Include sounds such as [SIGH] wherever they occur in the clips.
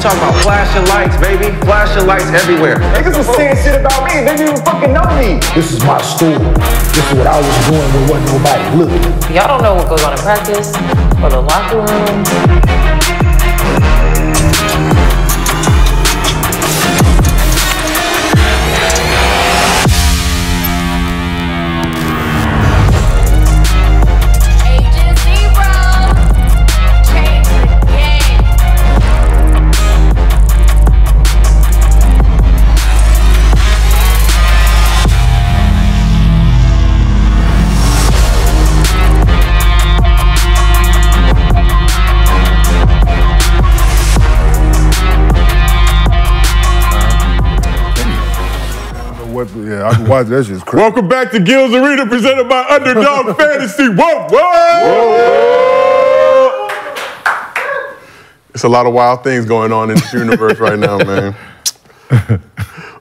talking about flashing lights, baby. Flashing lights everywhere. Niggas was saying shit about me. They didn't even fucking know me. This is my story. This is what I was doing when wasn't nobody looking. Y'all don't know what goes on in practice or the locker room. Agent Zero, change the game. What the- yeah, I can watch that shit's crazy. Welcome back to Gills Arena, presented by [LAUGHS] Underdog Fantasy. Whoa, whoa! It's a lot of wild things going on in this universe right now, man. a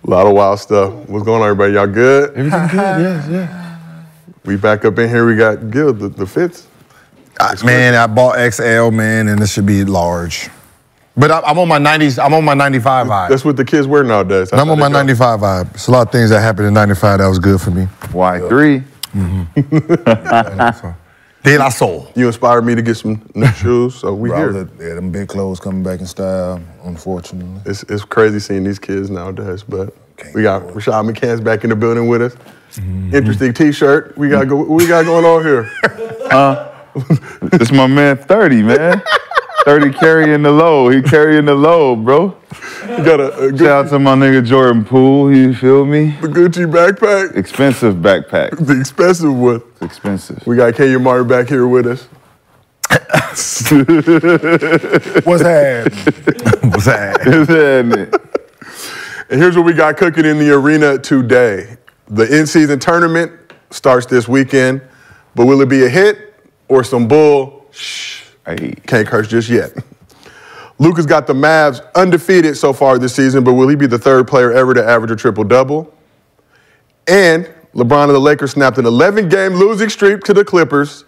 lot of wild stuff. What's going on, everybody? Y'all good? Everything good? [LAUGHS] Yes, yeah. We back up in here. We got Gil, the, the fifth. I- man, I bought XL, man, and this should be large. But I, I'm on my 90s. I'm on my 95 vibe. That's what the kids wear nowadays. I'm on my 95 vibe. It's a lot of things that happened in 95 that was good for me. Why three? Mm-hmm. [LAUGHS] [LAUGHS] De La Soul. You inspired me to get some new shoes, so we Bro, here. yeah, them big clothes coming back in style, unfortunately. It's, it's crazy seeing these kids nowadays, but we got Rashad McCann's back in the building with us. Interesting T-shirt. We got go, we got going on here. It's my man [LAUGHS] 30, man. 30 carrying the load. He carrying the load, bro. We got a, a Shout out Gucci, to my nigga Jordan Poole, you feel me? a Gucci backpack, Expensive backpack. the expensive one. Expensive. [LAUGHS] We got Kenya Martin back here with us. What's happening? [LAUGHS] What's happening? Is that it? And here's what we got cooking in the arena today. The in-season tournament starts this weekend, but will it be a hit or some bull? Shh. Hey. Can't curse just yet. Luca's got the Mavs undefeated so far this season, but will he be the third player ever to average a triple double? And LeBron and the Lakers snapped an 11 game losing streak to the Clippers,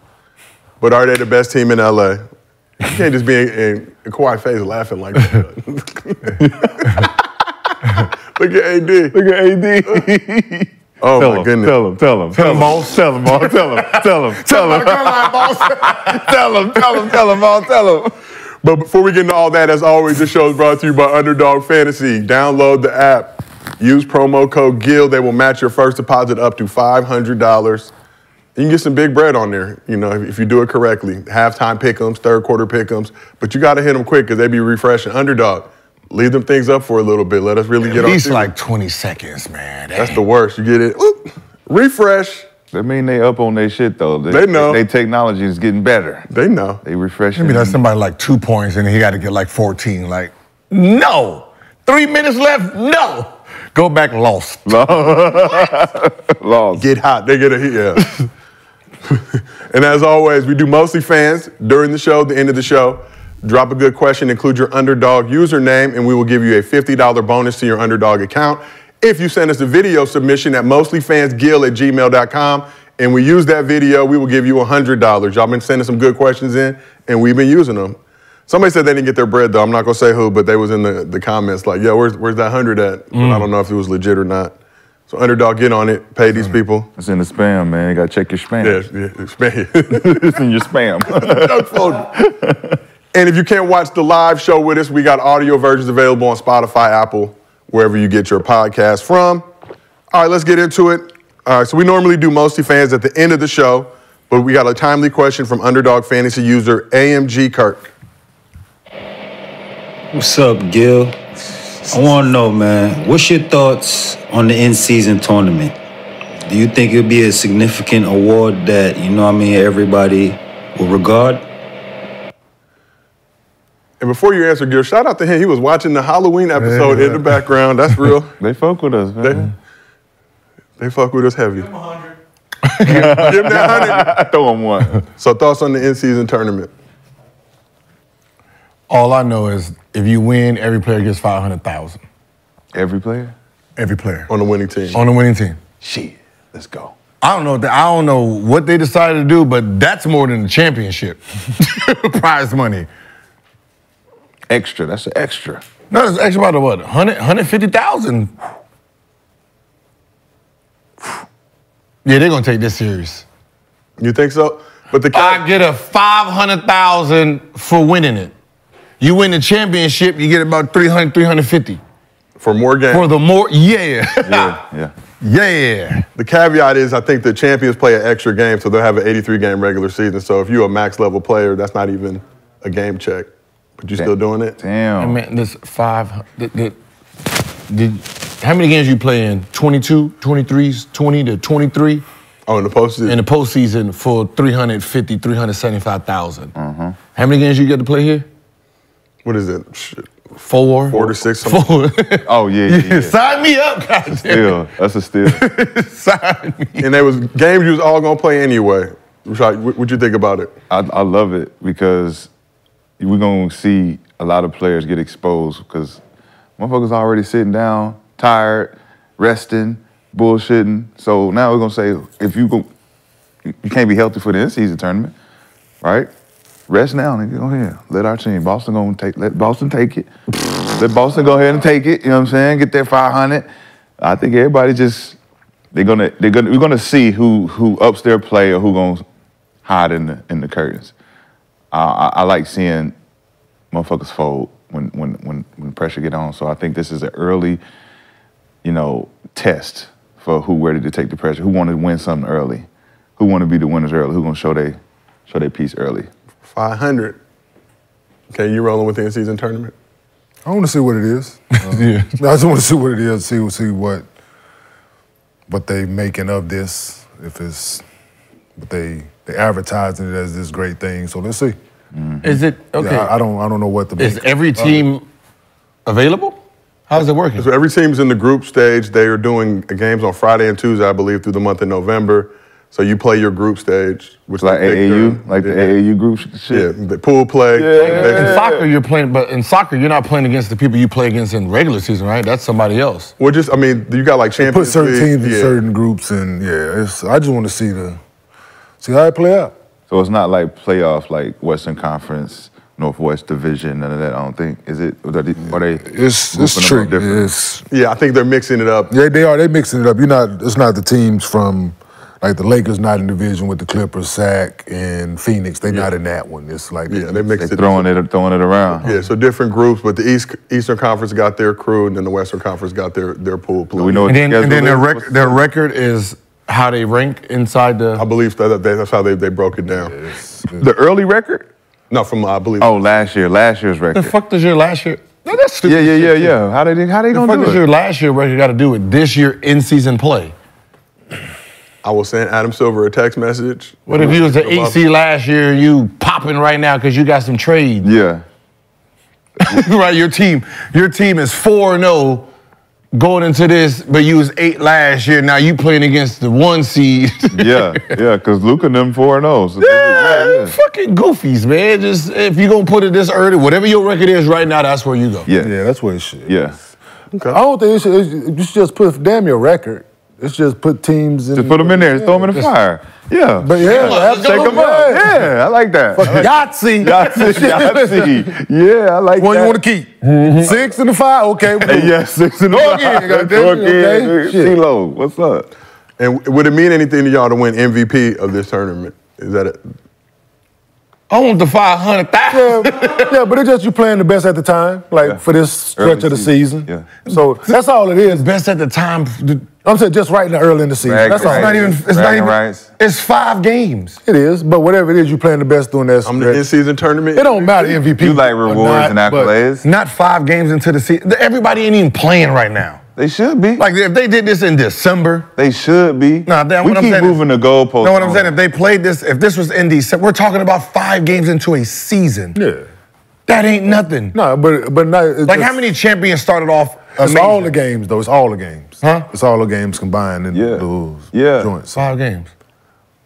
but are they the best team in LA? You can't just be in, in, in Kawhi face laughing like that. [LAUGHS] Look at AD. Look at AD. Oh tell my him, goodness. Tell him, tell him, tell him, boss. Tell him, boss. Tell him, tell him, tell him. [LAUGHS] Tell him, tell him, tell him, boss. Tell him. But before we get into all that, as always, this show is brought to you by Underdog Fantasy. Download the app. Use promo code GILD. They will match your first deposit up to $500. You can get some big bread on there, you know, if, if you do it correctly. Halftime pick'ems, third quarter pick'ems. But you got to hit them quick because they be refreshing. Underdog, leave them things up for a little bit. Let us really get At on least to it. like 20 seconds, man. That's the worst. You get it. Oop, refresh. That mean they up on their shit though. They know. They technology is getting better. They know. They refreshing. Maybe that's somebody like two points and he got to get like 14. Like, no. Three minutes left. No. Go back lost. Lost. get hot. They get a hit. [LAUGHS] Yeah. and as always, we do mostly fans during the show, the end of the show. Drop a good question, include your underdog username, and we will give you a $50 bonus to your underdog account. If you send us a video submission at mostlyfansgill at gmail.com and we use that video, we will give you $100. Y'all been sending some good questions in, and we've been using them. Somebody said they didn't get their bread though. I'm not gonna say who, but they was in the, the comments like, yo, where's where's that hundred at? But I don't know if it was legit or not. So underdog, get on it, pay these people. It's in the spam, man. You gotta check your spam. Yeah, yeah, expand. [LAUGHS] [LAUGHS] it's in your spam. [LAUGHS] Don't fold. and if you can't watch the live show with us, we got audio versions available on Spotify, Apple, wherever you get your podcast from. All right, let's get into it. All right, so we normally do mostly fans at the end of the show, but we got a timely question from underdog fantasy user AMG Kirk. What's up, Gil? I want to know, man, what's your thoughts on the in season tournament? Do you think it'll be a significant award that, you know what I mean, everybody will regard? And before you answer, Gil, shout out to him. He was watching the Halloween episode in the background. That's real. they fuck with us, they, [LAUGHS] man. they fuck with us heavy. Give him 100. [LAUGHS] Give him that 100. I throw them one. So thoughts on the in-season tournament? All I know is if you win, every player gets 500,000. [LAUGHS] Every player. Every player on the winning team. on the winning team. Shit. Let's go. I don't know. th- I don't know what they decided to do, but that's more than the championship [LAUGHS] prize money. Extra. That's an extra. No, it's actually about what? 100, 150,000. [SIGHS] Yeah, they're gonna take this serious. You think so? But the I get a 500,000 for winning it. You win the championship, you get about 300, 350. for more games. For the more, yeah. [LAUGHS] Yeah, yeah. yeah. The caveat is, I think the champions play an extra game, so they'll have an 83 game regular season. So if you're a max level player, that's not even a game check. But you still doing it? I Damn. mean, this five, the, the, the- how many games you play in? 22, 23s, 20 to 23 Oh, in the in postseason. the postseason for 350, 375,000. Mm-hmm. How many games you get to play here? what is it? Shit. Four. Four to six, something. Four. Oh yeah, yeah. yeah. [LAUGHS] Sign me up, goddamn. Still, that's a steal. Sign me. And they was games you was all gonna play anyway. Rashad, what what you think about it? I, I love it because we're gonna see a lot of players get exposed because motherfuckers already sitting down, tired, resting, bullshitting. So now we're gonna say if you go, you can't be healthy for the end season tournament, right? Rest now, nigga. Go ahead. Let our team. Boston gonna take. Let Boston take it. let Boston go ahead and take it. You know what I'm saying? Get their 500. I think everybody just they're gonna they're gonna we're gonna see who who ups their play or who gonna hide in the in the curtains. I, I, I like seeing motherfuckers fold when when when when pressure get on. So I think this is an early, you know, test for who ready to take the pressure, who want to win something early, who want to be the winners early, who gonna show they show their piece early. 500. Okay, you rolling with the in season tournament? I want to see what it is. [LAUGHS] Uh, Yeah. I just want to see what it is. See see what what they making of this. If it's what they they advertising it as this great thing. So let's see. Is it okay? Yeah, I, I don't I don't know what the Is every Uh, team available? How's it working? So every team's in the group stage. They are doing games on Friday and Tuesday, I believe, through the month of November. So you play your group stage, which It's like they pick AAU, their- like the AAU group sh- Yeah, shit. the pool play. [LAUGHS] Yeah. In soccer, you're playing, but in soccer, you're not playing against the people you play against in regular season, right? That's somebody else. Well, just I mean, you got like put champions. certain League, teams in yeah. certain groups and yeah. It's, I just want to see the see how it play out. So it's not like playoff, like Western Conference, Northwest Division, none of that. I don't think is it. Are they? Are they It's grouping it's them up tricky. different? It's Yeah, I think they're mixing it up. Yeah, they are. They mixing it up. You're not. It's not the teams from like the Lakers not in division with the Clippers, Sac, and Phoenix. They not in that one. It's like Yeah, they mixed They it. throwing it, throwing it around. Yeah, so different groups, but the East Eastern Conference got their crew, and then the Western Conference got their their pool play. Do we know And what then, the and then their, schedule rec- is? their record is how they rank inside I the. believe that, that that's how they, they broke it down. [LAUGHS] the early record? Not from I believe. Oh, last year, last year's record. The fuck does your last year? No, that's stupid. yeah, yeah, yeah, shit, too. yeah. How they how they The gonna fuck do does it? your last year record got to do with this year in season play? I will send Adam Silver a text message. What if you was an About- eight seed last year? You popping right now because you got some trades, yeah, [LAUGHS] right? Your team, your team is four and zero going into this, but you was eight last year. Now you playing against the one seed. [LAUGHS] yeah, yeah. Because Luke and them four and oh. So Yeah, you fucking goofies, man. Just if you gonna put it this early, whatever your record is right now, that's where you go. [LAUGHS] yeah, yeah, yeah, that's what it should. yeah. I don't think it should. It's, it's just put damn your record. It's just put teams in. Just put them in there, throw them in the fire. Yeah, But yeah, let's that's- go. take them up. Yeah, I like that. I [LAUGHS] like- Yahtzee. [LAUGHS] Yahtzee, Yahtzee. Yeah, I like One that. you want to keep. Mm-hmm. Six and the five. Okay. we'll Hey, yeah, six and Go five. again, goddamn Go it, again. okay? Shit. T-Lo, what's up? And w- would it mean anything to y'all to win MVP of this tournament? Is that it? I want the five hundred thousand. [LAUGHS] yeah, yeah, but it's just you playing the best at the time, like Yeah. for this stretch Early of the season, season. yeah. So that's all it is. Best at the time. the- I'm saying just right now, early in the season. Rag that's all. rights. It's not even. It's not Bragging even. rights. It's five games. It is, but whatever it is, you playing the best during that I'm the stretch. in season tournament. It don't matter MVP. You like or rewards not, and but accolades? Not five games into the season. Everybody ain't even playing right now. They should be. Like if they did this in December. They should be. Nah, that- we what I'm keep saying is- moving the goalposts. Know what I'm on saying? it. If they played this, if this was in December, we're talking about five games into a season. Yeah. That ain't nothing. No, but but not. Like how many champions started off? It's all amazing? the games though. It's all the games. Huh? It's all the games combined in Yeah. those Yeah. joints. Five games.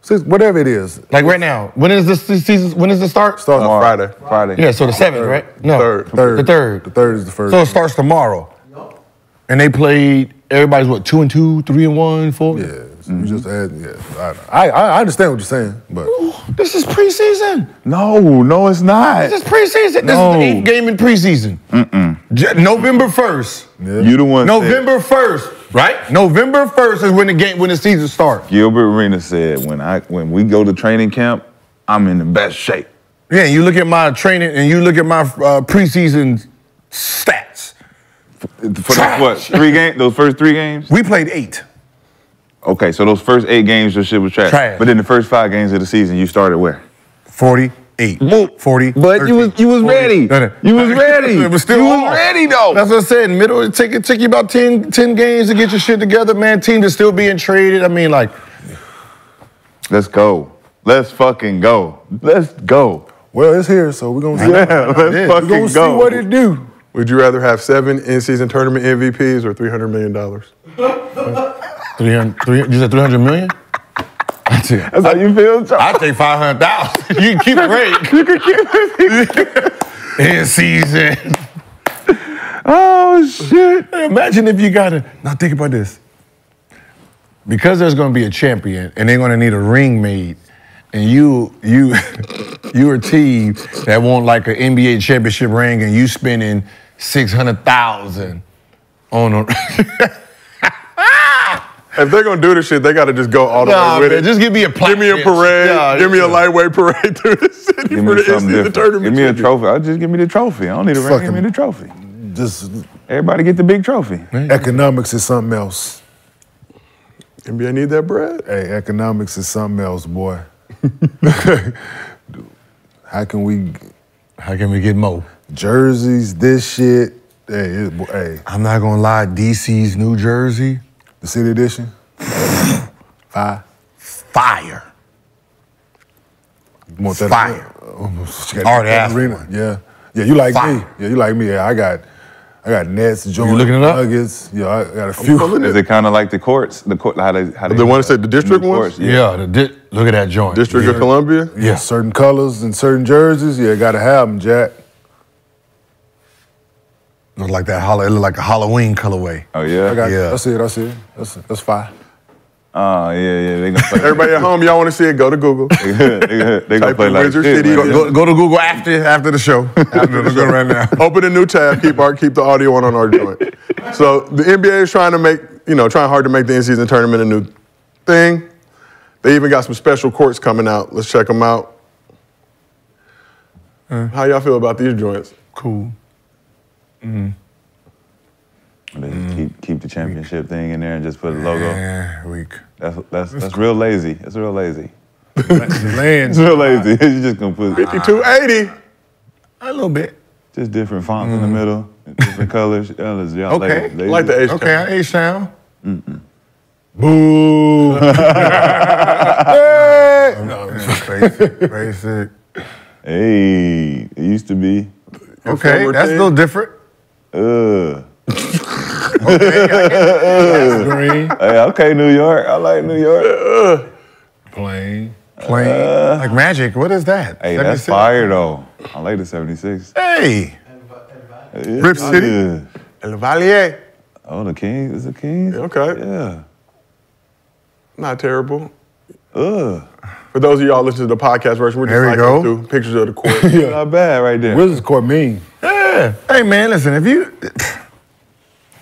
Six, whatever it is. Like right now, when is this season? When is the start? Starts on Uh, Friday. Friday. Yeah, so the seventh, right? No, Third. third. the third. The third is the first. So it starts tomorrow. And they played. Everybody's what? Two and two, three and one, four. Yeah. Mm-hmm. You just add. Yeah. I, I I understand what you're saying, but This is preseason. No, no, it's not. This is preseason. This is No. the eighth game in preseason. J- November first. You the one. said- November first, right? November first is when the game, when the season starts. Gilbert Arena said, "When I when we go to training camp, I'm in the best shape." Yeah, and you look at my training and you look at my uh, preseason stats. For those, what three games? Those first three games? We played eight. Okay, so those first eight games, your shit was trash. Trash. But then the first five games of the season, you started where? 48. 40. But you was you was 40. ready. No, no. You was ready. [LAUGHS] It was still you on. was ready though. That's what I said. Middle, it take, it take you about 10, 10 games to get your shit together, man. Team is still being traded. I mean, like, Let's go. Let's fucking go. Let's go. Well, it's here, so we're gonna see. Yeah, [LAUGHS] let's We're fucking gonna see go. what it do. Would you rather have seven in-season tournament MVPs or three hundred million dollars? 300, 300 you said 300 million? That's how you feel, I take 500,000. You can keep it right. In season. Oh shit. Imagine if you got a. Now think about this. Because there's going to be a champion, and they're going to need a ring made, and you you [LAUGHS] you're a team that want like an NBA championship ring, and you spending six hundred thousand on a. [LAUGHS] If they're gonna do this shit, they gotta just go all the nah, way with man, it. just give me a plaque, give me a bitch. parade. Yeah, give me a yeah. lightweight parade through the city Give for the me something in-season different. tournament. Give me a shit. trophy. I'll just give me the trophy. I don't need a ring. Give Fucking- me the trophy. Just Everybody get the big trophy. economics is something else. NBA need that bread. Hey, economics is something else, [LAUGHS] boy. How can we How can we get more? jerseys, this shit? Hey, it, hey, I'm not gonna lie, DC's New Jersey, the city edition. Five. fire. You want that [LAUGHS] Fire. Arena? Already asked arena. Yeah, yeah. You like me? Fire. Yeah, you like me? Yeah, I got, I got Nets, Jordan, looking it up? Nuggets. Yeah, I got a few. Is it kind of like the courts? The court, how they, how they The one that said the district new ones? courts, yeah. Yeah, the di- look at that joint. District of Columbia. Yeah, certain colors and certain jerseys. Yeah, gotta have them, Jack. look like that. Hollow, it look like a Halloween colorway. Oh yeah. I got. Yeah. That's it. That's it. That's it. That's five. Oh yeah, yeah. They gonna play. Everybody [LAUGHS] at home, y'all wanna see it? Go to Google. they gonna, they gonna Type play in like Wizard shit, City. man. Go- Go, go to Google after after the show. [LAUGHS] After the show Oh, right now. Open a new tab. Keep our keep the audio on on our joint. So the NBA is trying to make you know trying hard to make the in-season tournament a new thing. They even got some special courts coming out. Let's check them out. How y'all feel about these joints? Cool. They just keep keep the championship thing in there and just put a logo. Yeah, weak. That's that's that's real lazy. That's real lazy. It's [LAUGHS] Land. real lazy. [LAUGHS] you just gonna put 5280. A little bit. just different fonts in the middle, different colors. [LAUGHS] Yeah, let's- yeah, Okay. they- they Like the just- H. Okay, I H Town. Boo. [LAUGHS] Basic. basic. Hey, it used to be. Okay, forward that's a thing. little different. Ugh. Green. Hey, okay, New York. I like New York. Plain. Plain. like magic. What is that? Hey, that's 76? fire though. I like the 76. Hey. Rip City? El Valier. Oh, the Kings is the Kings. Okay. Yeah. Not terrible. Ugh. For those of y'all listening to the podcast version, we're just There we like go. through pictures of the court. [LAUGHS] Not bad right there. Wizards court mean. Yeah. Hey man, listen, if you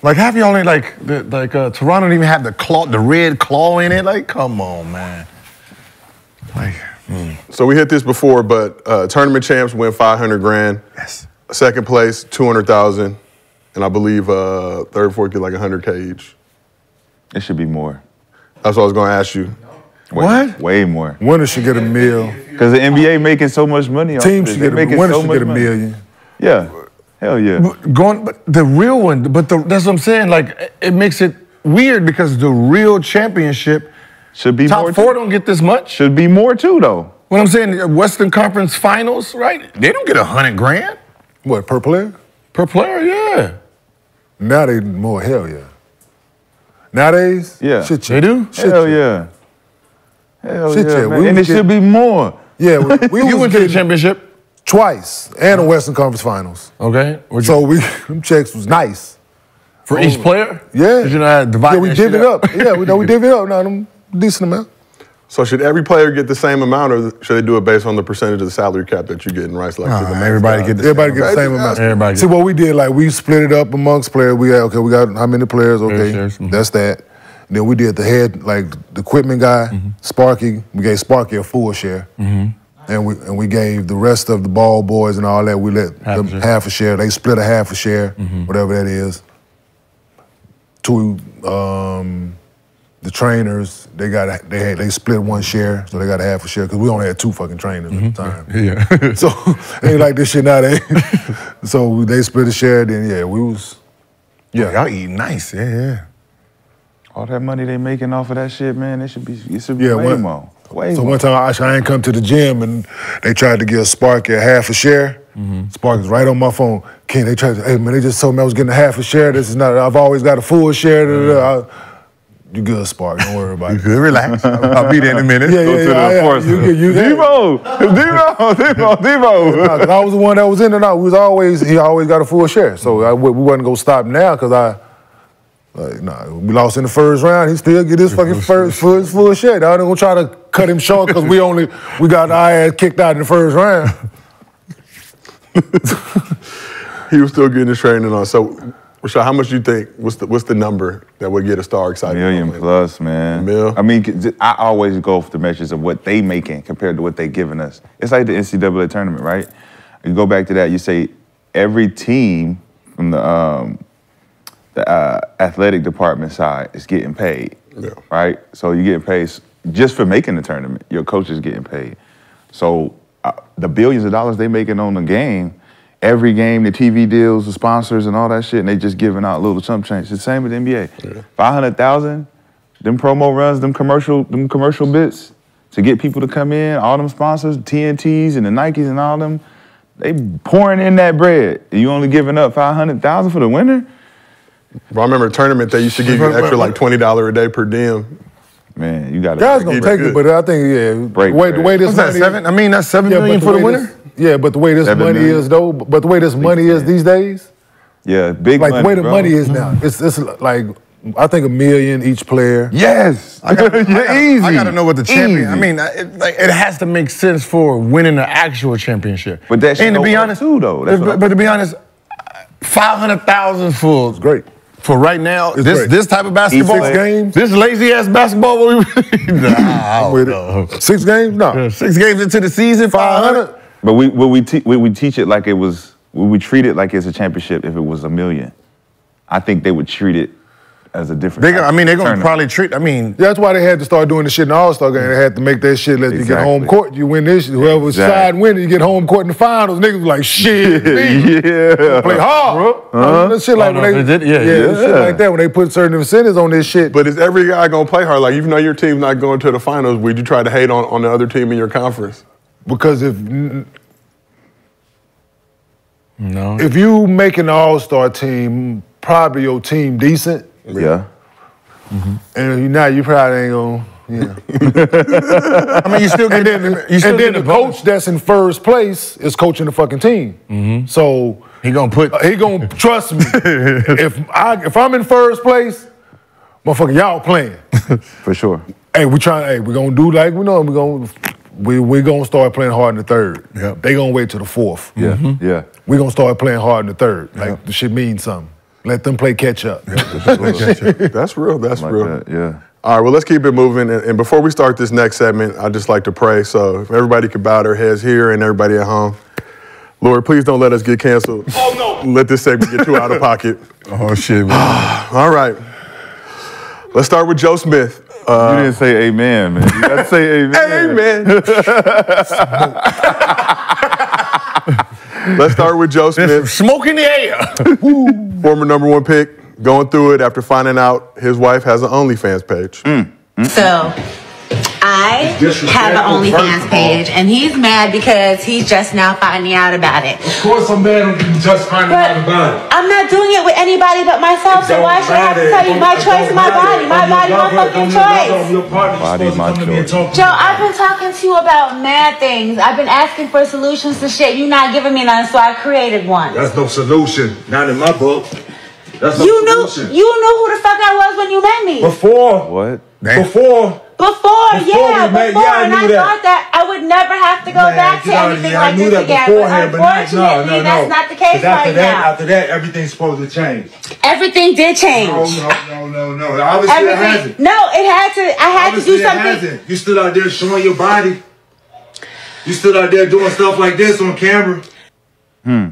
like half y'all ain't like the, like uh, Toronto didn't even have the claw, the red claw in it. Like, come on, man. Like, So we hit this before, but uh, tournament champs win 500 grand. yes. Second place, 200,000. And I believe uh, third, fourth get like 100K each. It should be more. That's what I was going to ask you. Way, What? Way more. Winners should get a meal. Because the NBA making so much money. off Teams this. should They get a making winners so should much get a money. million. Yeah. Hell yeah. But going, but the real one. But the, that's what I'm saying. Like, it- it makes it weird because the real championship Should be more. top four Too. don't get this much. Should be more too though. What I'm saying, the Western Conference Finals, right? They don't get a hundred grand What per player? per player. Yeah, Now they more hell yeah. Nowadays, Yeah. shit, they do. Shit, Hell yeah. yeah. Hell Shit, yeah, yeah, man. we and it was should be more. [LAUGHS] yeah. We, we You went was to the getting championship, twice and the Western Conference Finals. okay? Would you- So we [LAUGHS] them checks was nice. for each player. Yeah. Did you know how to divide? Yeah, we that divvied shit [LAUGHS] it up. yeah, we know we divvied it up. Now them decent amount. So should every player get the same amount, or should they do it based on the percentage of the salary cap that you get in rights? Like to Nah, the max Uh, everybody guy? get the Everybody get the same Everybody amount. gets- Everybody See gets- what we did, like we split it up amongst players. We had okay, we got how many players? Okay, shares. Mhm. that's that. Then we did the head, like the equipment guy, Mm-hmm. Sparky. We gave Sparky a full share, Mm-hmm. and we and we gave the rest of the ball boys and all that. We let Half a them share. Mm-hmm. half a share. They split a half a share, whatever that is. To um, the trainers, they got a- they had, they split one share, so they got a half a share because we only had two fucking trainers at the Mm-hmm. time. [LAUGHS] Yeah. So [LAUGHS] ain't like this shit now. They [LAUGHS] so they split a share. Then yeah, we was yeah Oh, Y'all eat nice. Yeah, yeah. All that money they making off of that shit, man, it should be it should be yeah. way one- more. Way so more. one time I, I ain't come to the gym and they tried to give Sparky a half a share. Mm-hmm. Spark is right on my phone. King, they tried to, hey man, they just told me I was getting a half a share. This is not, I've always got a full share. Da, da, da. I- you good, Spark. Don't worry about it. Mm-hmm. Good, relax. I'll be there in a minute. Yeah, yeah, Go to the yeah. I- I- enforcer. You, you, you, Devo, Devo, Devo, Devo. Nah, 'cause I was the one that was in and out. We was always he always got a full share. So I, we we wasn't gonna stop now because I like nah, we lost in the first round. He still get his [LAUGHS] fucking first full, full share. I didn't gonna try to cut him short because we only we got our ass kicked out in the first round. He was still getting his training on. So, Rashad, how much do you think? What's the what's the number that would get a star excited? Million plus, man. Mil. I mean, c- j- I always go for the measures of what they making compared to what they giving us. It's like the NCAA tournament, right? You go back to that. You say every team from the um, the uh, athletic department side is getting paid, Yeah. right? So you're getting paid s- just for making the tournament. Your coach is getting paid. So uh, the billions of dollars they making on the game, every game, the TV deals, the sponsors, and all that shit, and they just giving out little chump change. It's the same with the NBA. Five hundred thousand, them promo runs, them commercial, them commercial bits to get people to come in. All them sponsors, TNTs and the Nikes and all them, they pouring in that bread. And you only giving up five hundred thousand for the winner. Well, I remember a tournament they used to give you an extra like twenty dollar a day per diem. Man, you got Guys to. gonna Keep it take it, good. but I think yeah, Break, the way, the break. way What's this that, money- seven? I mean, that's seven Yeah, million but for the way winner? [LAUGHS] this- yeah, but the way this Seven money million. is though, but the way this money is ten. these days, Yeah, big like money. the way the bro. money is now, it's it's like I think a million each player. Yes, I gotta, [LAUGHS] Yeah, I gotta, easy. I gotta know what the champion. I Easy. mean, I- it, like, it has to make sense for winning an actual championship. But that shit and to go be up honest, too, though. That's But, what I'm- but to be honest, five hundred thousand for great. for right now. this great. this type of basketball, six games. this lazy ass basketball. What we, [LAUGHS] nah, I don't With know. it. Six games? No. Yeah, Six games into the season, five 500? hundred. But we we we, te- we we teach it like it was. We would treat it like it's a championship if it was a million. I think they would treat it as a different. They type gonna, I of mean, they're gonna tournament. probably treat. I mean, Yeah, that's why they had to start doing the shit in the All Star game. They had to make that shit. Let you get Exactly. home court. You win this. Whoever Exactly. side win, you get home court in the finals. Niggas was [LAUGHS] like shit. [LAUGHS] nigga, yeah. Play hard. I mean, that shit Oh, like no, when they, they did- yeah, that shit yeah. like that when they put certain incentives on this shit. But is every guy gonna play hard? Like even though your team's not going to the finals, would you try to hate on, on the other team in your [LAUGHS] conference? because if no. if you make an All Star team, probably your team decent, yeah. and you now you probably ain't gonna. Yeah. I mean, [LAUGHS] you [LAUGHS] still get. and then, you still and get then the the bonus. coach that's in first place is coaching the fucking team. Mm-hmm. So He gonna put. Uh, He gonna trust [LAUGHS] me. if I if I'm in first place, motherfucker, y'all playing. for sure. hey, we trying. Hey, we gonna do like we know. We gonna we we gonna start playing hard in the third. Yep. They gonna wait till the fourth. Yeah, yeah. We gonna start playing hard in the third. Like the shit means something. Let them play catch up. That's real. That's Like real. that, yeah. All right, well, let's keep it moving. And, and before we start this next segment, I'd just like to pray. So if everybody could bow their heads here and everybody at home, Lord, please don't let us get canceled. Oh, no. Let this segment get too out of [LAUGHS] pocket. oh shit! [GASPS] man. All right. Let's start with Joe Smith. Uh, you didn't say amen, man. You got to [LAUGHS] say amen. amen. let's start with Joe Smith. Smoke in the air. former number one pick, going through it after finding out his wife has an OnlyFans page. So I have an OnlyFans page, and he's mad because he's just now finding out about it. Of course I'm mad when you just finding But out about it. I'm not doing it with anybody but myself, so why should I have to tell you my choice, my body, my body, my fucking choice? Body, my choice. Joe, I've been talking to you about mad things. I've been asking for solutions to shit. You're not giving me none, so I created one. That's no solution. Not in my book. That's no You knew, solution. you knew who the fuck I was when you met me. Before, What? before, Before, Before yeah, we met- before, yeah, I and knew I that. thought that I would never have to go Man, back to you know, anything yeah, like I knew this that again. beforehand, but but not- unfortunately, no, no, no. that's not the case 'Cause after right that, now. After that, everything's supposed to change. Everything did change. No, no, no, no, no. Obviously, it Everything- hasn't. No, it had to. I had Obviously, to do it something. hasn't. You stood out there showing your body. You stood out there doing stuff like this on camera. Hmm.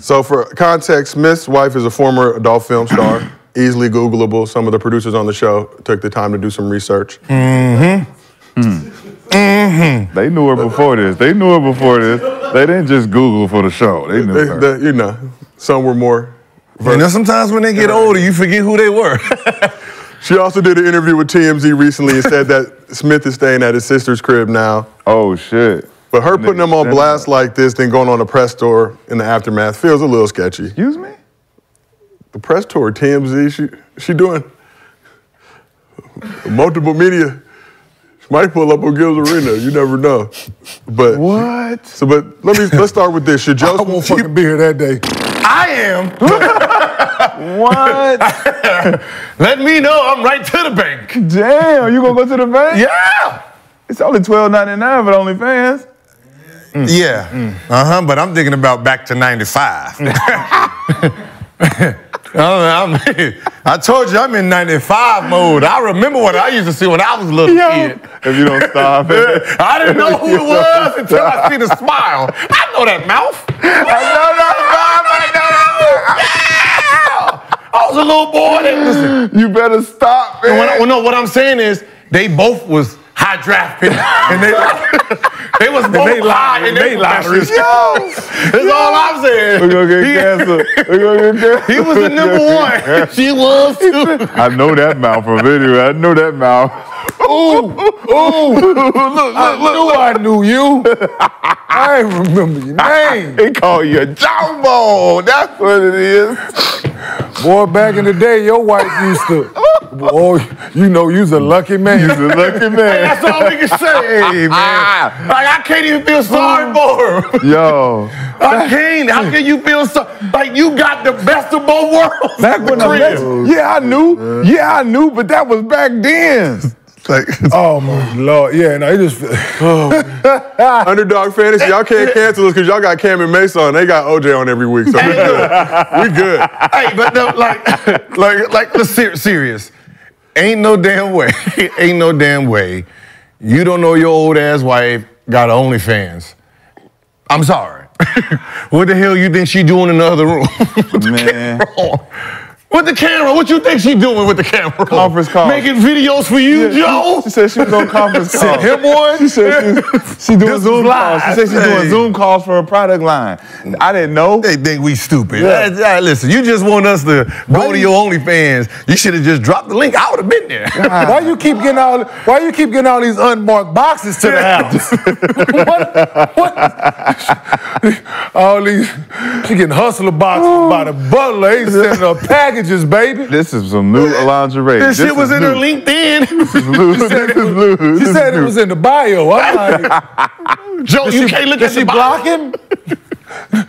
So, for context, Smith's wife is a former adult film star, easily Googleable. Some of the producers on the show took the time to do some research. Mm-hmm. Mm-hmm. They knew her before this. They knew her before this. They didn't just Google for the show. They knew [LAUGHS] They- her. they- you know, some were more. You know, sometimes when they get older, you forget who they were. She also did an interview with TMZ recently and said that Smith is staying at his sister's crib now. Oh shit! But her putting him on send blast like this, then going on a press tour in the aftermath, feels a little sketchy. Excuse me. The press tour, TMZ, she she doing multiple media. She might pull up on Gil's Arena. You never know. But what? So, but let me let's start with this. [LAUGHS] Should Joe? I won't fucking be here that day. I am. what? [LAUGHS] Let me know. I'm right to the bank. Damn, you gonna go to the bank? Yeah. It's only twelve ninety nine for OnlyFans. Yeah. Mm. Uh huh. But I'm thinking about back to [LAUGHS] [LAUGHS] 95. I, don't know, I'm- I told you I'm in 95 mode. I remember what I used to see when I was a little Yo. kid. If you don't stop [LAUGHS] it. I didn't know who If it [LAUGHS] you was don't until I stop. seen the smile. I know that mouth. [LAUGHS] I know that mouth. I know that mouth. [LAUGHS] I was a little boy. That, listen. You better stop, man. When I, well, no, what I'm saying is they both was high draft pick, and they they was both they high lottery- and they they lottery. lottery. That's all I'm saying. We're gonna get canceled. We're gonna get [LAUGHS] canceled. He was the number one. She was too. I know that mouth from video. I know that mouth. [LAUGHS] Ooh, ooh. look, look, I knew I knew you. I ain't remember your [LAUGHS] name. They call you a jawbone. That's what it is. Boy, back in the day, your wife [LAUGHS] used to. Boy, you know you's a lucky man. Oh, You's a lucky man. Ah. That's all we can [LAUGHS] say, man. Like I can't even feel sorry for him. Mm. Yo, [LAUGHS] I can't. How can you feel so? Like you got the best of both worlds. back when I met you, yeah, I knew, yeah, I knew, but that was back then. Like, [LAUGHS] Oh my lord, yeah, no, it just Underdog fantasy, y'all can't cancel us because y'all got Cam and Mason. They got OJ on every week, so we good. We good. hey, but no, like, like, like, let's ser- serious. Ain't no damn way. [LAUGHS] Ain't no damn way. You don't know your old ass wife got OnlyFans. I'm sorry. [LAUGHS] what the hell you think she doing in the other room? [LAUGHS] with the Man. camera on. With the camera, what you think she doing with the [LAUGHS] camera? on? Conference call. Making videos for you, Joe? She said she was on conference call. Send him one? She said she, she doing This Zoom was calls. She said she's live. doing Zoom calls for her product line. I didn't know. They think we stupid. Yeah. Hey, hey, listen, you just want us to go to Right. your OnlyFans. You should have just dropped the link. I would have been there. [LAUGHS] why you keep getting all why you keep getting all these unmarked boxes to [LAUGHS] the house? what, what? All these she getting hustler boxes by the butler. Ain't [LAUGHS] sending her packages, baby. This is some new lingerie. This shit was is in new. her LinkedIn. [LAUGHS] This is [LAUGHS] new. This is new. She This is said it new. was in the bio. I'm like, [LAUGHS] Joe, you can't look did at she the block block. him?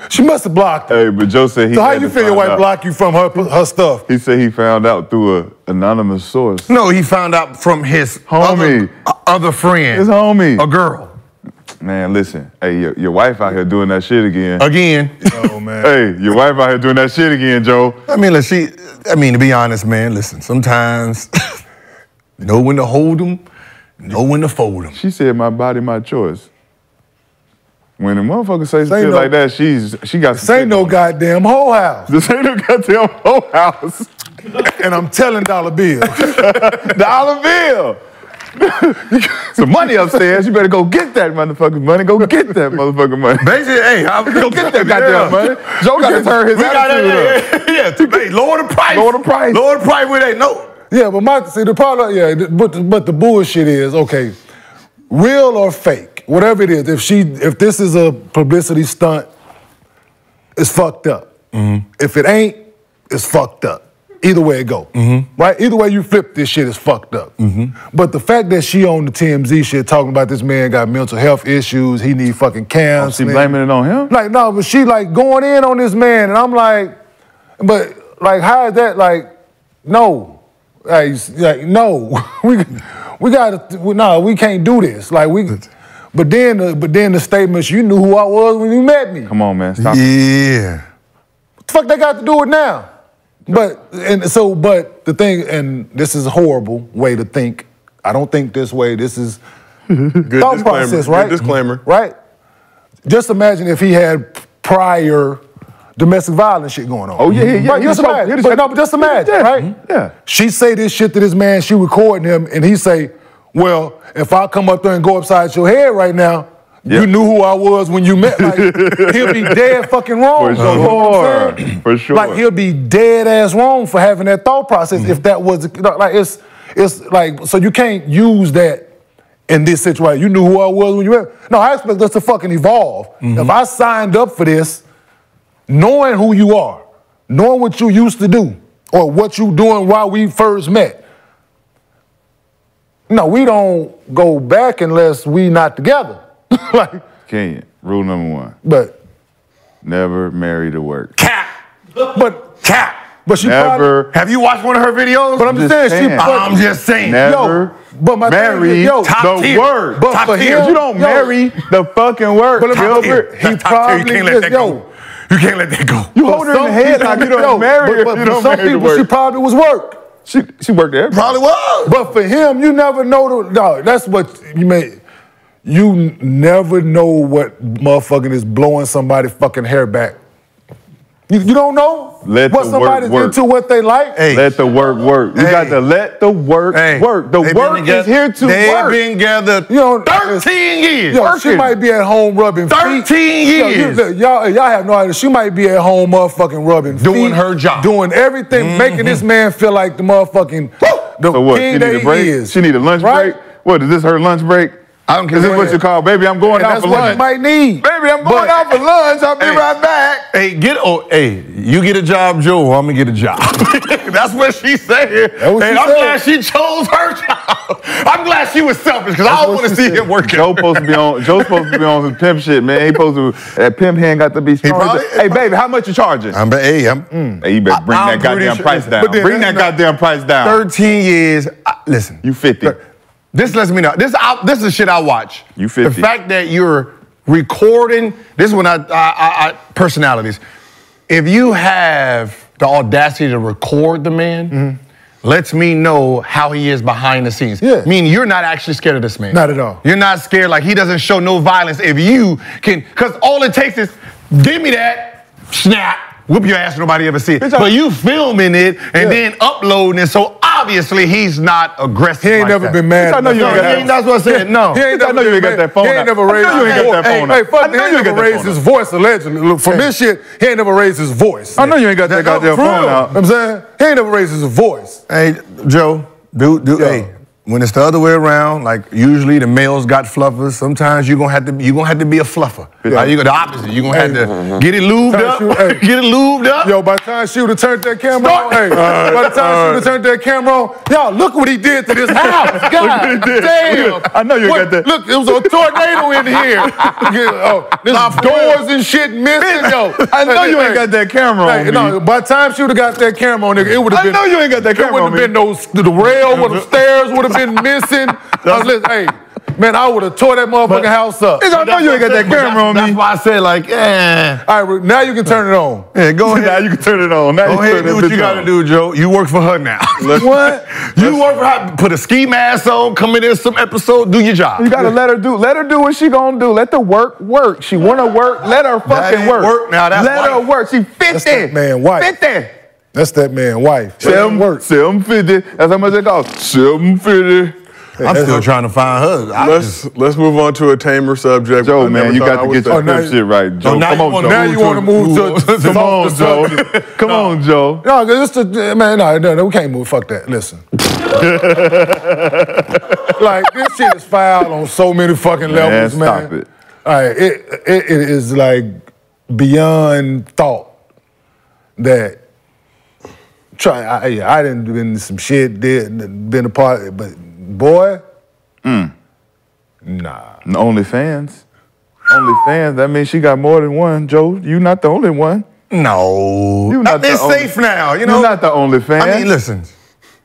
She must have blocked him. Hey, but Joe said he. So how had you to feel your find wife out. block you from her her stuff? He said he found out through an anonymous [LAUGHS] source. No, he found out from his Homie. other, uh, other friend, His homie. a girl. Man, listen. Hey, your, your wife out here doing that shit again. Again, Oh man. Hey, your wife out here doing that shit again, Joe. [LAUGHS] I mean, look, she. I mean, to be honest, man. Listen, sometimes [LAUGHS] know when to hold them, know when to fold them. She said, "My body, my choice." When a motherfucker says ain't shit no- like that, she's she got. This ain't no goddamn whole house. [LAUGHS] This ain't no goddamn whole house. And I'm telling dollar bill. Dollar bill. [LAUGHS] Some money upstairs. You better go get that motherfucking money. Go get that motherfucking [LAUGHS] money. Basically, hey, I, Go get that goddamn money. [LAUGHS] Joe got to turn his we got attitude up. yeah, [LAUGHS] yeah, yeah, too bad. Lower the price. Lower the price. Lower the price with that. No. Yeah, but my see the problem. Yeah, th- but the- but the bullshit is okay, real or fake, whatever it is. If she if this is a publicity stunt, it's fucked up. Mm-hmm. If it ain't, it's fucked up. Either way it go, Mm-hmm. right? Either way you flip this shit is fucked up. But the fact that she on the TMZ shit talking about this man got mental health issues, he need fucking Oh, She counseling. blaming it on him. Like, no, but she like going in on this man, and I'm like, but like, how is that like, no. Like, s- like, no, [LAUGHS] we we got to no, we can't do this. Like we, but then the, but then the statements. You knew who I was when you met me. Come on, man. Stop Yeah. What the fuck they got to do it now? But and so, but the thing, and this is a horrible way to think. I don't think this way. [LAUGHS] This is Good thought disclaimer. process, Good right? disclaimer. Right. Just imagine if he had prior domestic violence shit going on. Oh, yeah, yeah, yeah. Right, just He was imagine. fuck- but no, but just imagine, right? Yeah. She say this shit to this man, she recording him, and he say, Well, if I come up there and go upside your head right now, you knew who I was when you met. Like, he'll be dead fucking wrong. For though, Oh, you know what sure. I'm [CLEARS THROAT] saying? For sure. Mm-hmm. Like he'll be dead ass wrong for having that thought process if that was like it's it's like so you can't use that in this situation. You knew who I was when you met. No, I expect us to fucking evolve. Mm-hmm. If I signed up for this, knowing who you are, knowing what you used to do, or what you doing while we first met. No, we don't go back unless we not together. [LAUGHS] like, Can't. Rule number one. but Never marry to work. but cap. But she Never. probably- Have you watched one of her videos? But I'm just saying, she. but- I'm just saying. Never Yo, but my thing marry is, yo, top the tier. work. But Top for tier. him, You don't yo, marry the fucking work, But let me- Gilbert. He Top tier, you probably can't let is- that yo. go. You can't let that go. You hold her in the head like you yo, don't marry her. But, but you for don't some marry to people, she work. probably was work. She, she worked there. Probably was. But for him, you never know. The, no, that's what you mean. You n- never know what motherfucking is blowing somebody fucking hair back. You, you don't know Let what the work somebody's work. into, what they like. Hey. Let the work work. You Hey. got to let the work Hey, work. The they been work together- is here to They've work. been together You know, 13 years. Yo, she Working. might be at home rubbing 13 feet. Yo, years. you- y'all, y'all have no idea. She might be at home motherfucking rubbing Doing feet, her job. Doing everything, making this Mm-hmm. man feel like the motherfucking the so what? king She that need a he break. is. She need a lunch Right? break. What is this? Her lunch break? I don't care Is this what what it- you call, baby? I'm going And out that's for what lunch. you might need. Baby, I'm going But- out for lunch. I'll be Hey. right back. Hey, get oh, hey, you get a job, Joe. I'm gonna get a job. [LAUGHS] That's what she said. and what she I'm said. glad she chose her [LAUGHS] job. I'm glad she was selfish because I don't what want to she see said. him working. Joe supposed to be on. Joe supposed to be on some pimp shit, man. He supposed to. That pimp hand got to be strong. probably- hey, baby, how much you charging? I'm, hey, I'm hey, you better bring I'm that pretty goddamn sure- price down. but then Bring that that's not- goddamn price down. 13 years. I- listen, You 50. This lets me know. This I, this is shit I watch. You 50. The fact that you're recording. This is when I, I, I, I personalities. If you have the audacity to record the man, lets me know how he is behind the scenes. Mm-hmm. Yeah. Meaning you're not actually scared of this man. Not at all. You're not scared. Like he doesn't show no violence. If you can, because all it takes is give me that snap. Whoop your ass, nobody ever see it. I- But you filming it and Yeah. then uploading it, so obviously he's not aggressive. He ain't like never that. been mad. I know you No, ain't he got ain't- that's what I said. No. He ain't I know never you ain't been got that phone He ain't out. never I know raised. you ain't got that Hey, phone Hey, out. I fuck. He know ain't you ain't got never that raised phone his out. voice. Allegedly, Look, from this shit, he ain't never raised his voice. I know you ain't got that No, goddamn for phone real. out. I'm saying he ain't never raised his voice. Hey, Joe, do do Yeah. hey. When it's the other way around, like usually the males got fluffers. Sometimes you're gonna have to you gonna have to be a fluffer. Yeah. Like, you got the opposite. You're gonna have to get it lubed Hey, up. shoot, hey. [LAUGHS] Get it lubed up. Yo, by the time she would have turned that camera Start- on, hey, by the time she would have turned that camera on, y'all, look what he did to [LAUGHS] this house. God he did. damn. I know you What- got that. Look, it was a tornado [LAUGHS] in here. Yeah, oh, this doors and shit missing, yo. I know you ain't Hey, got that camera on Hey, me. no, by the time she would have got that camera on, nigga, it would have I been. know you ain't got that camera It would on have me. been no the rail, would have stairs would have been missing. I was listen, hey, man, I would have tore that motherfucking house up. I know you ain't got that camera on That's me. why I said like, eh. All right, now you can turn it on. Yeah, go ahead. [LAUGHS] now you can turn it on. Now Go you ahead turn and do that what you bitch gotta on. do, Joe. You work for her [LAUGHS] now. What? you work for her. Put a ski mask on, come in there some episode, do your job. You gotta let her do. Let her do what she gonna do. Let the work work. She wanna work. Let her fucking ain't work. work now, that's let her wife. work. She fifty. that man wife. Fifty. That's that man wife. Seven work. Seven fifty. That's how much it costs. Seven fifty. I'm still trying to find her. I Let's let's move on to a tamer subject. I Joe, never Oh, man, you thought I got to would get say your that. now pimp you- shit right, Joe. Oh, now Come you on, wanna Joe. Now you want to move to, to [LAUGHS] Come on, to- Joe. Come on, Joe. No, 'cause it's the man. No, no, no, we can't move. Fuck [LAUGHS] that. Listen, like this shit is foul on so many fucking levels, man. stop it. All right, it, it it is like beyond thought that try. I yeah, I didn't been to some shit, did been a part, of it, but boy, Mm. nah. And OnlyFans. OnlyFans. That means she got more than one. Joe, you not the only one. No. You Not not this the only- safe now, Oh, you You know? not the only fan. I mean, listen.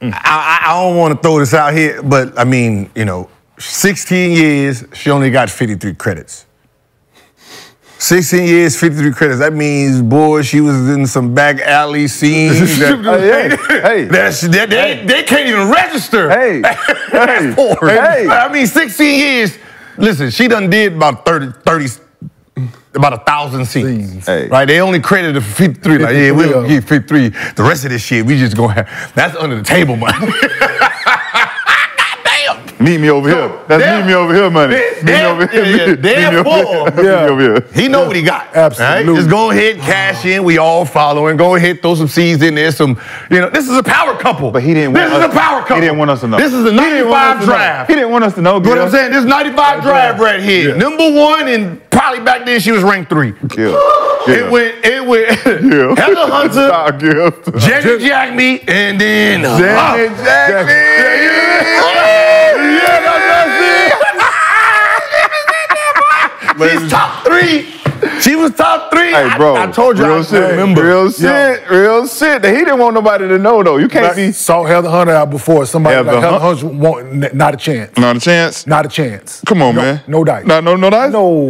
I, I- I don't want to throw this out here, but I mean, you know, 16 years, she only got 53 credits. 16 years, 53 credits. That means, boy, she was in some back alley [LAUGHS] scenes. that, [LAUGHS] Hey, hey, hey. That's- that- they, they can't even register. Hey, [LAUGHS] That's porn. hey. I mean, 16 years. Listen, she done did about 30, 30 about a thousand scenes. Hey. Right? They only credited for 53. Like, yeah, we don't get 53. The rest of this shit, we just gonna have, that's under the table [LAUGHS] money. Meet me over here. That's there- meet me over here money. there- Meet me over here. yeah, yeah, Meet me over therefore- here. [LAUGHS] Meet me over here. He know what he got. Absolutely. Just go ahead, cash in. We all following. Go ahead, throw some seeds in there. Some, you know, this is a power couple. But he didn't This want is us- a power couple. he didn't want us to know. This is a He didn't want us 95 to know. draft. He didn't want us to know. You know what Gil. I'm saying? This 95 drive right here. Number one, and probably back then she was ranked three. Gil. It went, it went Gil. Heather Hunter, Stop, Gil. Janet Jackme, and then uh, Janet Jackme. Jackson. Yeah, that's it. She's top three. She was top three. Hey, I- bro. I, told you real I shit. remember. Real shit. Real shit. He didn't want nobody to know though. You can't be saw Heather Hunter out before somebody Heather like Heather Hun- Hunter want, n- not a chance. not a chance. Not a chance. Come on, no, man. No dice. Not no no dice. No.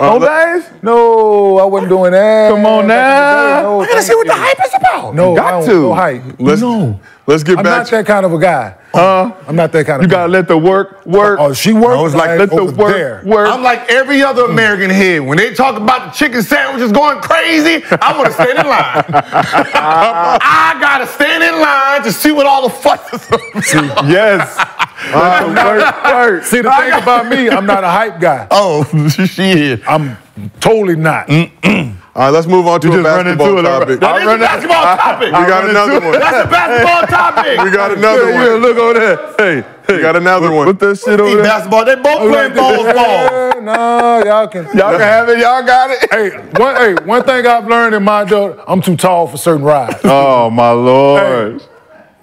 no dice. No, I wasn't doing that. Come on now. No, I I gotta see what the hype is about. No, Got I don't, to. no hype. Let's, no. Let's get I'm back not to that kind of a guy. Uh, I'm not that kind of you guy. gotta let the work work. Oh, she worked. I was like, let the over work there. work. I'm like every other American here. When they talk about the chicken sandwiches going crazy, I want to stand in line. [LAUGHS] I gotta stand in line to see what all the fuss is about. [LAUGHS] yes. Let the work work. See, the thing about [LAUGHS] me, I'm not a hype guy. Oh, [LAUGHS] shit. I'm totally not. Mm. All right, let's move on to You a just run basketball into it, all topic. right. That is a basketball topic. We got run another into it. one. That's a basketball topic. We got Yeah, another yeah, one. look over there. Hey, We got another one. put that shit over there. basketball. They both playing balls ball. [LAUGHS] Yeah, no, y'all can. Y'all can have it. Y'all got it. Hey, one, hey, one thing I've learned in my job, I'm too tall for certain rides. Oh my lord.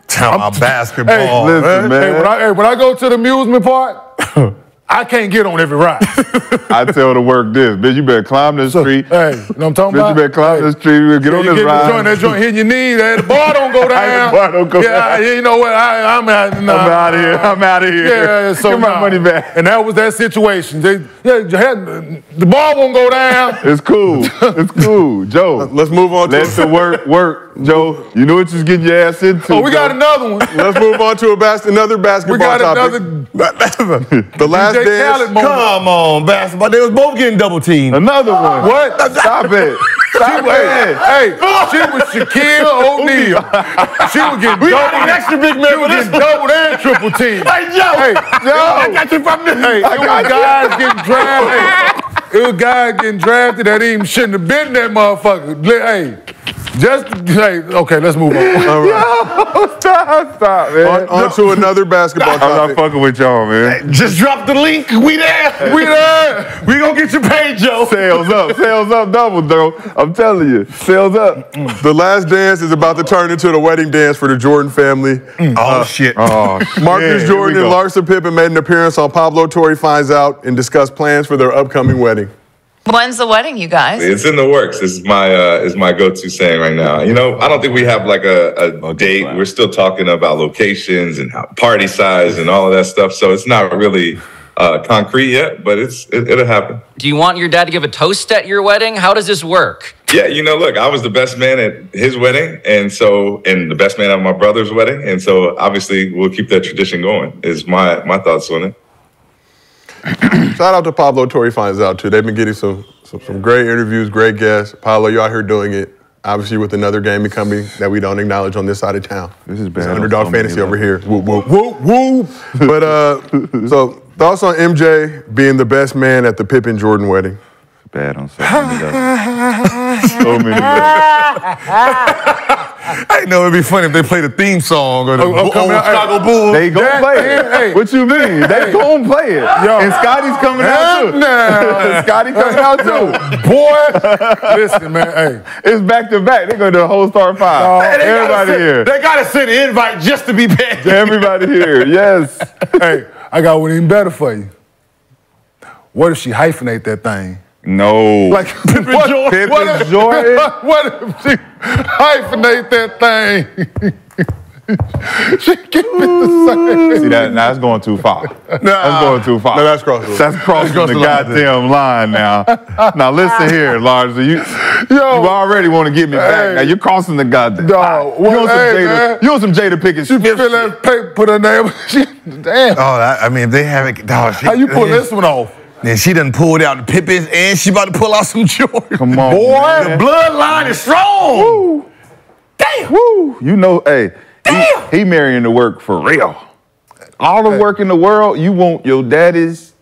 Talking about Hey, basketball. listen, hey, man. when I, hey, when I go to the amusement park, [LAUGHS] I can't get on every ride. I tell the work this, bitch. You better climb this tree. hey, you know what I'm talking Bitch, about? you better climb Hey, this tree. You better get yeah, on you this get ride. The joint, that joint hitting your knee. That the bar [LAUGHS] don't go down. bar don't go yeah, down. Yeah, you know what? I, I'm out. Nah, I'm out of here. I'm out of here. Yeah, so Give my nah. money back. And that was that situation. They, yeah, you had- the ball won't [LAUGHS] go down. It's cool. It's cool, [LAUGHS] Joe. Let's move on to Let the work work, Joe. You knew what you was getting your ass into. Oh, we got Joe. another one. [LAUGHS] Let's move on to a bas- another We basketball got topic. another [LAUGHS] the last DJ dance. Khaled moment. Come on, basketball. They was both getting double teamed. Another one. What? Stop [LAUGHS] it. Stop Hey, it. hey, she was Shaquille O'Neal. She was getting We got double. an extra big man she for was this getting double and triple team. Hey, Joe. Hey, I Joe. got you from the. Hey, it was guys getting drafted. Hey, it was guys getting drafted that even shouldn't have been that motherfucker. Li- Hey, just hey, okay, let's move on. All right. [LAUGHS] Stop, stop, man. On, on to another basketball [LAUGHS] I'm not topic. fucking with y'all, man. Just drop the link. We [LAUGHS] there. We there. We gonna get you paid, Joe. Sales [LAUGHS] up. Sales up double, Joe. I'm telling you. Sales up. The last dance is about to turn into the wedding dance for the Jordan family. Oh shit. Oh, Mm. [LAUGHS] yeah, here Marcus we Jordan and go. Larsa Pippen made an appearance on Pablo Torre Finds Out and discussed plans for their upcoming wedding. When's the wedding, you guys? It's in the works. Is my uh, is my go-to saying right now. You know, I don't think we have like a, a date. We're still talking about locations and how, party size and all of that stuff. So it's not really uh, concrete yet, but it's it, it'll happen. Do you want your dad to give a toast at your wedding? How does this work? Yeah, you know, look, I was the best man at his wedding, and so and the best man at my brother's wedding, and so obviously we'll keep that tradition going. Is my my thoughts on it. Shout out to Pablo Torre Finds Out, too. They've been getting some, some, some great interviews, great guests. Pablo, you're out here doing it. Obviously, with another gaming company that we don't acknowledge on this side of town. This is bad It's on underdog so many fantasy over here. levels. Whoop, whoop, whoop, whoop. But uh, so, thoughts on MJ being the best man at the Pippen Jordan wedding? Bad on so many [LAUGHS] levels. so many levels. I know it'd be funny if they played a theme song or the Oh, oh, old come out, hey. Chicago Bulls. They gonna That- play it. hey. What you mean? They gonna play it. Yo. And Scotty's coming out Hell too. no. And Scotty coming out too. Boy, listen, man. Hey, It's back to back. They're gonna do a whole star Oh, five. They gotta Everybody send- here. They gotta send an invite just to be paid. [LAUGHS] Everybody here. Yes. hey, I got one even better for you. What if she hyphenate that thing? No. Like [LAUGHS] Pippin what, Jordan. Jordan. [LAUGHS] What if, Pippin Jordan. what if [LAUGHS] she hyphenate that thing? See that? Now that's going too far. that's going too far. No, that's crossing. That's That's crossing the crossing the line. goddamn line now. now listen here, Lars. You, you already want to get me back. Now you're crossing the goddamn. Dog, you on some hey, Jada? man. You on some Jada Pickett? She fill that paper, put her name. [LAUGHS] She, damn. Oh, that, I mean, if they haven't. Dog, she, How you pull this one off? Then she done pulled out the Pippins and she about to pull out some [LAUGHS] Jordan. Come on. Boy, man. the bloodline is strong. Damn. Woo. You know, hey. Damn. He, he marrying the work for real. All the work in the world. You want your daddy's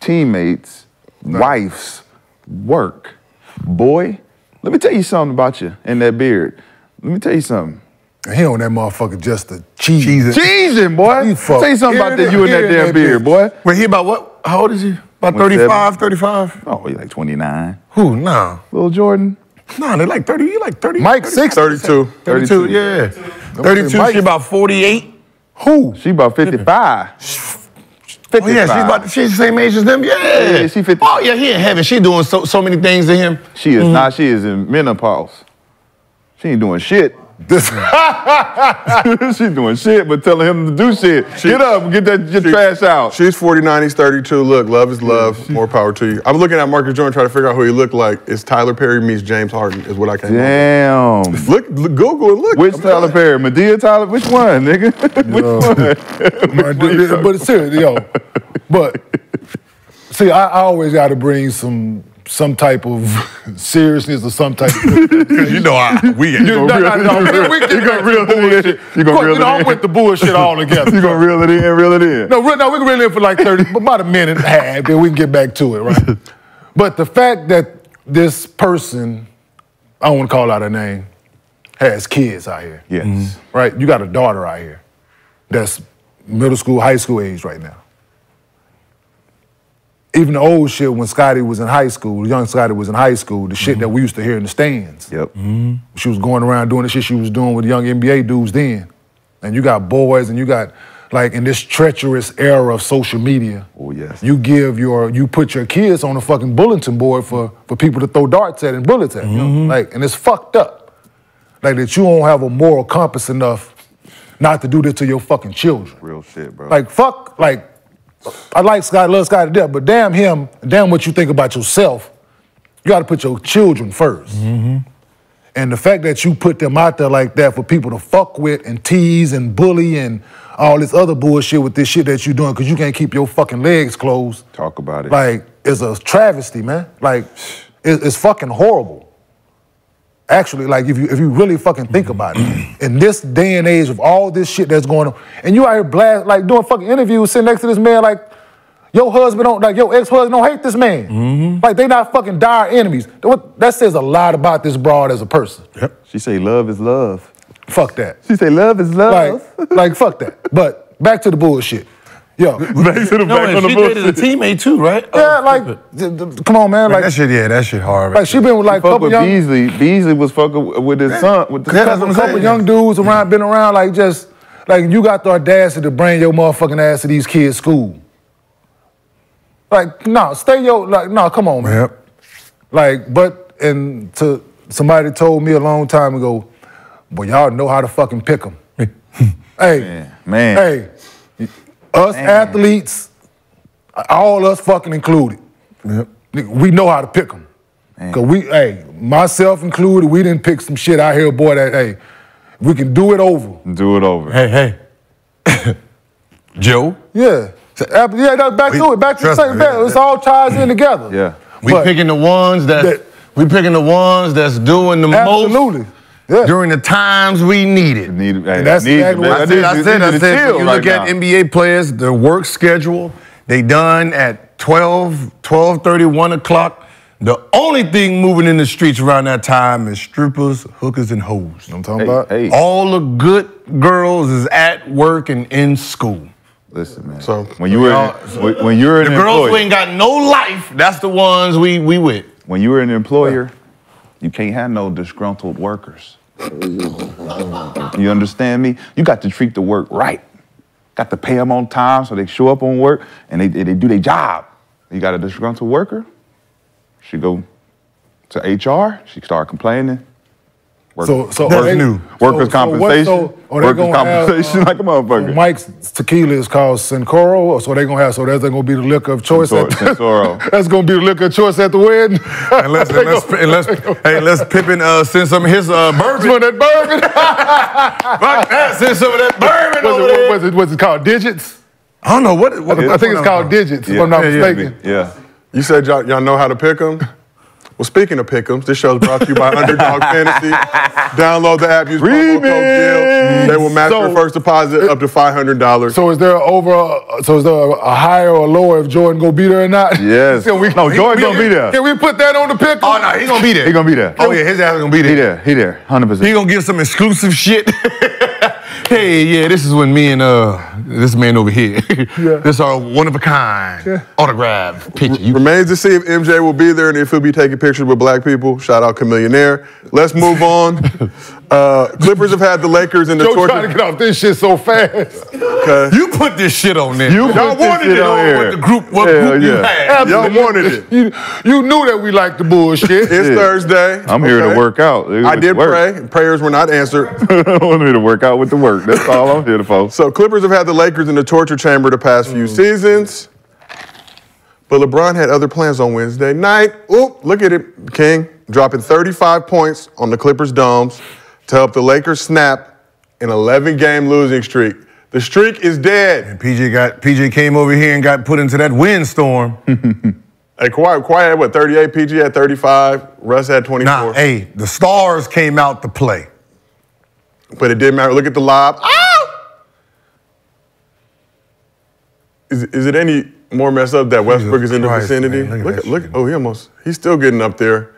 teammates, wife's work. Boy, let me tell you something about you and that beard. Let me tell you something. He on that motherfucker just a cheese. Cheese, Cheesing, boy. Tell you something about that you and that damn beard, boy. Wait, he about what? How old is he? About 25, 35, 35? Oh, you like 29. Who? No. Little Jordan. No, they like 30. You like 30. Mike Six. 32. 32, Oh, yeah. 32, she about 48. Who? She about 55. Oh, yeah, she's about she's the same age as them. Yeah. Yeah, she 50. Oh, yeah, he in heaven. She doing so, so many things to him. She is Mm-hmm. not. She is in menopause. She ain't doing [LAUGHS] shit. She's doing shit, but telling him to do shit. get up, and get that your trash out. She's 49, he's 32. Look, love is love. More power to you. I'm looking at Marcus Jordan trying to figure out who he looked like. It's Tyler Perry meets James Harden, is what I came up Damn. with. Look, look, Google and look. Which Tyler Perry? Medea Tyler? Which one, nigga? But, but, but seriously, yo. But see, I, I always got to bring some some type of [LAUGHS] seriousness or some type. of... you know, I, we ain't. No, no, no, man, we can reel it in. You gonna reel you know, it I'm in? with the bullshit all together. [LAUGHS] you gonna reel it in? Reel it in? No, real, no, we can reel it in for like 30, but about a minute and a half, then we can get back to it, right? but the fact that this person, I don't want to call out her name, has kids out here, Yes. right? You got a daughter out here that's middle school, high school age right now. Even the old shit when Scotty was in high school, young Scotty was in high school, the shit that we used to hear in the stands. Yep. She was going around doing the shit she was doing with young NBA dudes then. And you got boys and you got like in this treacherous era of social media, Oh yes. you give your you put your kids on a fucking bulletin board for for people to throw darts at and bullets at. you know? Like, and it's fucked up. Like that you don't have a moral compass enough not to do this to your fucking children. Real shit, bro. Like fuck, like I like Scott, love Scott to death, but damn him, damn what you think about yourself. You got to put your children 1st And the fact that you put them out there like that for people to fuck with and tease and bully and all this other bullshit with this shit that you're doing because you can't keep your fucking legs closed, Talk about it. like, is a travesty, man. Like, it- it's fucking horrible. Actually, like, if you, if you really fucking think about it, in this day and age of all this shit that's going on, and you out here blast, like, doing fucking interviews, sitting next to this man, like, your husband don't like your ex-husband don't hate this man. Like they not fucking dire enemies. That what- That says a lot about this broad as a person. she say love is love. Fuck that. She say love is love. Like, like fuck that. But back to the bullshit. Yo. back to the No, and she dated a teammate too, right? Yeah, like th- th- come on, man. Like, that shit, yeah, that shit hard. like she been with like a Fuck couple with young Beasley. Beasley was fucking with- with his son. With the couple, couple- couple couple young dudes around, been around, like just like you got the audacity to bring your motherfucking ass to these kids' school. Like, no, stay your like, no, come on, man. Yep. Like, but and to somebody told me a long time ago, boy, y'all know how to fucking pick [LAUGHS] them. hey, Man. hey, us athletes, all us fucking included. Nigga, We know how to pick them. Cause we, hey, myself included, we didn't pick some shit out here, boy. That hey, we can do it over. Do it over. Hey, hey. [COUGHS] Joe? Yeah, So, ab- yeah. That, back to it. Back to the trust same. me, Back. yeah. It's all ties in together. Yeah. We But- picking the ones that's, That- we picking the ones that's doing the most Absolutely. Yeah. during the times we need it. Need, hey, that's need, exactly man, what I I need said, I you- said, need I to said, chill when you right look at now. NBA players, their work schedule, they done at 12, 12 1 o'clock. The only thing moving in the streets around that time is strippers, hookers, and hoes. I'm talking about. Hey, All the good girls is at work and in school. listen, man. So- when you were Y'all- when when you're The an girls who employee, ain't got no life, that's the ones we we with. when you were an employer, you can't have no disgruntled workers. you understand me? You got to treat the work right. Got to pay them on time so they show up on work and they, they do their job. You got a disgruntled worker, she go to HR, she start complaining. So, so Work- are they- new. so- Workers' so what- compensation. so are they Workers' gonna have, compensation uh, [LAUGHS] like a motherfucker. Mike's tequila is called Sincoro, so they're gonna have. So that's gonna be the liquor of choice. at- [LAUGHS] Sincoro. that's gonna be the liquor of choice at the wedding. [LAUGHS] Unless, unless, unless, hey, let's Pippin uh, send some of his uh, bourbon. [LAUGHS] Some of that bourbon. [LAUGHS] Fuck that, send some of that bourbon was, over it, there. was it was it called digits? I Oh, don't know what. Oh, I think it's called digits, if I'm not mistaken. Yeah. You said y'all, y'all know how to pick them? Well, speaking of pick'ems, this show's brought to you by [LAUGHS] Underdog Fantasy. Download the app, use promo code Remix. GIL. They will match your So- first deposit up to $500. So is there over? So is there a higher or lower if Jordan gonna be there or not? Yes. [LAUGHS] Can we- No, we- Jordan we- gonna be there. Can we put that on the pickle? Oh no, he gonna be there. He gonna be there. Oh yeah, his ass gonna be He there. there. He there. Hundred percent. He gonna give some exclusive shit. [LAUGHS] hey, yeah, this is when me and uh this man over here. [LAUGHS] This our one of a kind autograph picture. You Remains to see if MJ will be there and if he'll be taking pictures with black people. Shout out Chameleonaire. Let's move on. Uh, Clippers have had the Lakers in the Joe torture. trying to get off this shit so fast. Okay. You put this shit on there. You all put this wanted shit it on on here. with the group. What Hell group you yeah. had? [LAUGHS] Y'all wanted it. you, you knew that we liked the bullshit. It's Yeah. Thursday. I'm here to Okay. work out. nigga, I with did the work. [LAUGHS] pray. Prayers were [LAUGHS] not answered. I'm here to work out with the work. That's all I'm here for. So Clippers have had the Lakers in the torture chamber the past few seasons. But LeBron had other plans on Wednesday night. Oop, look at it, King. Dropping 35 points on the Clippers' domes to help the Lakers snap an 11 game losing streak. The streak is dead. PJ got PJ came over here and got put into that windstorm. Mm. Hey, Kawhi, Kawhi had what, 38? PG had 35. Russ had 24. Nah, hey, the stars came out to play. But it didn't matter. Look at the lob. Ah! Is, is it any more messed up that Westbrook is in the Christ, vicinity? man, look Look, at at that look, shit. oh, he almost, he's still getting up there.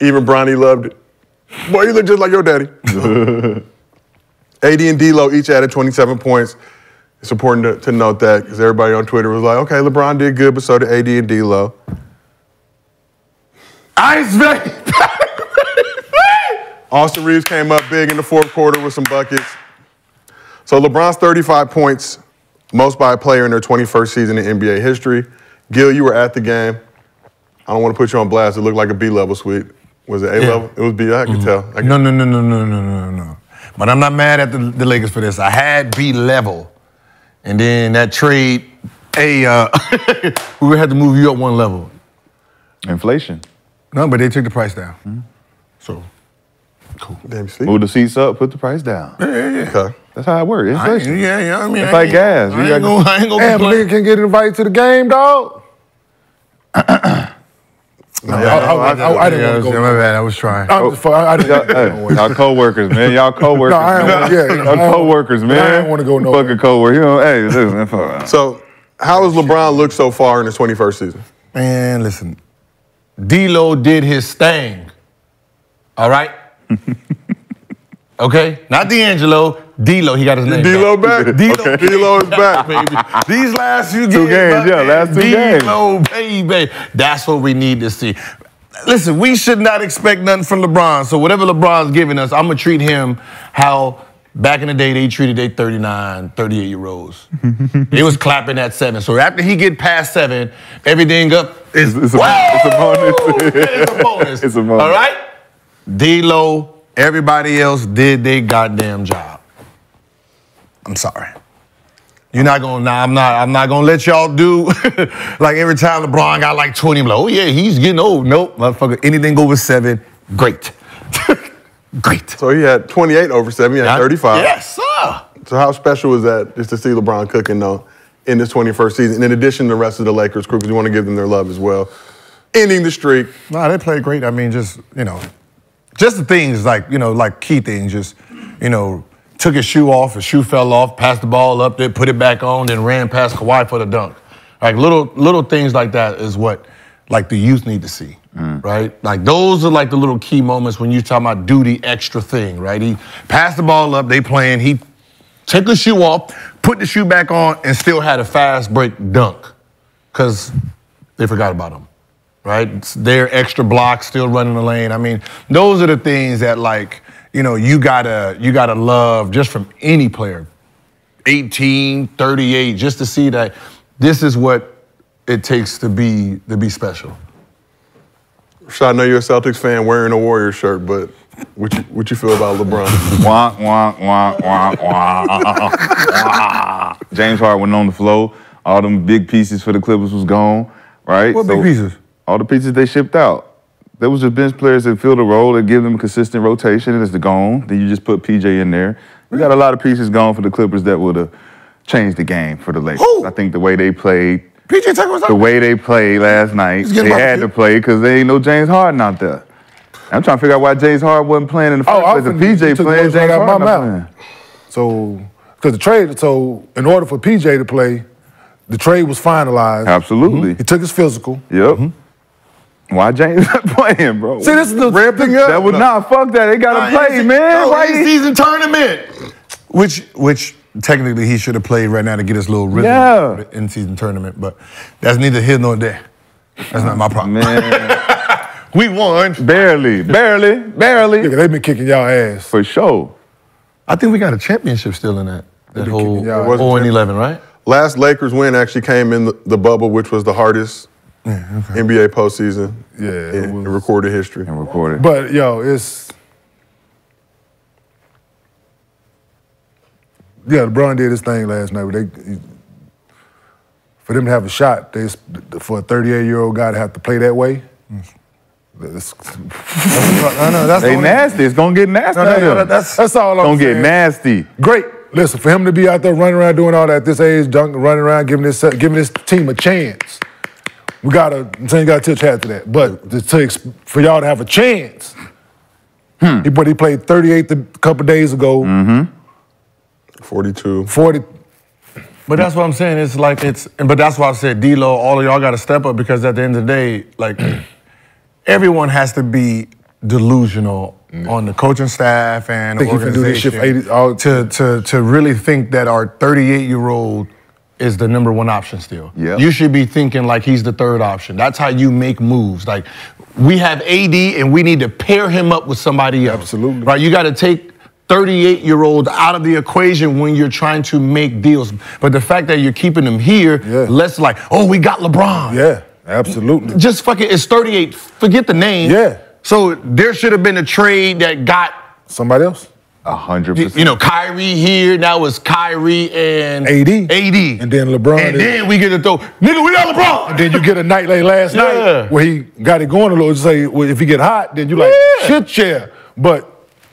Even Bronny loved it. Boy, you look just like [LAUGHS] your daddy. AD and D'Lo each added 27 points. It's important to, to note that because everybody on Twitter was like, okay, LeBron did good, but so did AD and D'Lo. Ice baby. Austin Reeves came up big in the fourth quarter with some buckets. So LeBron's 35 points, most by a player in their 21st season in NBA history. Gil, you were at the game. I don't want to put you on blast. It looked like a B level suite. Was it A Yeah. level? It was B. I could tell. I could- No, no, no, no, no, no, no, no. But I'm not mad at the, the Lakers for this. I had B level, and then that trade, a uh, [LAUGHS] we had to move you up one level. Inflation. No, but they took the price down. Mm. So Damn, see? Move the seats up. Put the price down. Okay. That's how it I works. ain't- Inflation. yeah, yeah. I mean, It's I like ain't- gas. You I gotta- ain't gonna, I ain't gonna Damn, but complain. nigga can get invited to the [CLEARS THROAT] game, dog. No, I- I- I- I didn't yeah, wanna go. yeah, My bad. I was trying. Oh, I'm just, fu- I, I Y'all, didn't. hey, y'all co-workers, man. Y'all co-workers. No, I ain't man. wanna- yeah, I y'all ain't- co-workers, I man. ain't wanna go nowhere. Fucking co-worker. You know, hey, listen, man, fuck. So, how has LeBron looked so far in his 21st season? Man, listen. D'Lo did his thing. All [LAUGHS] right. okay, not D'Angelo. D'Lo, he got his name. D'Lo back. [LAUGHS] D'Lo, Okay. D'Lo [LAUGHS] is back. baby. These last few Two games, games, yeah, last two games. D'Lo, baby. That's what we need to see. Listen, we should not expect nothing from LeBron. So whatever LeBron's giving us, I'm gonna treat him how back in the day they treated their 39, 38 year olds. it was clapping at seven. So after he get past seven, everything up is It's- it's a- [LAUGHS] it's a bonus. Woo! It's a bonus. It's a bonus. All right, D'Lo, everybody else did their goddamn job. I'm sorry. You're not gonna. Nah, I'm not. I'm not gonna let y'all do. [LAUGHS] like every time LeBron got like 20, I'm like, oh yeah, he's getting old. Nope, motherfucker. Anything over seven, great, [LAUGHS] great. So, he had 28 over 7, he had 35. Yes, sir. So how special is that just to see LeBron cooking though in this 21st season? And in addition to the rest of the Lakers crew, because you want to give them their love as well. Ending the streak. Nah, they played great. I mean, just you know, just the things like you know, like key things. Just you know, took his shoe off, his shoe fell off, passed the ball up there, put it back on, then ran past Kawhi for the dunk. Like little little things like that is what like the youth need to see, right? Like those are like the little key moments when you talking about do the extra thing, right? He passed the ball up, they playing, he took his shoe off, put the shoe back on, and still had a fast break dunk, cause they forgot about him right? It's Their extra block still running the lane. I mean, those are the things that like, you know, you gotta you gotta love just from any player. 18, 38, just to see that this is what it takes to be to be special. So I know you're a Celtics fan wearing a Warriors shirt, but what you, what you feel about LeBron? [LAUGHS] wah, wah, wah, wah, wah, wah. James Harden went on the floor. All them big pieces for the Clippers was gone, right? What big pieces? All the pieces they shipped out. There was just bench players that fill the role that give them consistent rotation, and it's the gone. Then you just put PJ in there. You got a lot of pieces gone for the Clippers that would have changed the game for the Lakers. I think the way they played, PJ Tucker was out the way they played last night, He's getting they my- had to play because they ain't no James Harden out there. I'm trying to figure out why James Harden wasn't playing in the Oh, first place. If finna- you PJ took playing, words James right out Harden of not my playing. mouth. So, because the trade, so in order for PJ to play, the trade was finalized. Absolutely. He took his physical. Yep. Why James [LAUGHS] not playing, bro? Mm-hmm. See, this is the ramping up. That would not fuck that. They gotta Nah, play, man. Why in these- season tournament. Which which technically he should have played right now to get his little rhythm Yeah. for the in season tournament, but that's neither here nor there. That's not my problem. [LAUGHS] we won. Barely, barely, barely. Nigga, they've been kicking y'all ass. For sure. I think we got a championship still in that. That whole It wasn't 0 and 11, right? Last Lakers win actually came in the, the bubble, which was the hardest NBA postseason yeah, in, in recorded history. In recorded. But yo, it's yeah. LeBron did his thing last night. But they for them to have a shot, they for a 38 year old guy to have to play that way. That's, [LAUGHS] I know, that's the they only- nasty. It's gonna get nasty. No, no, out no, here. that's, that's all I'm Gonna get saying. nasty. Great. Listen, for him to be out there running around doing all that at this age, dunk, running around, giving this giving this team a chance. We gotta, I'm saying you gotta tilt your hat to that. But to, to, ex- for y'all to have a chance, he, but he played 38 a couple days ago, Mm-hmm. 42. 40. But that's what I'm saying. It's like it's, but that's why I said D-Lo, all of y'all got to step up because at the end of the day, like [CLEARS THROAT] everyone has to be delusional Mm. on the coaching staff and Think the you can do this shit organization for to to to really think that our 38 year old is the number one option still. Yep. You should be thinking like he's the third option. That's how you make moves. Like we have AD and we need to pair him up with somebody else. Absolutely. Right? You got to take 38 year old out of the equation when you're trying to make deals. But the fact that you're keeping him here, less like, oh, we got LeBron. Yeah, absolutely. Just fucking, it's 38. Forget the name. Yeah. So there should have been a trade that got somebody else. A hundred You, percent. know, Kyrie here. Now it's Kyrie and AD. AD. And then LeBron. And is- then we get to throw, nigga, we got LeBron. And then you get a night like last Yeah. night where he got it going a little. Just say well, if he get hot, then you like shit, yeah. But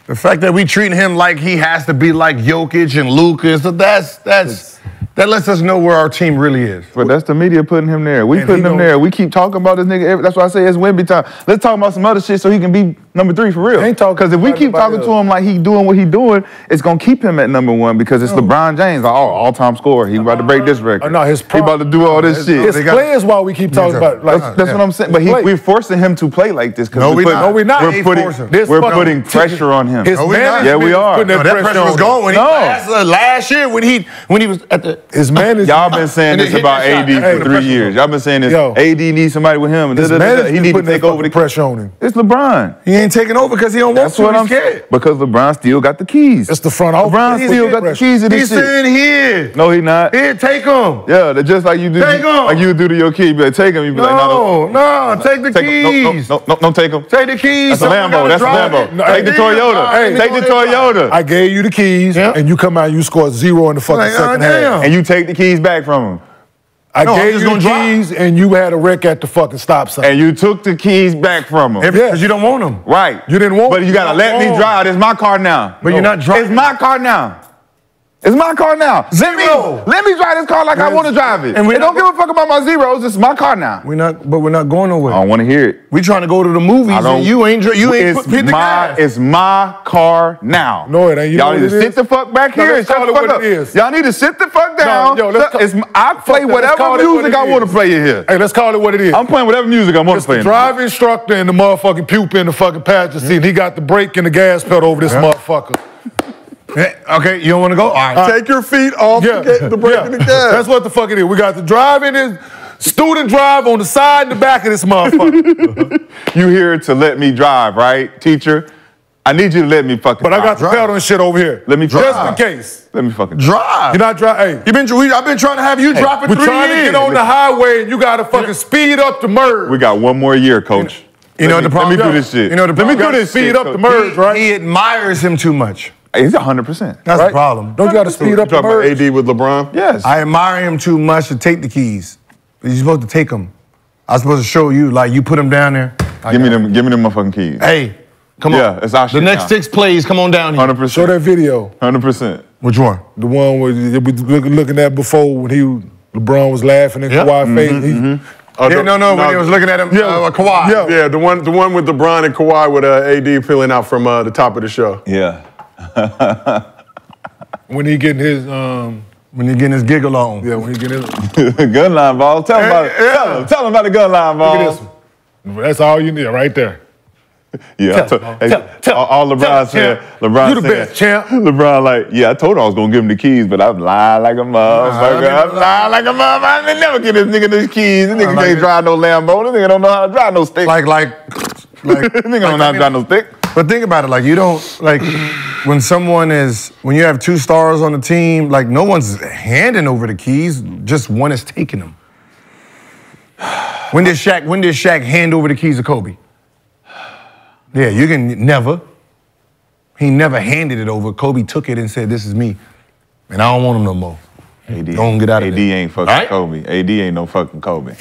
the fact that we treating him like he has to be like Jokic and Lucas, that's that's [LAUGHS] that lets us know where our team really is. But that's the media putting him there. We And putting he him gon- there. We keep talking about this nigga. every- That's why I say it's Wimby time. Let's talk about some other shit so he can be number three for real. Because if we keep talking to him like he doing what he doing, it's gonna keep him at number one because it's LeBron James, our all- all-time scorer. He about to break Uh, this record. no, his he about to do all this His- shit. his They got- players why we keep talking about, like, that's that's yeah. what I'm saying. But he, we're forcing him to play like this. 'cause No, we're we putting- not. No, we not. We're Ain't putting, forcing. This we're fucking- putting pressure on him. His No, we not. yeah, we management is are. putting that No, that pressure pressure on was him. gone when he- last- last year when he when he was at the his man is [LAUGHS] Y'all been saying And this they hit about that shot. AD Hey, for three years. Y'all been saying this. Yo. AD needs somebody with him. His Da, da, da, da. management He need to putting that take over the pressure on him. It's LeBron. He ain't taking over because he don't That's what I'm saying. Because LeBron still got the keys. It's the front office. LeBron He's still getting got the pressure. keys to this He's shit. sitting here. No, he not. Here, take him. Yeah, that just like you do. Take him. Like you would do to your kid. You be like, take him. You be like, No, no, no, take the keys. No, no, no, no, don't take him. Take the keys. That's a Someone Lambo. gotta That's a drive Lambo. it. No, Take the they need to Toyota. drive it. Take the Toyota. I gave you the keys, and you come out and you scored zero in the fucking Like, oh, second damn. half. And you take the keys back from him. I No, I'm gave just you the gonna drive. keys, and you had a wreck at the fucking stop sign. And you took the keys back from him. Because you don't want him. Right. You didn't want But you gotta you let don't me want- drive. It's my car now. But you're not driving. It's my car now. It's my car now. Let me, Zero. let me drive this car like I Yes. want to drive it. And And we- don't give a fuck about my zeros. It's my car now. We're not, but we're not going nowhere. I don't want to hear it. We trying to go to the movies, I don't. and you ain't dr- you ain't it's put, hit the my, gas. It's my car now. No, it ain't. You all know need to what it sit is? the fuck back No, here and let's shut call the it fuck what up. it is. Y'all need to sit the fuck down. yo, let's So- it's my- I play that. Let's whatever call it what music it I is. want to play in here. Hey, let's call it what it is. I'm playing whatever music I want It's to play. the in drive instructor and the motherfucking pupa in the fucking passenger seat. And he got the brake and the gas pedal over this motherfucker. okay, you don't want to go. All right, Take your feet off Yeah, the, ga- the brake and the yeah. [LAUGHS] gas. That's what the fuck it is. We got the drive in this student drive on the side and the back of [LAUGHS] this motherfucker. You here to let me drive, right, teacher? I need you to let me fucking. but I got drive. the pedal and shit over here. Let me just in drive. case. Let me fucking. drive. You're not driving. Hey, you been we, I've been trying to have you drop it we're three trying years. to get on the highway and you gotta fucking speed up the murder. We got one more year, coach. You know Let what the me- let problem? me do this shit. You know what the Let me problem? do this You shit, gotta Speed up the coach. merge, He- right? He admires him too much. He's 100%. That's the problem. Don't you gotta speed up the the merge? AD with LeBron? Yes. I admire him too much to take the keys. You're supposed to take them. I was supposed to show you, like you put them down there. I Give me got them, give me them motherfucking keys. Hey, come on. Yeah, it's our The next six plays, come on down here. 100%. Show that video. 100%. Which one? The one where you- we look, looking at before when he LeBron was laughing in Yeah. Kawhi face. He- Oh, Yeah, the- no, Mm-hmm, no, when he was looking at him, uh, Kawhi. Yeah, yeah, the one, the one with LeBron and Kawhi with uh, AD peeling out from uh, the top of the show. Yeah. [LAUGHS] When he getting his um when he getting his giggle on. Yeah, when he getting his gun line ball. Tell him about it. Tell him. Tell him about the gun line ball. Look at this one. That's all you need right there. Yeah, I Tell to- him, hey, all, all LeBron said. champ. LeBron You the said, best, champ. LeBron like, yeah, I told him I was gonna give him the keys, but I'm lying like a motherfucker. I'm lying like a motherfucker. I ain't never give this nigga these keys. This nigga can't drive no Lambo. This nigga don't know how to drive no stick. Like, like, like, [LAUGHS] this nigga don't know how to like, I drive no stick. But think about it, like you don't like when someone is when you have two stars on the team, like no one's handing over the keys, just one is taking them. When did Shaq when did Shaq hand over the keys to Kobe? Yeah, you can never. He never handed it over. Kobe took it and said, This is me. And I don't want him no more. AD, Don't get out of AD there. ain't fucking Alright? Kobe. AD ain't no fucking Kobe.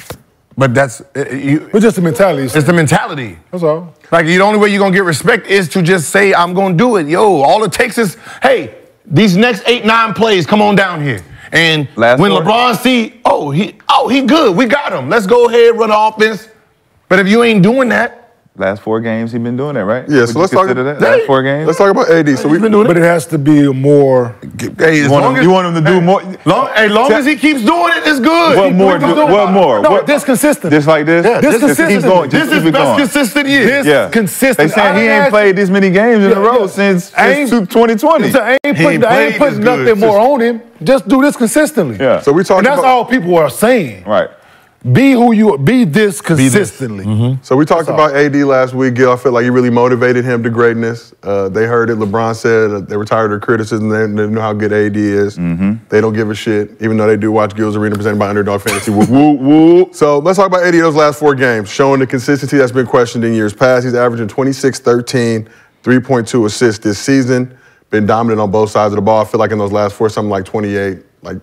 But that's uh, you, It's just the mentality. it's the mentality. That's all. Like the only way you're gonna get respect is to just say, I'm gonna do it. Yo, all it takes is, hey, these next eight, nine plays, come on down here. And Last when quarter? LeBron see, oh, he oh, he good, we got him. Let's go ahead, run the offense. But if you ain't doing that, Last four games he been doing that, right? Yeah, Would so you let's talk- consider that. Hey, Last four games. Let's talk about AD. So we've been doing But it has to be a more hey, You as want, long him, as, you want him to do more. long, hey, long Tell- as he keeps doing it, it's good. What He- more? we Do, can do what it. more? No, what, this consistent. Just like this. Yeah, this just keep consistent. going. This Just is keep it best going. consistent year. This yeah. consistent. They saying I he ain't ain't asked played this many games in a Yeah, row yeah. since, I since ain't- 2020. So I ain't He putting, I played ain't this putting good, nothing more on him. Just do this consistently. Yeah. So we talking And that's about- all people are saying. Right. Be who you be this consistently. Mm-hmm. So we talked about AD last week, Gil. I feel like you really motivated him to greatness. Uh, they heard it. LeBron said uh, they were tired of criticism. They, they know how good AD is. They don't give a shit, even though they do watch Gil's Arena presented by Underdog Fantasy. woo, woo, woo. So let's talk about AD those last four games, showing the consistency that's been questioned in years past. He's averaging 26, 13, 3.2 assists this season. Been dominant on both sides of the ball. I feel like in those last four, something like 28, like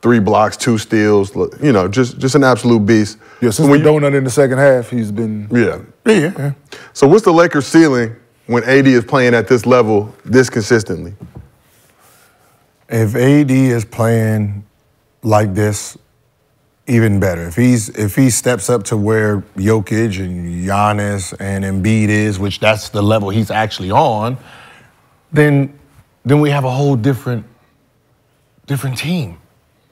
three blocks, two steals. look, You know, just just an absolute beast. Yeah, since When the donut in the second half, he's been Yeah. Yeah, yeah. So what's the Lakers ceiling when AD is playing at this level this consistently? if AD is playing like this, even better. If he's if he steps up to where Jokic and Giannis and Embiid is, which that's the level he's actually on, then then we have a whole different different team,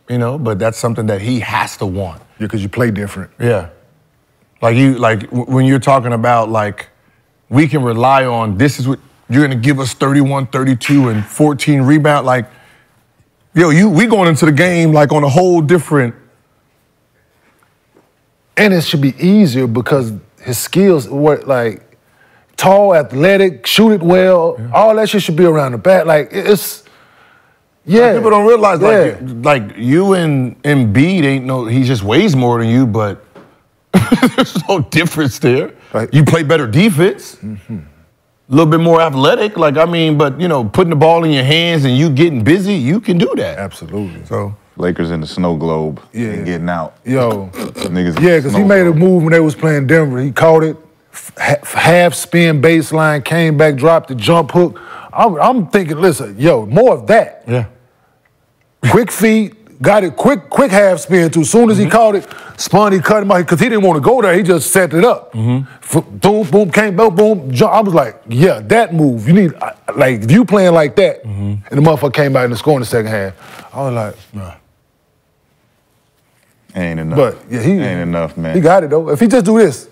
you know. But that's something that he has to want. because you play different. Yeah. Like you like w- when you're talking about like we can rely on this is what you're going to give us 31 32 and 14 rebound like yo you we going into the game like on a whole different And it should be easier because his skills were like tall, athletic, shoot it well. All that shit should be around the back. Like it- it's yeah. people don't realize Yeah. like you- like you and Embiid ain't no he just weighs more than you but [LAUGHS] there's no difference there. Right. You play better defense. A little bit more athletic, like I mean, but you know, putting the ball in your hands and you getting busy, you can do that. Absolutely. So Lakers in the snow globe. Yeah. And getting out. Yo. Niggas in Yeah, the because he snow made a globe. move when they was playing Denver. He caught it, half, half spin baseline, came back, dropped the jump hook. I'm, I'm thinking, listen, yo, more of that. Yeah. Quick feet, got it quick, quick half spin too. As soon Mm-hmm. as he caught it, spun, he cut him out because he didn't want to go there. He just set it up. Mm-hmm. F- boom, boom, came back, boom, jump. I was like, yeah, that move. You need, I- like, if you playing like that, Mm-hmm. and the motherfucker came out and scored in the second half, I was like, Ain't enough. But, yeah, he- ain't enough, man. he got it though. If he just do this,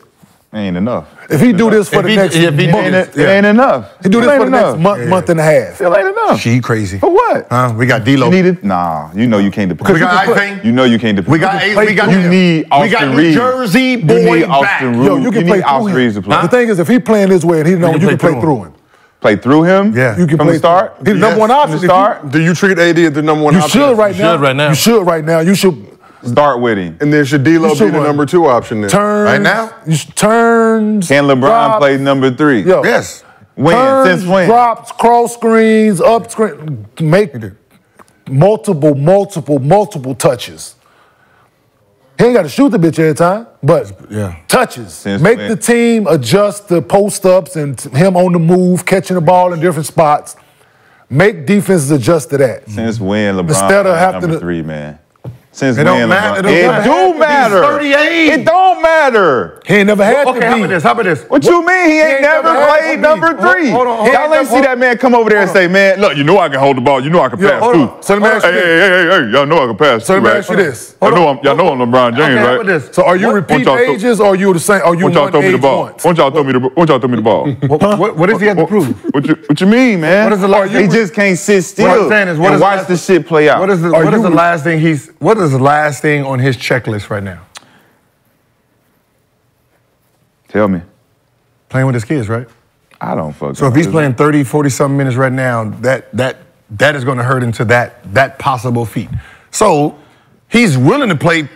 ain't enough. if he do this for If the he- next if he- It month, ain't, it Yeah. ain't enough. He do It this ain't for the next enough. month, month and a half. Still ain't enough. She crazy. Oh, For what? Huh? We got D-Lo. You needed? Nah, you know you can't depend. We got you, Ike Payne. you know you can't depend. We got you Ike- we got- you need Austin We got New Reeves. Jersey You boy need back. Austin Reeves. Yo, you can need play through Austin him. Reeves to play. The thing is, if he playing this way and he knows you can play, through him, Play through him. Yeah. you can From play the start. He's the number one From option. the If you- start. Do you treat AD as the number one You option? should right You now. should right now. You should right now. You should. Start with him. And then should D'Lo be the number two option then? Turns, right now? You s- turns. Can LeBron drops, play number three? Yo. Yes. When? Turns, Since when? Drops, cross screens, up screen, make it multiple, multiple, multiple touches. He ain't got to shoot the bitch every time, but Yeah. touches. Since Make when? the team adjust the post ups and t- him on the move, catching the ball in different spots. Make defenses adjust to that. Since when LeBron Instead played of having number to- three, man? Since when It don't LeBron? matter. It don't It matter. do He's matter. 38. It don't matter. He ain't never had okay, to how be. about this? How about this? What you mean he ain't, never, never had played one number beat. Hold- three? hold on, hold Y'all on. ain't see that man come over there and say, man, look, you know I can hold the ball. You know I can Yo, pass hold too. on. So let me hey, ask you hey, hey, hey, hey, y'all know I can pass too, So let me right? ask you this. Y'all know, I'm, y'all know I'm LeBron James, Okay, how right? about this? So are you What- repeat what y'all thought- ages or are you the same? Are you Won't y'all one throw me the age ball? once? Won't y'all throw me the? Won't y'all throw me the ball? [LAUGHS] What, what, what does he have to prove? What you, what you mean, man? What is the last He thing- just can't sit still What I'm saying is, what and is the watch last- the shit play out. What is the, Are what is you- the last thing he's? What is the last thing on his checklist right now? Tell me, Playing with his kids, right? I don't fuck. So if know. he's This- playing 30, 40 something minutes right now, that that that is going to hurt into that that possible feat. So he's willing to play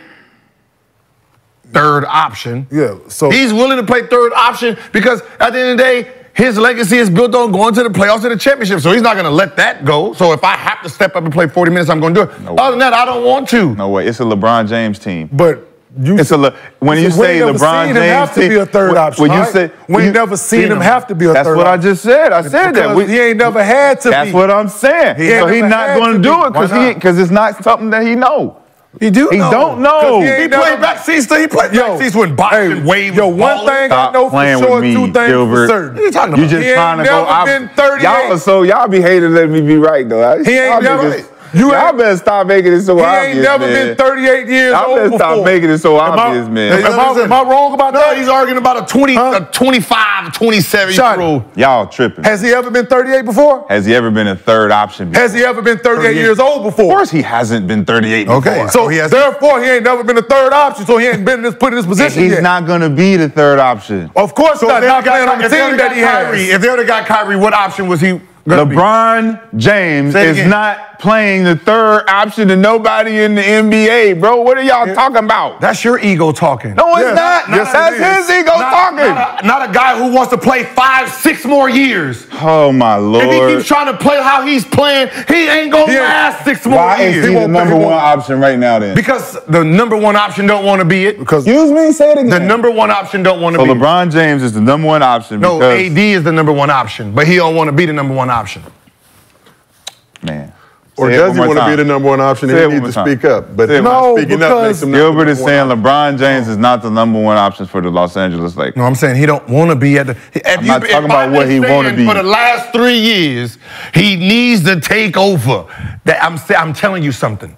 third option. Yeah. So he's willing to play third option because at the end of the day, his legacy is built on going to the playoffs and the championship. So he's not going to let that go. So if I have to step up and play 40 minutes, I'm going to do it. No way. Other than that, I don't want to. no way, it's a LeBron James team. but you It's a Le- when you we say ain't never LeBron seen James him have to team- be a third when- option. when you right? say we ain't you- never seen seen him him. have to be a That's third. what I option. just said. I said that. Because We- he ain't never had to That's be. what I'm saying. He so ain't he never not had going to to do be. it because Why he not? because it's not something that he know. He do. He know. don't know. 'Cause He He, ain't He played never- backseats. He played backseats when boxing hey, waves. Yo, one balling. thing I Stop know for playing sure, with me, two things Gilbert. for certain. What are you talking about? You just He trying to ain't go. never out. been 38. Y'all are so y'all be hating. Let me be right though. I- He ain't y'all never- niggas- you y'all ain't- better stop making it so He obvious. ain't never man. been 38 years Y'all old better before. stop making it so Am I- obvious, man. Am I, am I wrong about No, that? he's arguing about a 20, Huh? a 25, 27 Shot year old. Y'all tripping. Has he ever been 38 before? Has he ever been a third option? Before? Has he ever been 38 years old Of before? course, he hasn't been 38. Before. Okay, So so he has. therefore, Oh, he ain't never been a third option, so he ain't been in this, put in this And position he's yet. not going to be the third option. of course So not. if they Not would've playing got, on the if they team would've that got he Kyrie, has. if they would have got Kyrie, what option was he? Gonna be? LeBron James Say it is again. not playing the third option to nobody in the NBA, bro. What are y'all talking about? That's your ego talking. No, it's Yes. not. Yes, it That's is. his ego not, talking. not a, not a guy who wants to play five, six more years. oh my If he lord. keeps trying to play how he's playing, he ain't gonna Yeah. last six more Why years. is he He the won't- number he one won't- option right now? Then Because the number one option don't want to be it. Because excuse me, say it again. the number one option don't want to So be. it. LeBron James is the number one option. No, because, AD is the number one option, but he don't want to be the number one option. Man, Or Say it does one he more want to time. be the number one option? Say He it one needs more to time. speak up. But Say it not one- speaking No, up makes because him not the Gilbert number is one saying option. LeBron James is not the number one option for the Los Angeles Lakers. No, I'm saying he don't want to be at the. If I'm not talking about what he wanna be. For the last three years, he needs to take over. That I'm sa- I'm telling you something.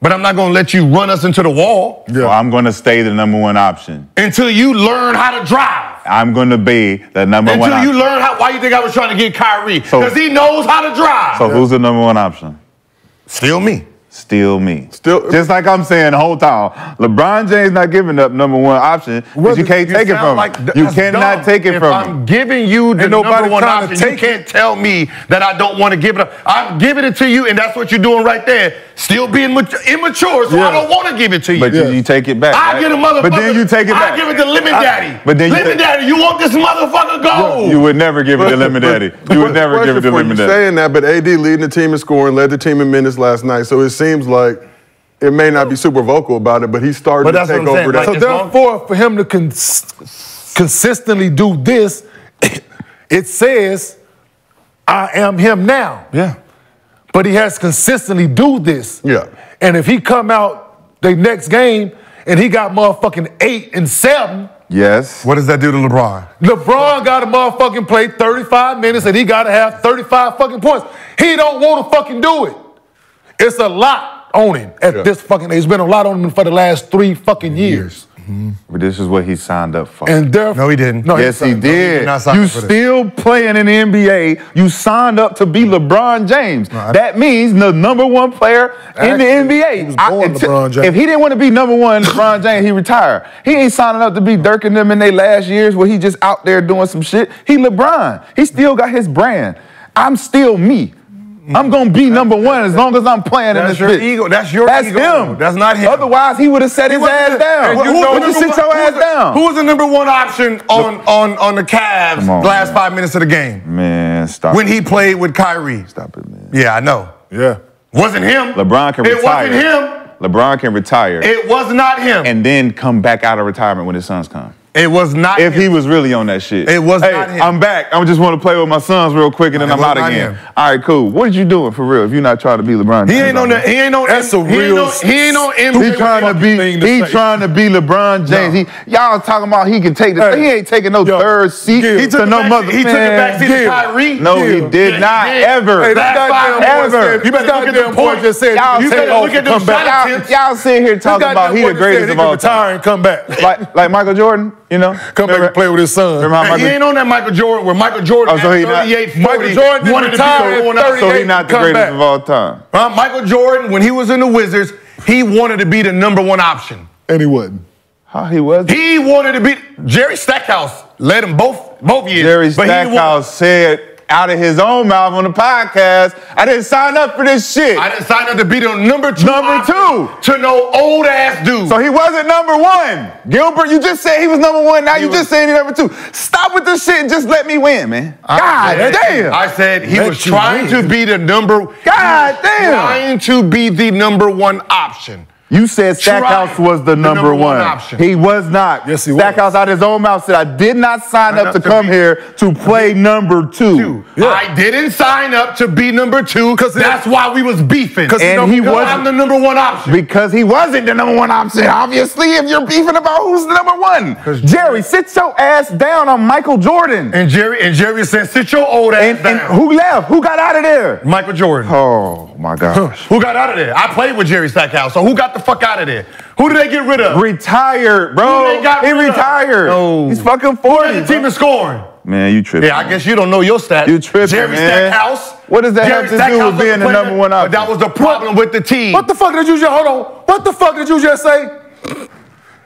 But I'm not gonna let you run us into the wall So I'm going to stay the number one option. until you learn how to drive. I'm going to be the number one Until option. you learn how. Why you think I was trying to get Kyrie? So- Because he knows how to drive. so who's the number one option? Still me. Still me. Still- Just like I'm saying the whole time, LeBron James not giving up number one option because you can't take it sound from like- him. You that's cannot dumb. take it If from I'm him. giving you the Ain't nobody number one trying to option. You take it. can't tell me that I don't want to give it up. I'm giving it to you, and that's what you're doing right there. Still being mat- immature, so I don't want to give it to you. But you, you take it back. I right? get a motherfucker. But then you take it back. I give it to Lemon I- Daddy. but then you Lemon take- Daddy, you want this motherfucker go? You would never give it to Lemon Daddy. You would never give it to Question for Lemon you Daddy. saying that, but AD leading the team in scoring, led the team in minutes last night. So it seems like it may not be super vocal about it, but he's starting But to that's take what I'm saying, over that. like, So As long- therefore, for him to cons- consistently do this, [COUGHS] it says, "I am him now." Yeah. But he has consistently do this. Yeah. And if he come out the next game and he got motherfucking eight and seven, Yes. What does that do to LeBron? LeBron got to motherfucking play 35 minutes and he got to have 35 fucking points. He don't want to fucking do it. It's a lot on him at Yeah. this fucking age. It's been a lot on him for the last three fucking years. But this is what he signed up for. And therefore, No, he didn't. No, yes, he signed- no, did. not sign you for this. still playing in the NBA. You signed up to be Mm-hmm. LeBron James. that means the number one player in the Actually, NBA. he was I- born until- LeBron James. If he didn't want to be number one, [LAUGHS] LeBron James, he retired. He ain't signing up to be Dirk and them in their last years where he just out there doing some shit. He LeBron. He still got his brand. I'm still me. I'm gonna be number one as long as I'm playing in That's this your bitch. ego. That's your That's ego. him. That's not him. Otherwise, he would have set his ass down. And you know Would you number sit one- your who ass was the- down? Who was the number one option on on on the Cavs Come on, last man. five minutes of the game Man, stop. when it. he played with Kyrie? Stop it, man. Yeah, I know. Yeah. Wasn't him. LeBron can It retire. wasn't him. LeBron can retire It was not him. and then come back out of retirement when his sons come. It was not. If him. he was really on that shit, It was hey, not him. I'm back. I just want to play with my sons real quick, and then It I'm was out not again. him. All right, cool. What are you doing for real? If you're not trying to be LeBron, He James ain't on out that. He ain't on. That's a he ain't real on- He ain't on there. NBA. He trying to be. thing to he say. trying to be LeBron James. He, y'all talking about he can take the. Hey. He ain't taking no third He seat. to took no back- mother. he took it man. back seat to Kyrie. No, he Yeah. did Yeah, not he did. ever. Hey, Back that five goddamn boy ever. said, You better that look at goddamn the boy point. just said, Y'all you take better off look at and them come back. shot Y'all- attempts. Y'all sit here This talking about goddamn he boy the just said greatest he of can all time. retire and come back. Like like Michael Jordan, you know. Come back and play with his son. Remember how Hey, Michael he ain't on that Michael Jordan where Michael Jordan Oh, so he at not- 38, 40, Michael Jordan didn't wanted to be retire the at one out- 38 So he not the come greatest back. of all time. Huh? Michael Jordan, when he was in the Wizards, he wanted to be the number one option. And he wasn't. How he was? He wanted to be Jerry Stackhouse. Led him both both years. Jerry but he wa- Stackhouse said out of his own mouth on the podcast, I didn't sign up for this shit. I didn't sign up to be the number two. Number option two. to no old ass dude. So he wasn't number one. Gilbert, you just said he was number one. Now you just saying he number two. Stop with this shit and just let me win, man. God I said- damn. I said he Let was you trying win. to be the number. God he was damn. Trying to be the number one option. you said Stackhouse Try was the number, one. option. He was not. Yes, he was. Stackhouse out of his own mouth said, I did not sign up to come here to play number two. I didn't sign up to be number two because that's why we was beefing. And number- he I'm wasn't- the number one option. Because he wasn't the number one option, obviously, if you're beefing about who's the number one. Jerry, sit your ass down on Michael Jordan. And Jerry and Jerry said, "Sit your old ass And, and down." who left? Who got out of there? Michael Jordan. Oh my gosh. Who got out of there? I played with Jerry Stackhouse. So who got the fuck out of there? Who did they get rid of? [LAUGHS] Retired, Who bro. they got He rid of? retired. No. He's fucking Who led 40. the team bro. is scoring. Man, you tripping. Yeah, I guess you don't know your stats. You tripping, Jerry man. Stackhouse. What does that Jerry have to do Stackhouse with was being the player- number one But that option? was the problem with the team. What the fuck did you just, hold on. What the fuck did you just say?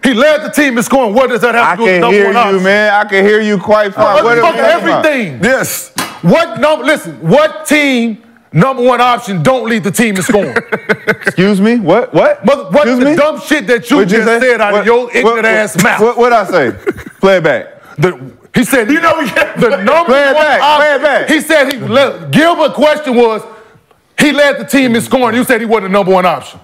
He led the team in scoring. What does that have I to do with can number hear one you, option? man. I can hear you quite fine. What are we Motherfucker, talking about? everything. Yes. What number? Listen. What team? Number one option. Don't lead the team in scoring. Excuse me? What? [LAUGHS] What? Mother, what Excuse the me? dumb shit that you What'd just say? said out What- of your ignorant what- ass what- mouth? What would I say? Play it back. The- he said, you know, [LAUGHS] the number Play it one back, option- play it back. He said he led, Gilbert question was, he led the team in scoring. You said he wasn't the number one option.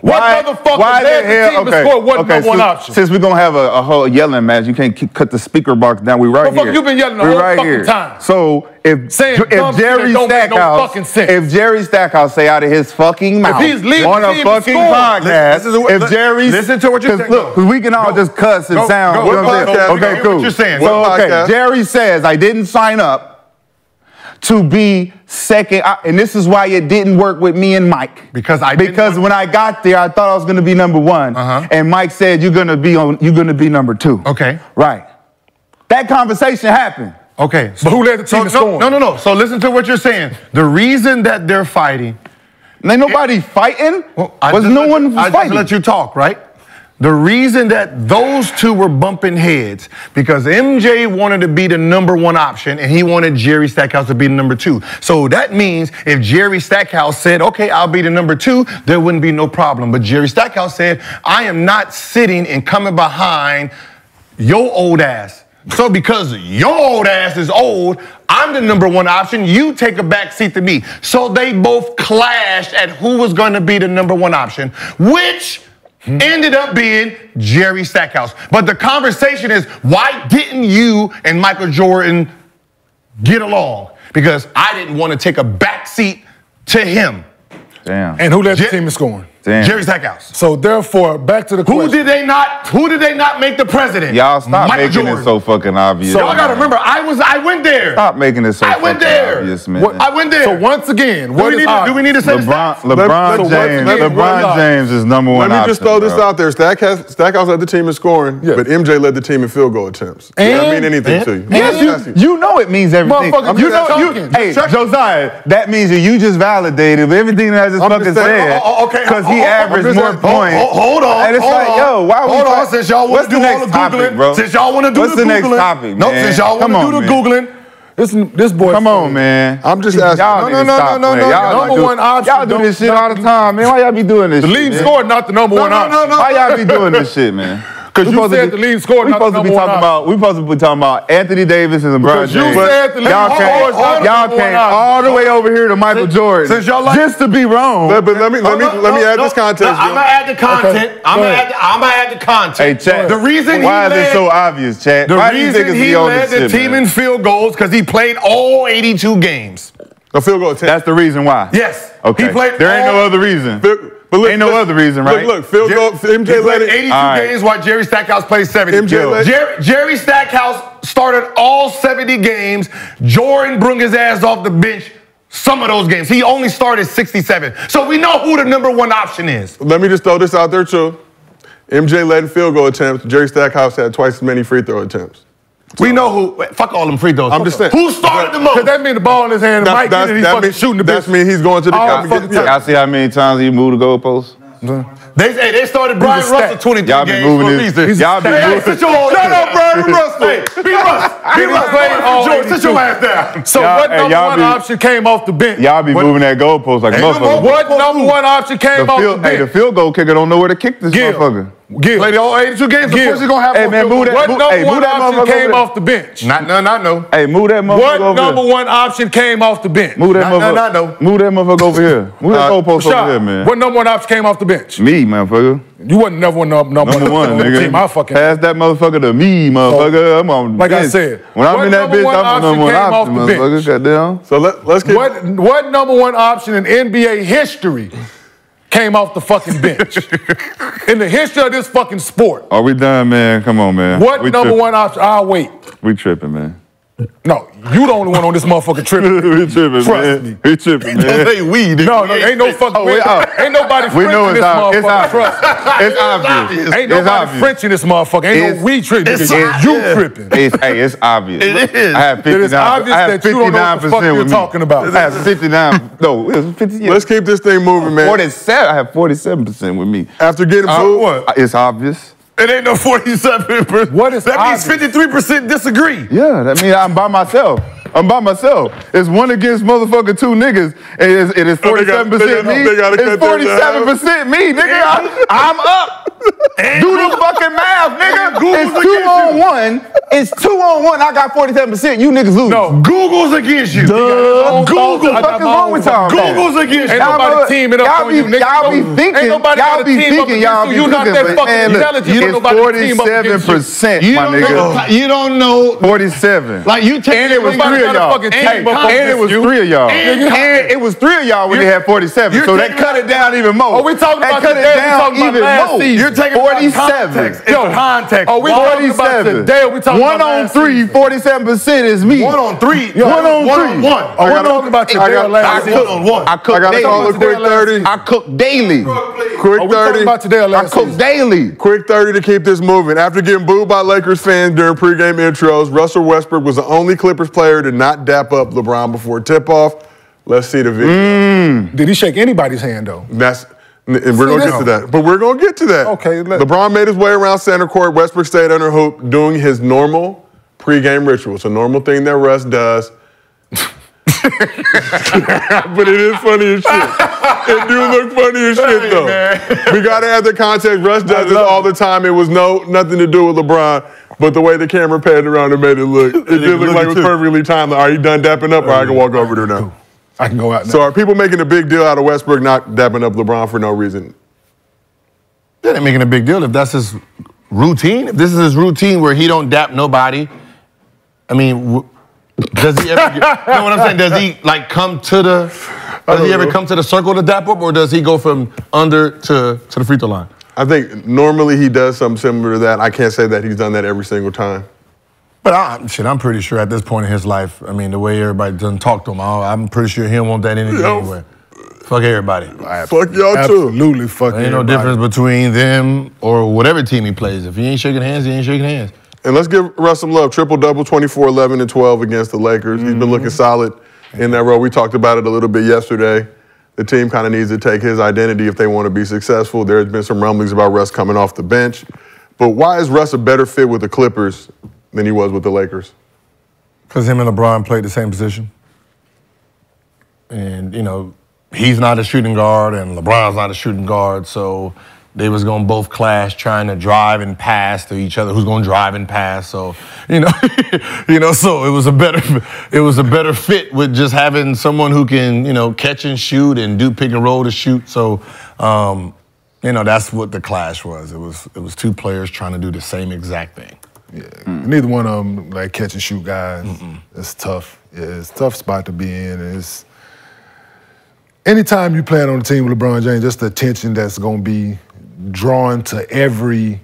What motherfucker led the team in scoring wasn't number one since, option? Since we're gonna have a, a whole yelling match, you can't keep, cut the speaker box down. We right Motherfucker, here. you been yelling the We whole fucking time. So if Saying dumb if shit that Jerry don't make no Stackhouse, fucking sense. if Jerry Stackhouse say out of his fucking mouth he's leading on the a team in fucking scoring. podcast, Listen, this is what- if li- Jerry listen to what you're saying. Look, 'cause we can all just cuss and Go- sound. go- you know what I'm go- saying? go- okay, go- cool. what you're saying. So What okay, podcast? Jerry says I didn't sign up. To be second, I- and this is why it didn't work with me and Mike. Because I didn't because want- when I got there, I thought I was gonna be number one, Uh-huh. and Mike said you're gonna be on, you're gonna be number two. Okay. right. That conversation happened. Okay. But who led the team in so, no, scoring? no, no, no. So listen to what you're saying. The reason that they're fighting Ain't nobody fighting. Well, I was just no let one you- I fighting. just let you talk, right? The reason that those two were bumping heads because MJ wanted to be the number one option and he wanted Jerry Stackhouse to be the number two. So that means if Jerry Stackhouse said, "Okay, I'll be the number two, there wouldn't be no problem. But Jerry Stackhouse said, "I am not sitting and coming behind your old ass." So because your old ass is old, I'm the number one option. You take a back seat to me. So they both clashed at who was going to be the number one option, which ended up being Jerry Stackhouse. But the conversation is why didn't you and Michael Jordan get along? Because I didn't want to take a back seat to him. Damn. And who led Je- the team in scoring? Damn. Jerry Stackhouse. So therefore, back to the Who question. did they not who did they not make the president? Y'all stop Michael making Jordan. it so fucking obvious. So Y'all gotta remember, I was I went there. Stop making it so I fucking went there. obvious, man. What- I went there. So once again, do what we, is need to, odd? do we need to say LeBron, stats? LeBron Let- let- James, let- LeBron let- James is number one. Let me just option, throw this bro. out there. Stackhouse, Stackhouse led the team in scoring, Yeah. but MJ led the team in field goal attempts. Does that And- mean anything to you? Yes, you, you know it means everything. Motherfucker, you I'm know just you. talking. Hey, Just checking. Josiah, that means that you just validated everything that I just I'm just fucking saying, said. oh, oh, okay, because oh, he oh, averaged I'm just more saying, points. oh, hold on, And it's hold like, on. yo, why we Hold on, fight- since y'all wanna What's do the all next the Googling, topic, bro? since y'all wanna do What's the the next Googling. topic? No, man? since y'all wanna Come do on, the man. Googling, This this boy. Come on, man. I'm just asking. Y'all No, no, niggas no, stop no, no, playing. no. Y'all Number do- one option. Y'all do this shit all the time, man. Why y'all be doing this? The shit, leading man? scorer, not the number No, one no, option. No, no, Why y'all be doing this shit, man? Because We you supposed to said be- the leading scorer, We not the supposed to number be one talking about. We supposed to be talking about Anthony Davis and LeBron Because you James. said the leading y'all scorer came, is not the y'all number one came option. all the way over here to Michael Jordan since y'all like- just to be wrong. But, but let me let me no, let me no, add no, this context. no, Bill. I'ma add the content. Okay, I'ma go ahead. add the- I'm gonna add the content. Hey, Chad. The reason he why is led- it so obvious, Chad? The why these reason niggas he be on led this the shit, team man? in field goals because he played all 82 games. The field goal attempt. That's the reason why. Yes. Okay. He played there ain't all- no other reason. But look, ain't no look, other reason, right? Look, look, field Jer- goal. MJ he led played it. Uh, 82 All right. games while Jerry Stackhouse played 70. MJ Yo. led- Jer- Jerry Stackhouse started all 70 games. Jordan brung his ass off the bench some of those games. He only started 67. So we know who the number one option is. Let me just throw this out there too. MJ led in field goal attempts. Jerry Stackhouse had twice as many free throw attempts. We know who. Fuck all them free throws. I'm just saying. Who started the most? Because that mean the ball in his hand, and That's- Mike that's- getting it, he that fucking mean- shooting the that's bitch. mean he's going to the- all I'm the getting- fucking yeah. time. Y'all see how many times he moved the goalposts? They, hey, they started Brian stat. Russell 23 Y'all been games moving for a this- reason. He's a y'all been Hey, moving- sit your old Shut up, Brian Russell. Hey, be Russ. Be Russ. played all Jordan, sit your ass down. So Y'all- what hey, number y'all one be- option came off the bench? Y'all be moving that goalpost like motherfuckers. What number one option The came off the field, hey, the bench? field goal kicker don't know where to kick this Gil. motherfucker. Gil. Played all 82 games. Of Gil. course he's gonna have Hey, more man, field move goals. that- What move- number hey, move one that motherfucker option came over off the bench? Not none I know. Hey, move that motherfucker What over number here. one option came off the bench? Move that Not- motherfucker. not- not no. Move that motherfucker over here. Move that Uh, goalpost Rashad, over here, man. What number one option came off the bench? Me, motherfucker. You wasn't never one number, number, Number one, on the nigga. team. I fucking Pass that motherfucker to me, motherfucker. I'm on Like I bitch. said, when I'm what in that number bitch, one I'm the number one option came option, off the motherfucker. bench? Cut down. So let, let's get. What what number one option in NBA history came off the fucking [LAUGHS] bench? in the history of this fucking sport, Are we done, man? Come on, man. what Oh, we number tripping. one option? I'll wait. We tripping, man. No, you the only one on this motherfucking trip. we tripping, Trust man. me. We tripping, man. we. nigga. No, no, ain't no fucking we- oh. ain't nobody French We know in it's this obvious. It's motherfucker. obvious. Trust me. It's obvious. Ain't It's nobody obvious. French in this motherfucker. Ain't It's- no we tripping. it's nigga. you obvious. tripping. It's, hey, it's obvious. It is. I have 59. It is obvious I have that you don't know what the fuck 59% you're with me. talking about. I have 59. no, it was 50. Let's keep this thing moving, man. 47. I have 47% with me. After getting Uh, booed, It's obvious. It ain't no 47. What is that obvious? means 53% disagree. Yeah, that means I'm by myself. I'm by myself. It's one against motherfucking two niggas. and It is, it is Oh, they 47% got- me. they got- they gotta cut that It's 47% me, nigga. I, I'm up. Do the fucking math, nigga. It's two on one. It's two on one. I got 47%. You niggas lose. No, Google's against you. Duh. Google. I What the got fuck is my wrong own with phone. y'all? man? Google's against Ain't you. Y'all nobody mother- teaming up y'all on be, you, nigga. Y'all be You don't- thinking. ain't nobody y'all got a be team up thinking. against Y'all you. be You not cooking, that but, fucking man, look, intelligent, but nobody got a team up against you. It's 47%, You my don't nigga. know. You don't know. 47. Like you take And it was Everybody three of got a y'all. fucking And, team up on and it was you. three of y'all. And- And, it was three of y'all when they You're- had 47. So you're they taking- cut it down even Oh, more. Are Oh, we talking They about cut today? it We down talking about even last more. season? You're taking about 47. context. It's context. Oh, Are Oh, we talking about today or we talking One about on last three, 47% is me. One on three. Yo, one on three. Oh, Are Oh, we One on- talking about I today got- or last I season? cook- One on one. I cook I gotta daily. call a quick 30. I cook daily. Quick Are we talking 30. about today or I last cook season? daily. Quick 30 to keep this moving. After getting booed by Lakers fans during pregame intros, Russell Westbrook was the only Clippers player to not dap up LeBron before tip-off. Let's see the video. Did he shake anybody's hand though? That's and we're gonna get this- to that. But we're gonna get to that. Okay, let- LeBron made his way around center court. Westbrook stayed under hoop, doing his normal pregame ritual. It's a normal thing that Russ does. [LAUGHS] but it is funny as shit. It do look funny as shit though. We gotta add the context. Russ does this all the time. It was no nothing to do with LeBron. But the way the camera panned around and made it look, it did look like it was perfectly timed. Like, Are you done dapping up? Or I can walk over there now. I can go out now. So are people making a big deal out of Westbrook not dapping up LeBron for no reason? That ain't making a big deal if that's his routine. If this is his routine where he don't dap nobody, I mean, w- does he ever? Get, you know what I'm saying? Does he like come to the? Does he ever come to the circle to dap up, or does he go from under to to the free throw line? I think normally he does something similar to that. I can't say that he's done that every single time. But I, shit, I'm pretty sure at this point in his life, I mean, the way everybody doesn't talk to him, I, I'm pretty sure he don't want that energy Yo. anyway. Fuck everybody. Fuck y'all too. Absolutely fucking. Ain't no everybody. difference between them or whatever team he plays. If he ain't shaking hands, he ain't shaking hands. And let's give Russ some love. Triple double, 24, 11, and 12 against the Lakers. He's been looking solid in that role. We talked about it a little bit yesterday. The team kind of needs to take his identity if they want to be successful. There's been some rumblings about Russ coming off the bench. But why is Russ a better fit with the Clippers than he was with the Lakers? Because him and LeBron played the same position. And, you know, he's not a shooting guard and LeBron's not a shooting guard, so they was gonna both clash trying to drive and pass to each other. Who's gonna drive and pass? So, you know, [LAUGHS] you know, so it was a better it was a better fit with just having someone who can, you know, catch and shoot and do pick and roll to shoot. So um, you know, that's what the clash was. It was it was two players trying to do the same exact thing. Yeah. Neither one of them like catch and shoot guys. It's tough. Yeah, it's a tough spot to be in. and It's anytime you playing on a team with LeBron James, just the attention that's gonna be drawn to every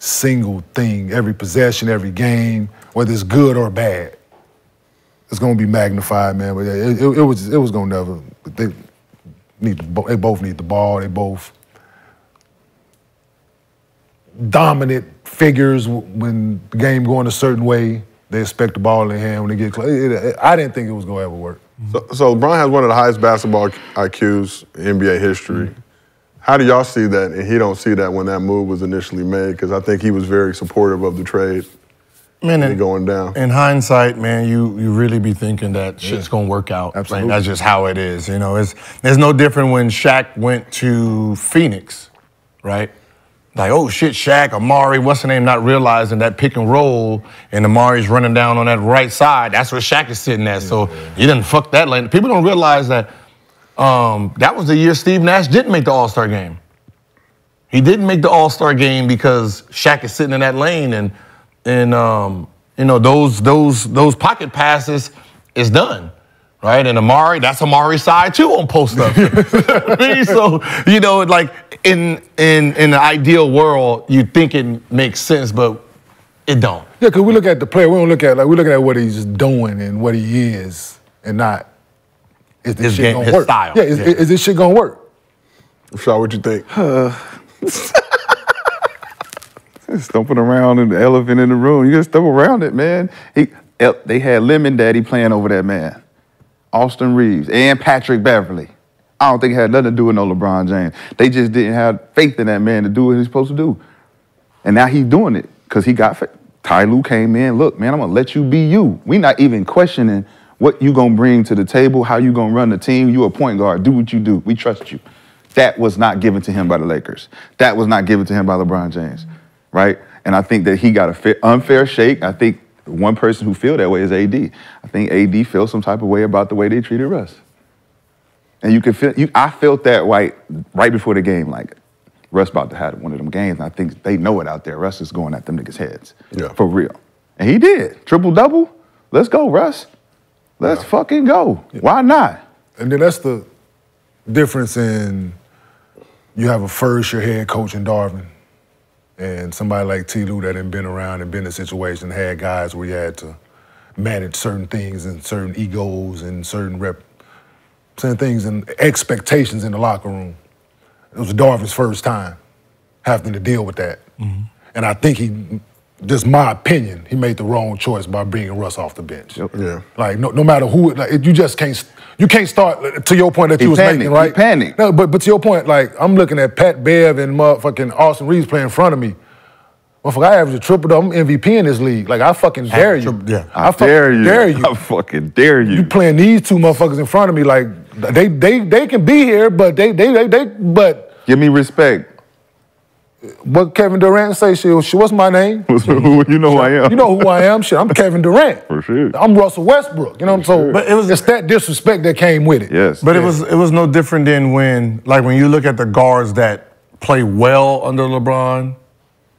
single thing, every possession, every game, whether it's good or bad. It's gonna be magnified, man. But yeah, it, it, it was it was gonna never. But they need the, bo- they both need the ball. They both dominant figures w- when the game going a certain way. They expect the ball in their hand when they get close. It- it- I didn't think it was gonna ever work. So, so LeBron has one of the highest basketball IQs in NBA history. How do y'all see that? And he don't see that when that move was initially made because I think he was very supportive of the trade. Man, and it going down. In hindsight, man, you you really be thinking that shit's gonna work out. Absolutely. that's just how it is. You know, it's it's no different when Shaq went to Phoenix, right? Like, oh shit, Shaq, Amari, what's the name? Not realizing that pick and roll and Amari's running down on that right side. That's where Shaq is sitting at. So he didn't fuck that lane. People don't realize that um, that was the year Steve Nash didn't make the All-Star game. He didn't make the All Star game because Shaq is sitting in that lane, and and um, you know those those those pocket passes is done, right? And Amari, that's Amari's side too on post [LAUGHS] up. I mean, so you know, like in in in the ideal world, you think it makes sense, but it don't. Yeah, because we look at the player, we don't look at like we're looking at what he's doing and what he is, and not is this His shit game- gonna his work? style, Yeah, is, yeah. is this shit gonna work? Shaw, what you think? Stumping around in the elephant in the room. You just stump around it, man. He, el- they had Lemon Daddy playing over that man. Austin Reeves and Patrick Beverly. I don't think it had nothing to do with no LeBron James. They just didn't have faith in that man to do what he's supposed to do. And now he's doing it because he got faith. Ty Lue came in, look, man, I'm gonna let you be you. we not even questioning what you gonna bring to the table, how you gonna run the team. You a point guard, do what you do. We trust you. That was not given to him by the Lakers. That was not given to him by LeBron James, right? And I think that he got a fa- unfair shake. I think one person who feel that way is AD. I think AD feels some type of way about the way they treated Russ. And you can feel, you, I felt that right, right before the game, like, Russ about to have one of them games, and I think they know it out there. Russ is going at them niggas' heads. Yeah. For real. And he did. Triple double. Let's go, Russ. Let's fucking go. Why not? And then that's the difference in you have a first year head coach in Darvin and somebody like T. Lou that had been around and been in situations, had guys where you had to manage certain things and certain egos and certain rep, certain things and expectations in the locker room. It was Darvin's first time having to deal with that. And I think he, just my opinion, he made the wrong choice by bringing Russ off the bench. Yeah. Like no, no matter who, it- like it- you just can't. You can't start to your point that He you was panicked. making, He right? panic. No, but but to your point, like I'm looking at Pat Bev and motherfucking Austin Reeves playing in front of me. Motherfucker, I average a triple double. I'm MVP in this league. Like I fucking dare you. Yeah, I, fucking dare you. Dare you. [LAUGHS] I fucking dare you. You playing these two motherfuckers in front of me? Like they they they can be here, but they they they, they but Give me respect. [LAUGHS] What Kevin Durant say? Shit, shit, what's my name? you know who I am. You know who I am. Shit, [LAUGHS] I'm Kevin Durant. For sure. I'm Russell Westbrook. You know what I'm saying? But it was it's that disrespect that came with it. Yes. But it was it was no different than when like when you look at the guards that play well under LeBron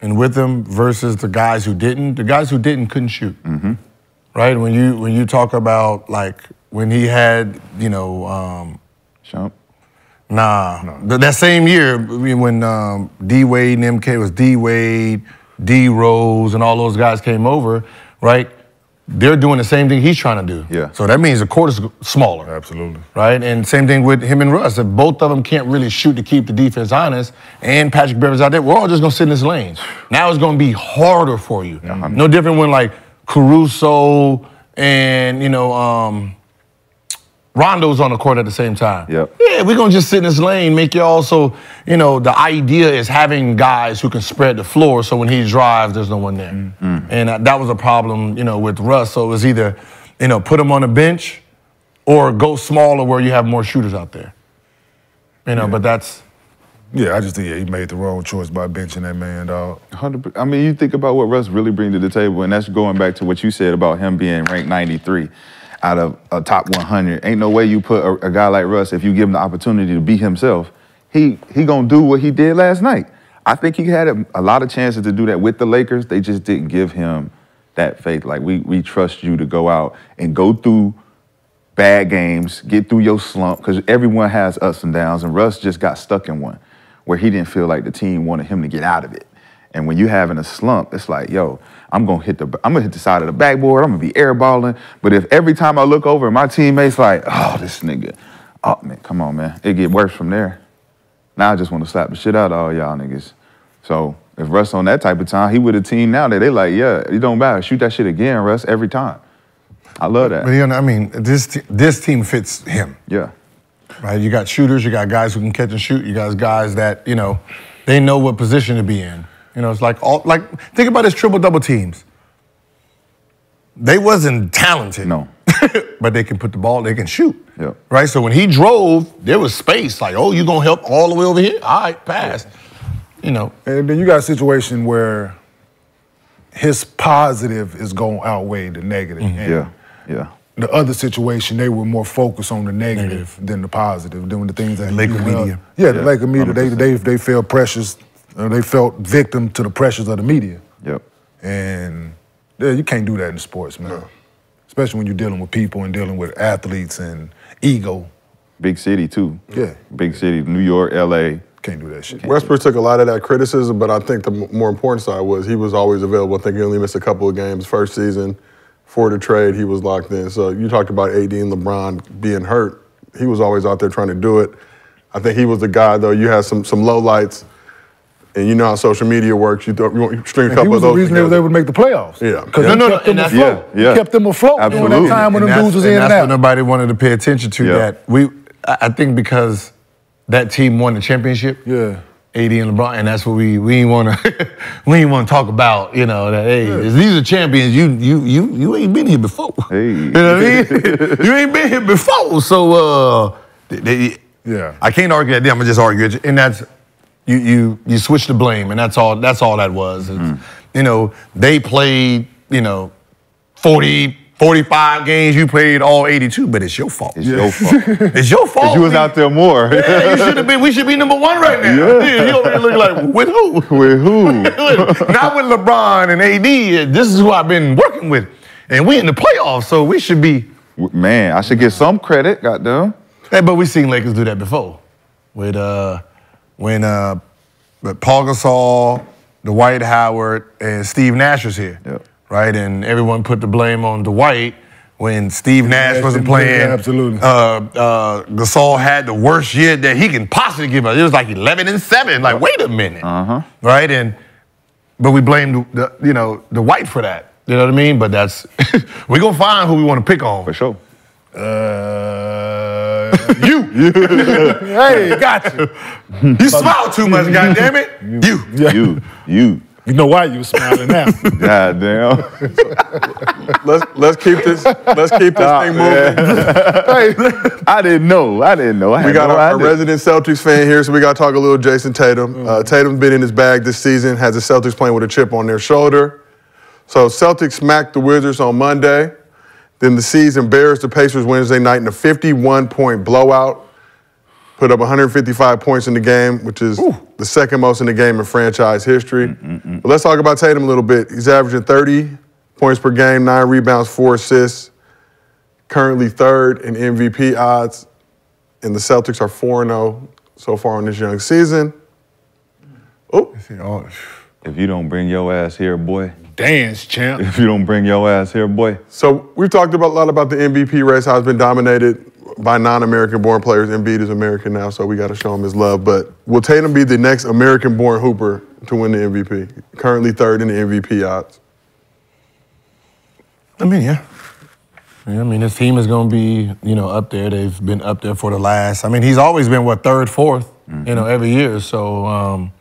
and with him versus the guys who didn't. The guys who didn't couldn't shoot. Right? When you when you talk about like when he had, you know, um Shump. Nah. Th- that same year I mean, when um, D Wade and MK was D Wade, D Rose, and all those guys came over, right? They're doing the same thing he's trying to do. Yeah. So that means the court is g- smaller. Absolutely. Right? And same thing with him and Russ. If both of them can't really shoot to keep the defense honest, and Patrick Beverly's out there, we're all just gonna sit in this lane. Now it's gonna be harder for you. No different when like Caruso and you know um, Rondo's on the court at the same time. Yep. Yeah, we're gonna just sit in this lane, make y'all so, you know, the idea is having guys who can spread the Mm-hmm. floor so when he drives, there's no one there. And uh, that was a problem, you know, with Russ. So it was either you know, put him on a bench or go smaller where you have more shooters out there. You know, but that's Yeah, I just think yeah, he made the wrong choice by benching that man, dog. Hundred. I mean, you think about what Russ really brings to the table, and that's going back to what you said about him being ranked 93 out of a top 100. Ain't no way you put a, a guy like Russ if you give him the opportunity to be himself. He he gonna do what he did last night. I think he had a, a lot of chances to do that with the Lakers. They just didn't give him that faith. Like we we trust you to go out and go through bad games, get through your slump, because everyone has ups and downs, and Russ just got stuck in one where he didn't feel like the team wanted him to get out of it. And when you having a slump, it's like, yo, I'm gonna hit the I'm gonna hit the side of the backboard, I'm gonna be airballing. But if every time I look over, my teammates like, oh, this nigga, oh man, come on, man. It get worse from there. Now I just wanna slap the shit out of all y'all niggas. So if Russ on that type of time, he with a team now that they like, yeah, it don't matter. Shoot that shit again, Russ, every time. I love that. But you know, I mean, this te- this team fits him. Yeah. Right? You got shooters. You got guys who can catch and shoot. You got guys that you know, they know what position to be in. You know, it's like all like think about his triple double teams. They wasn't talented. No. [LAUGHS] but they can put the ball. They can shoot. Yeah. Right. So when he drove, there was space. Like, oh, you gonna help all the way over here? All right, pass. You know. And then you got a situation where his positive is going to outweigh the negative. Mm-hmm. Mm-hmm. And Yeah. [LAUGHS] Yeah. The other situation, they were more focused on the negative than the positive, than the things that Laker you know. media. Yeah, the Yeah, Laker media. They, they they felt pressures. uh, they felt victim to the pressures of the media. Yep. And yeah, you can't do that in sports, man. Especially when you're dealing with people and dealing with athletes and ego. Big city too. Yeah. Big city, New York, LA. Can't do that shit. Westbrook took a lot of that criticism, but I think the m- more important side was he was always available. I think he only missed a couple of games first season. For the trade, he was locked in. So you talked about AD and LeBron being hurt. He was always out there trying to do it. I think he was the guy, though. You had some some low lights, and you know how social media works. You, throw, you want- you stream a And he couple was of the those. reason they was together. able to make the playoffs. yeah. Because yeah. they kept them afloat. Kept them afloat during Absolutely. that time when them And that's- dudes was and in and that's out. what nobody wanted to pay attention to. Yeah. That we, I I think, because that team won the championship. Yeah. AD and LeBron, and that's what we we ain't want to [LAUGHS] we ain't want to talk about. You know that hey, these are champions. You you you you ain't been here before. Hey. [LAUGHS] You know what [LAUGHS] I mean? you ain't been here before, so uh, they- they- Yeah. I can't argue at them. I just argue, at you. and that's you you you switch the blame, and that's all that's all that was. It's, You know they played you know 40, 45 games. You played all eighty two, but it's your fault. It's your fault. [LAUGHS] It's your fault. You was We- out there more. yeah, [LAUGHS] you should have been. We should be number one right now. Yeah. [LAUGHS] You over here looking like with who? [LAUGHS] With who? [LAUGHS] Not with LeBron and AD. This is who I've been working with, and we in the playoffs, so we should be. Man, I should get some credit, goddamn. Hey, but we seen Lakers do that before, with uh, when uh, but Paul Gasol, Dwight Howard, and Steve Nash was here, Yep. right? And everyone put the blame on Dwight when Steve Nash Nash wasn't didn't play, playing. absolutely. Uh, uh, Gasol had the worst year that he can possibly give us. It was like 11 and seven. Like, wait a minute, uh-huh. right? And but we blamed the you know the White for that. You know what I mean? But that's [LAUGHS] we gonna find who we want to pick on. For sure. Uh, [LAUGHS] you. Hey, got you. [LAUGHS] You smile too much, goddammit. You. You, you, You know why you was smiling now. [LAUGHS] goddamn. Let's let's keep this let's keep this thing moving. I didn't know. I didn't know. I had We got no our, our idea. resident Celtics fan here, so we got to talk a little Jason Tatum. Mm-hmm. Uh, Tatum's been in his bag this season, has the Celtics playing with a chip on their shoulder. So Celtics smacked the Wizards on Monday. Then the Seas embarrassed the Pacers Wednesday night in a 51 point blowout. Put up 155 points in the game, which is the second most in the game in franchise history. Mm, But let's talk about Tatum a little bit. He's averaging 30 points per game, nine rebounds, four assists. Currently third in MVP odds and the Celtics are 4 0 so far on this young season. Oh, If you don't bring your ass here, boy. Dance, champ. If you don't bring your ass here, boy. so we've talked about a lot about the MVP race, how it's been dominated by non American born players. Embiid is American now, so we got to show him his love. But will Tatum be the next American born Hooper to win the MVP? Currently third in the MVP odds. I mean, yeah. Yeah, I mean, this team is going to be, you know, up there. They've been up there for the last. I mean, he's always been what third, 4th you know, every year. So um,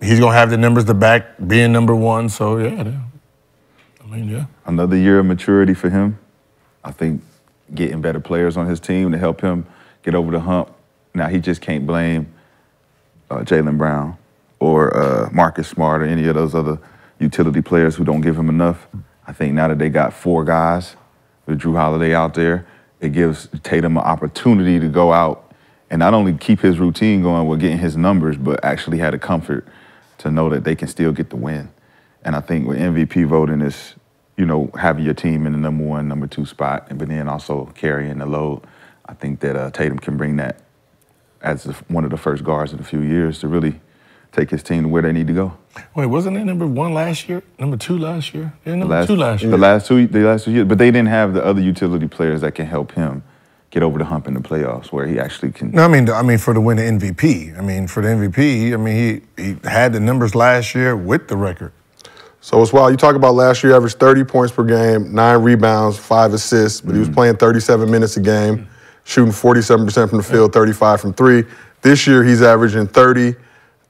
he's going to have the numbers to back being number one. So yeah, yeah. I mean, yeah. Another year of maturity for him. I think getting better players on his team to help him get over the hump. Now he just can't blame uh, Jalen Brown or uh, Marcus Smart or any of those other utility players who don't give him enough. I think now that they got four guys with Drew Holiday out there, it gives Tatum an opportunity to go out and not only keep his routine going with getting his numbers, but actually had the comfort to know that they can still get the win. And I think with MVP voting is, you know, having your team in the number one, number two spot, and but then also carrying the load. I think that uh, Tatum can bring that as the, one of the first guards in a few years to really take his team to where they need to go. Wait, wasn't it number one last year? Number two last year? Yeah, number last, two last year. The last two, the last two years, but they didn't have the other utility players that can help him get over the hump in the playoffs, where he actually can. [LAUGHS] No, I mean, I mean for the win the MVP. I mean for the MVP. I mean he he had the numbers last year with the record. So it's wild. You talk about last year, averaged 30 points per game, nine rebounds, five assists, but he was playing 37 minutes a game, shooting 47% from the field, 35 from three. This year, he's averaging 30,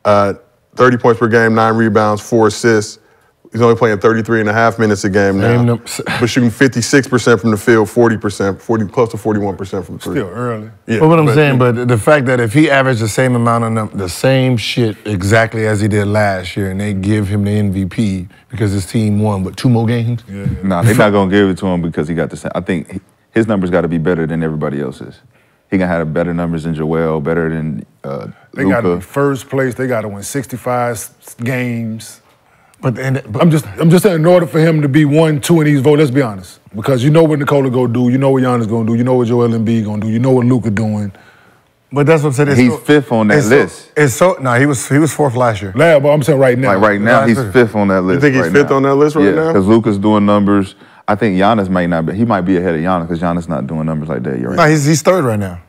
uh, 30 points per game, nine rebounds, four assists. He's only playing 33 and a half minutes a game Same now, but shooting 56% from the field, 40%, 40, close to 41% from three. Still early. Yeah, but what I'm but- saying, but the fact that if he averaged the same amount of num- the same shit exactly as he did last year, and they give him the MVP because his team won, but two more games. Yeah. Nah, they're not gonna give it to him because he got the same. I think he- his numbers got to be better than everybody else's. He gonna have better numbers than Joel, better than uh, They got to Luka. be first place. They got to win 65 s- games. But, and, but I'm just I'm just saying, in order for him to be one, two in these votes, let's be honest, because you know what Nicola gonna do, you know what Giannis gonna do, you know what Joel Embiid gonna do, you know what Luca doing. But that's what I'm saying. it's He's so- fifth on that it's so- list. it's so no, he was he was fourth last year. Yeah, but I'm saying right now. Like right now, he's fifth on that list. think he's right fifth now. on that list right yeah, now? Because Luca's doing numbers. I think Giannis might not, but he might be ahead of Giannis because Giannis not doing numbers like that. You're right. No, he's he's third right now.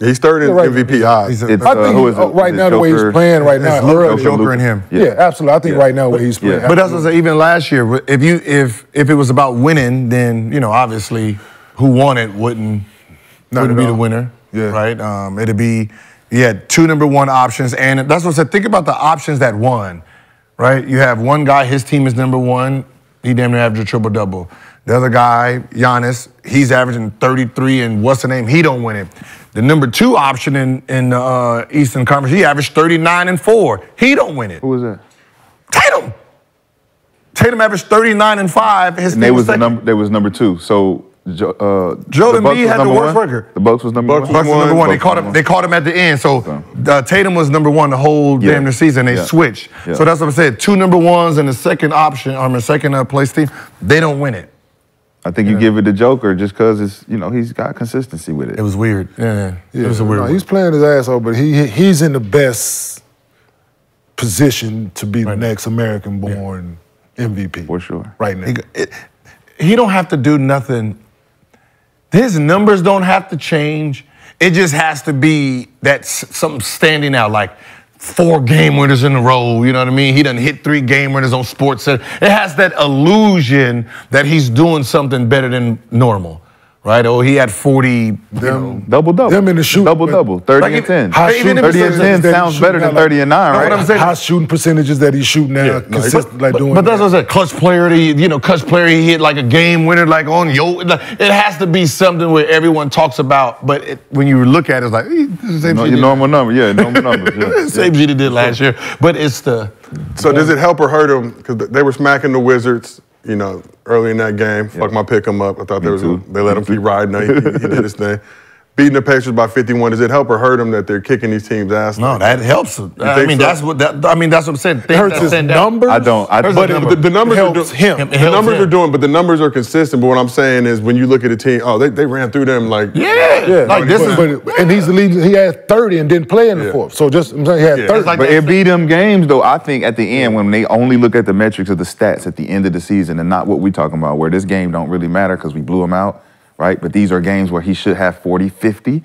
He's third in Yeah, right. MVP odds. It's, I think who is uh, it? right Is it now the way he's Joker? playing right now, It's Luka, early. Joker, and him. Yeah, absolutely. I think right now where he's playing. Yeah. But that's what I'm saying. Even last year, if you if if it was about winning, then you know obviously who won it wouldn't Not wouldn't at be the all. winner, right? Um, it'd be you had two number one options, and that's what I said. Think about the options that won, right? You have one guy, his team is number one. He damn near averaged a triple double. The other guy, Giannis, he's averaging 33, and what's the name? He don't win it. The number two option in in the uh, Eastern Conference, he averaged 39 and four. He don't win it. Who was that? Tatum. Tatum averaged 39 and 5. His And they team was the second. number. They was number two. So jo, uh, Joel the Bucks Embiid was had the number worst one? record. The Bucks was number Bucks one. was number one. They caught him. They caught him at the end. So uh, Tatum was number one the whole Yeah. damn near season. They Yeah. switched. Yeah. So that's what I said. Two number ones and the second option, or the second uh, place team, they don't win it. I think you give it to Joker just because it's you know he's got consistency with it. It was weird. Yeah, yeah. it was a weird. no, one. he's playing his ass off, but he he's in the best position to be the next American-born MVP. For sure. Right now. He, go- it- he don't have to do nothing. His numbers don't have to change. It just has to be that s- something standing out, like four game winners in a row. You know what I mean? He done hit three game winners on Sports Center. It has that illusion that he's doing something better than normal, right? Oh, he had forty. you know, Double double. Them in the shoot. Double double. Thirty Like and even- ten. high shooting 30 and percentages ten that he's sounds shooting better at, than like- thirty and nine, Know right? what I'm saying? High shooting percentages that he's shooting now, Uh, consistent, like but, doing. but that's what I said. Clutch player, to, you know, clutch player. He hit like a game winner, like on yo. like, It has to be something where everyone talks about. But it, when you look at it, it's like eh, this is the same No, shit. your he normal number, yeah, normal number. did- [LAUGHS] Yeah. same shit he did last year. But it's the So does it help or hurt him? Because they were smacking the Wizards, you know, early in that game. Fuck my pick 'em up. I thought they was too. they let him keep riding. No, he, he did [LAUGHS] his thing. Beating the Pacers by 51. Does it help or hurt him that they're kicking these teams' ass? no. That helps. him. You I think mean, so? that's what. That, I mean, that's what I'm saying. Things hurts that his stand out. numbers. I don't. I, There's a But number. the, the numbers are Helps doing, him. It The helps numbers him. are doing, but the numbers are consistent. But what I'm saying is, when you look at a team, oh, they, they ran through them like Yeah. Yeah, Like this but, is. but- and he's the lead. He had 30 and didn't play in the Yeah. fourth. So just I'm saying he had Yeah. 30. It's like But that- it be them games though. I think at the end when they only look at the metrics of the stats at the end of the season and not what we talking about, where this game don't really matter because we blew him out, right? But these are games where he should have 40, 50,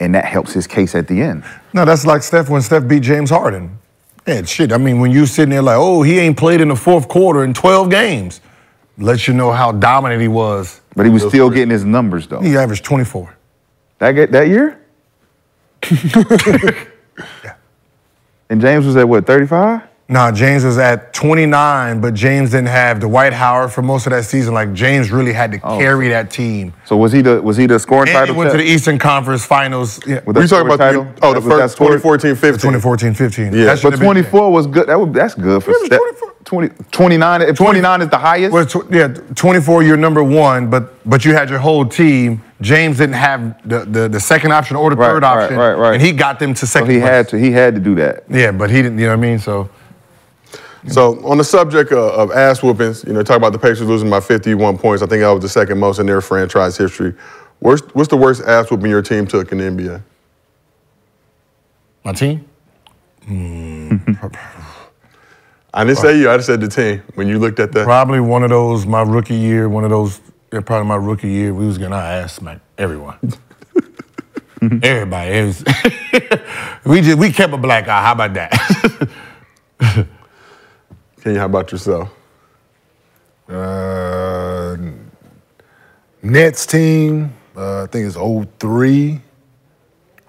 and that helps his case at the end. No, that's like Steph when Steph beat James Harden. Yeah, shit. I mean, when you sitting there like, oh, he ain't played in the fourth quarter in 12 games, lets you know how dominant he was. But he was still getting his numbers though. He averaged 24. That ga- that [LAUGHS] year? [LAUGHS] And James was at what, 35? Nah, James was at 29, but James didn't have Dwight Howard for most of that season. Like James really had to carry that team. So was he the was he the scoring And title? he went to tech? the E Eastern Conference Finals. Yeah. With that We scoring title? Oh, oh, That was that scoring- 2014-15. Yeah, That should but have been- 24 was good. That was, that's good for Steph. 20, 29. If 29 is the highest. Well, tw- yeah, 24, you're number one, but but you had your whole team. James didn't have the, the, the second option or the Right, third right, option. right, right. And he got them to second he place. had to. He had to do that. Yeah, but he didn't, you know what I mean? So So on the subject of, of ass whoopings, you know, talk about the Pacers losing by 51 points. I think that was the second most in their franchise history. Worst, what's the worst ass whooping your team took in the NBA? my team? I didn't say you. I just said the team. When you looked at the Probably one of those, my rookie year, one of those, yeah, probably my rookie year, we was getting our ass smacked. [LAUGHS] Everyone. Everybody. It was- [LAUGHS] we just we kept a black eye. How about that? Can you? How about yourself? Uh, Nets team, uh, I think it's 03.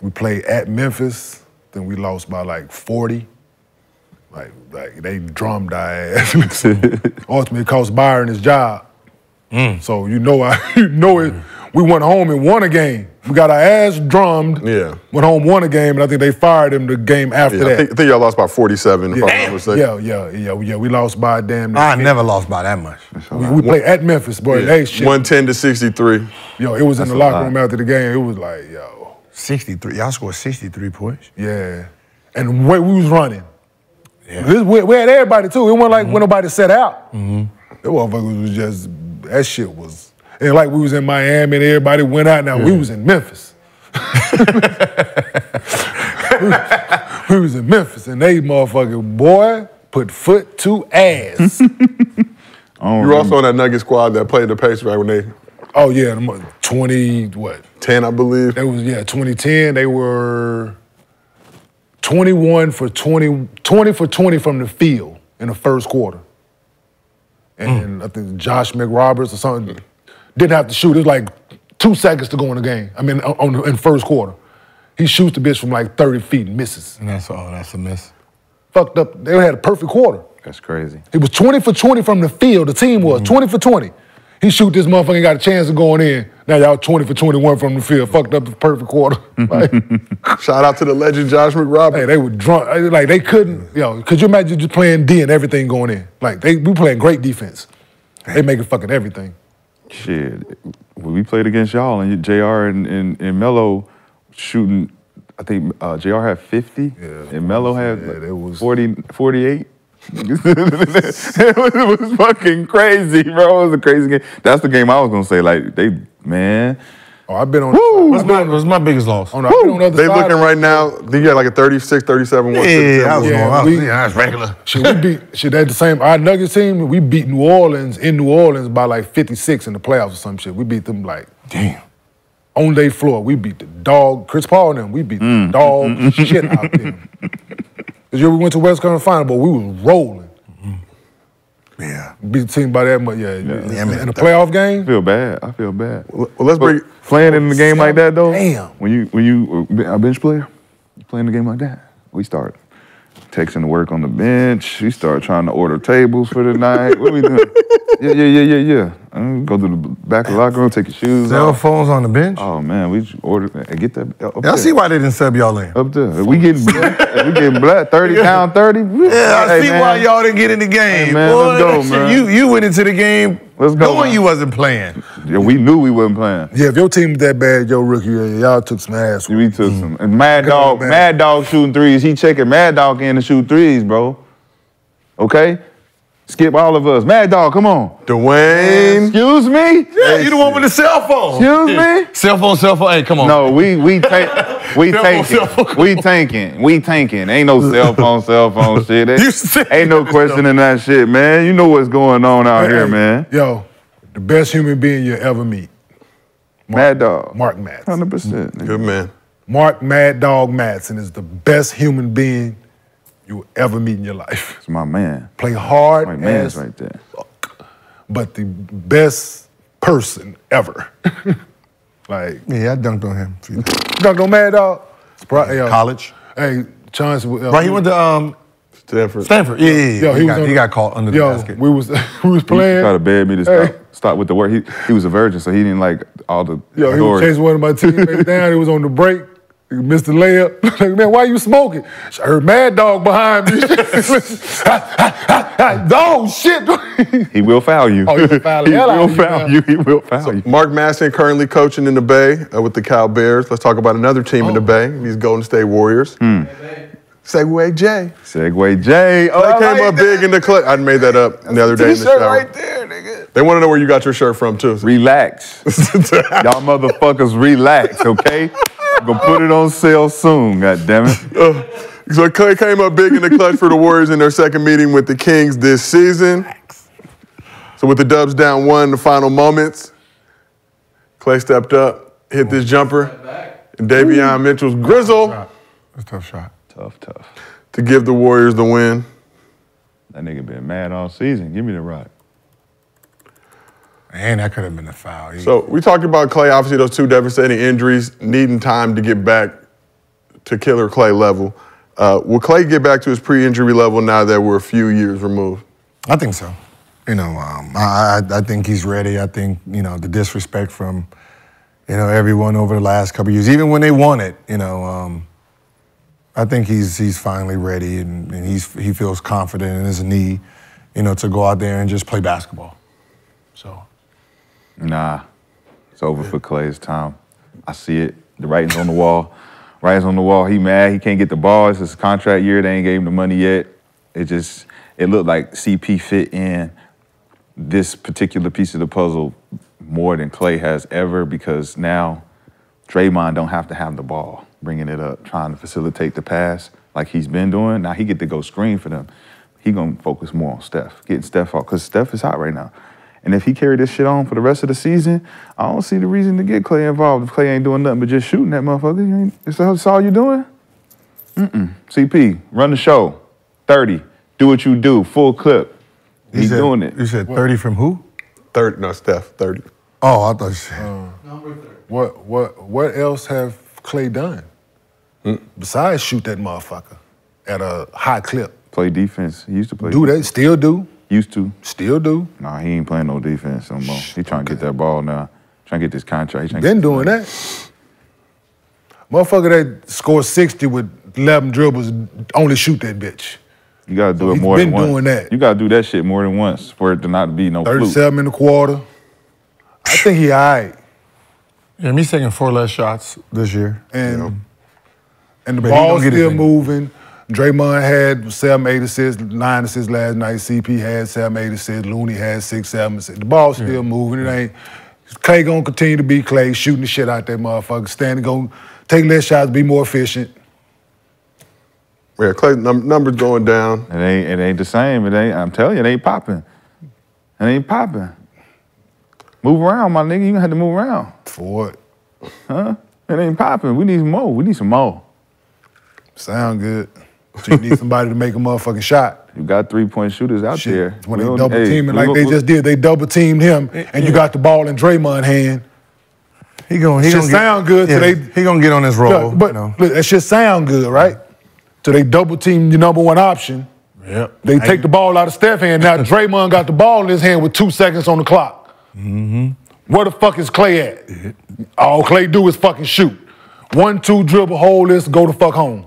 We played at Memphis. Then we lost by like 40. Like, like they drummed our ass. [LAUGHS] Ultimately, it cost Byron his job. Mm. So you know, I, [LAUGHS] you know it. We went home and won a game. We got our ass drummed. Yeah. Went home, won a game, and I think they fired him the game after Yeah, I, that. think, I think y'all lost by 47. If I'm not mistaken. yeah, yeah, yeah, yeah. We lost by a damn. [LAUGHS] near I 50. never lost by that much. We, we played at Memphis, boy. Yeah. They shit. 110 to 63. Yo, it was in That's the a locker lot. room after the game. It was like, yo, 63. Y'all scored 63 points. yeah. And the way we was running, This- we, we had everybody too. It wasn't like Mm-hmm. when nobody set out. That motherfuckers was just that shit was. And like we was in Miami and everybody went out. Now we was in Memphis. [LAUGHS] we, was, we was in Memphis and they motherfucking boy put foot to [LAUGHS] ass. You were also on that Nugget squad that played the Pacers right when they oh yeah, the mo- twenty what? 10, I believe. They was yeah, 2010. They were 21 for 20, 20 for 20 from the field in the first quarter. Mm. And I think Josh McRoberts or something didn't have to shoot. It was like two seconds to go in the game. I mean, on the, in first quarter, he shoots the bitch from like 30 feet and misses. And that's oh, that's a miss. Fucked up. They had a perfect quarter. That's crazy. It was 20 for 20 from the field. The team was 20 for 20. He shoot this motherfucker and got a chance of going in. Now y'all 20 for 21 from the field. Fucked up the perfect quarter. [LAUGHS] [LAUGHS] Like, Shout out to the legend Josh McRoberts. Hey, they were drunk. Hey, Like they couldn't, yo. Could you imagine just playing D and everything going in? Like they we playing great defense. They making fucking everything. Shit. When we played against y'all and JR and, and, and Mello shooting, I think uh, JR had 50 and Mello had like 40, 48. it, was, it was fucking crazy, bro. It was a crazy game. That's the game I was gonna say. Like they, man. Oh, I've been on. What's my, what's my biggest loss? On the, I've been on the other They side. looking right now. They got like a 36, 37, Yeah, 167. I was Yeah, going, I was, we- yeah, that's regular. Shit, we [LAUGHS] beat shit. That the same. Our Nuggets team. We beat New Orleans in New Orleans by like 56 in the playoffs or some shit. We beat them like Damn. on their floor. We beat the dog. Chris Paul and them. We beat Mm. the dog shit out [LAUGHS] them. Cause you ever went to West Conference Final, but we was rolling. Mm-hmm. Yeah. Beat the team by that much. Yeah, Yeah, in, man. in the playoff game. I feel bad. I feel bad. Well, let's bring. Playing in the game like that though. Damn. When you when you uh, a bench player, you playing the game like that. We start texting the work on the bench. We start trying to order tables for the night. What we [LAUGHS] doing? Yeah, yeah, yeah, yeah, yeah. Uh, Go to the back of the locker room, take your shoes Cell off. phones on the bench. Oh man, we just ordered and get that uh, up I there. see why they didn't sub y'all in. Up there. If we getting if we getting blood, [LAUGHS] 30 down 30. Yeah, I Hey, see man. why y'all didn't get in the game. man, Boy, let's go, that shit- man. You you went into the game Let's go, knowing man. you wasn't playing. Yeah, we knew we wasn't playing. Yeah, if your team was that bad, your rookie, year, y'all took some ass. We took some. And Mad Mm. Come on, Dog, man. Mad Dog shooting threes. He checking Mad Dog in to shoot threes, bro. Okay? Skip all of us. Mad Dog, come on. Dwayne. Excuse me? Yeah, you the one with the cell phone. Excuse me? Cell phone, cell phone. Hey, come on. No, we we ta- we Cell phone, cell phone. tanking. We tanking. We tanking. Ain't no cell phone, cell phone [LAUGHS] shit. You Ain't, serious? ain't no questioning that shit, man. You know what's going on out here, Hey, man. Yo, the best human being you'll ever meet, Mad Dog. Mark Matson. 100%. nigga. Good man. Mark Mad Dog Matson is the best human being you'll ever meet in your life. It's my man. Play hard My man's as right there. fuck, but the best person ever. [LAUGHS] like, Yeah, I dunked on him. Few times. Dr. Mad Dog. It's pro- yo, College. Hey, Chance. Uh, Right, he went to um Stanford. Stanford, yeah, yeah, yeah. Yo, he, he was got, on he the- got caught under yo, the basket. we was [LAUGHS] we was He used to playing. try to beg me to Hey. stop, stop with the work. He, he was a virgin, so he didn't like all the Yo, he was authority. chasing one of my teammates down. He was on the break. He missed the layup. [LAUGHS] Like, man, why you smoking? I heard Mad Dog behind me. [LAUGHS] oh shit! [LAUGHS] He will foul you. Oh, he will foul the [LAUGHS] He hell out will of you, foul man. you. He will foul you. Mark Masson currently coaching in the Bay uh, with the Cal Bears. Let's talk about another team in the Oh. Bay, these Golden State Warriors. Hmm. Segway J. Segway J. Oh, they [LAUGHS] I came like up big in the clutch. I made that up the other day in the T-shirt shower. right there, nigga. They want to know where you got your shirt from too. Relax. Y'all motherfuckers relax, okay? I'm gonna put it on sale soon, god damn it. Uh, [LAUGHS] so Clay came up big in the clutch for the Warriors in their second meeting with the Kings this season. So with the Dubs down one in the final moments, Clay stepped up, hit this jumper, and Davion Mitchell's grizzle That's a tough shot. Tough, tough. to give the Warriors the win. That nigga been mad all season. Give me the rock. Man, that could have been a foul. He- So we talked about Clay, obviously those two devastating injuries, needing time to get back to killer Clay level. Uh, will Clay get back to his pre-injury level now that we're a few years removed? I think so. You know, um, I, I I think he's ready. I think you know the disrespect from you know everyone over the last couple years, even when they won it. You know, um, I think he's he's finally ready, and, and he's he feels confident in his knee. You know, to go out there and just play basketball. So Nah, it's over for Clay's time. I see it. The writing's on the wall. Writing's on the wall. He mad. He can't get the ball. It's his contract year. They ain't gave him the money yet. It just it looked like CP fit in this particular piece of the puzzle more than Clay has ever because now Draymond don't have to have the ball, bringing it up, trying to facilitate the pass like he's been doing. Now he get to go screen for them. He gonna focus more on Steph, getting Steph off because Steph is hot right now. And if he carry this shit on for the rest of the season, I don't see the reason to get Clay involved. If Clay ain't doing nothing but just shooting that motherfucker, you ain't, that's, that's all you doing? Mm-mm. CP, run the show. 30. Do what you do. Full clip. You He's said- doing it. you said 30 from who? Third, no, Steph, 30. Oh, I thought you said. Uh, What what what else have Clay done Hmm? besides shoot that motherfucker at a high clip? Play defense. He used to play Do they still do? Used to. Still do? Nah, he ain't playing no defense no more. He trying to get that ball now. Trying to get this contract. He tryna Been get- doing that. Motherfucker that scores 60 with 11 dribbles, only shoot that bitch. You gotta do So it he's more been than once. doing that. You gotta do that shit more than once for it to not be no fluke. 37 in the quarter. I think he all right. Yeah, me taking four less shots this year. And, and the But he ball's gonna get his still thing. moving. Draymond had seven, eight assists, nine assists last night. CP had seven, eight assists. Looney had six, seven assists. The ball's still moving. It ain't. Clay gonna continue to be Clay, shooting the shit out that motherfucker. Standing, gonna take less shots, be more efficient. Yeah, Clay num- numbers going down. It ain't. It ain't the same. It ain't. I'm telling you, it ain't popping. It ain't popping. Move around, my nigga. You gonna have to move around, For what? huh? It ain't popping. We need some more. We need some more. Sound good. So you [LAUGHS] need somebody to make a motherfucking shot. You got three point shooters out Shit. there. When We they don't- double hey, teaming we like gon- they we- just did, they double teamed him, and you got the ball in Draymond hand. He gonna he Shit gonna sound good yeah, today. He gonna get on his roll. Yeah, but you know. look, that shit sound good, right? So they double team your number one option. Yep. They take the ball out of Steph's hand. Now Draymond got the ball in his hand with two seconds on the clock. Mm-hmm. Where the fuck is Clay at? All Clay do is fucking shoot. One, two, dribble, hold this, go the fuck home.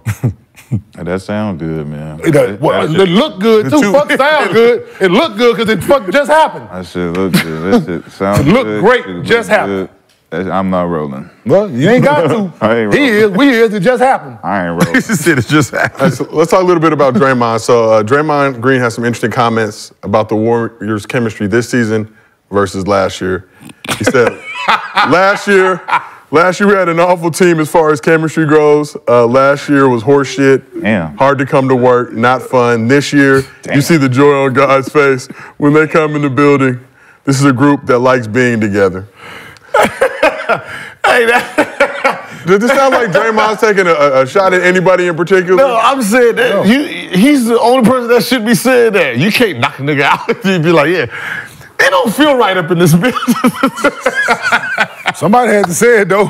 That sound good, man. It, uh, what- That it shit- look good too. [LAUGHS] Fuck sound good. It look good because it fuck just happened. That shit look good. That [LAUGHS] shit sound Look good. great. Shit Just look good. happened. That's- I'm not rolling. Well, you ain't got [LAUGHS] to. I ain't he is, rolling. we is, it just happened. I [LAUGHS] ain't rolling. shit is just happening. Let's, let's talk a little bit about Draymond. So uh, Draymond Green has some interesting comments about the Warriors' chemistry this season versus last year. He [LAUGHS] said, "Last year, last year we had an awful team as far as chemistry goes. Uh, last year was horseshit. Damn. Hard to come to work, not fun. This year, you see the joy on God's face when they come in the building. This is a group that likes being together." Hey, that, Does this sound [LAUGHS] like Draymond's taking a- a, a shot at anybody in particular? No, I'm saying that you, he's the only person that should be saying that. You can't knock a nigga out [LAUGHS] if you be like, yeah, it don't feel right up in this [LAUGHS] bitch. Somebody had to say it though.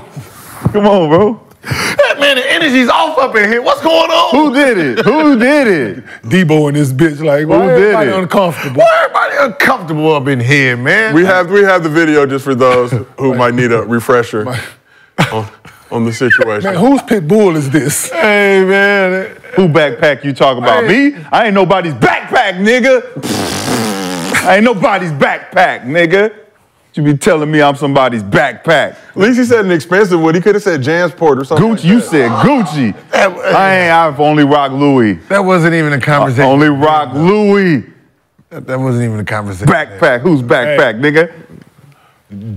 Come on, bro. that like, man, the energy's off up in here. What's going on? Who did it? Who did it? Debo and this bitch, like, why Who did everybody it? uncomfortable? Why everybody uncomfortable up in here, man? We have we have the video just for those who might need a refresher on, on the situation. Man, whose pit bull is this? Hey, man. Who backpack you talk about? Hey. Me? I ain't nobody's backpack, nigga. [LAUGHS] I ain't nobody's backpack, nigga. You be telling me I'm somebody's backpack. At least he said an expensive one. He could have said Jansport or something. Gucci, you said Gucci. [LAUGHS] I ain't I've only rock Louis. That wasn't even a conversation. Uh, Only rock Louis. That, that wasn't even a conversation. Backpack. Who's backpack, nigga?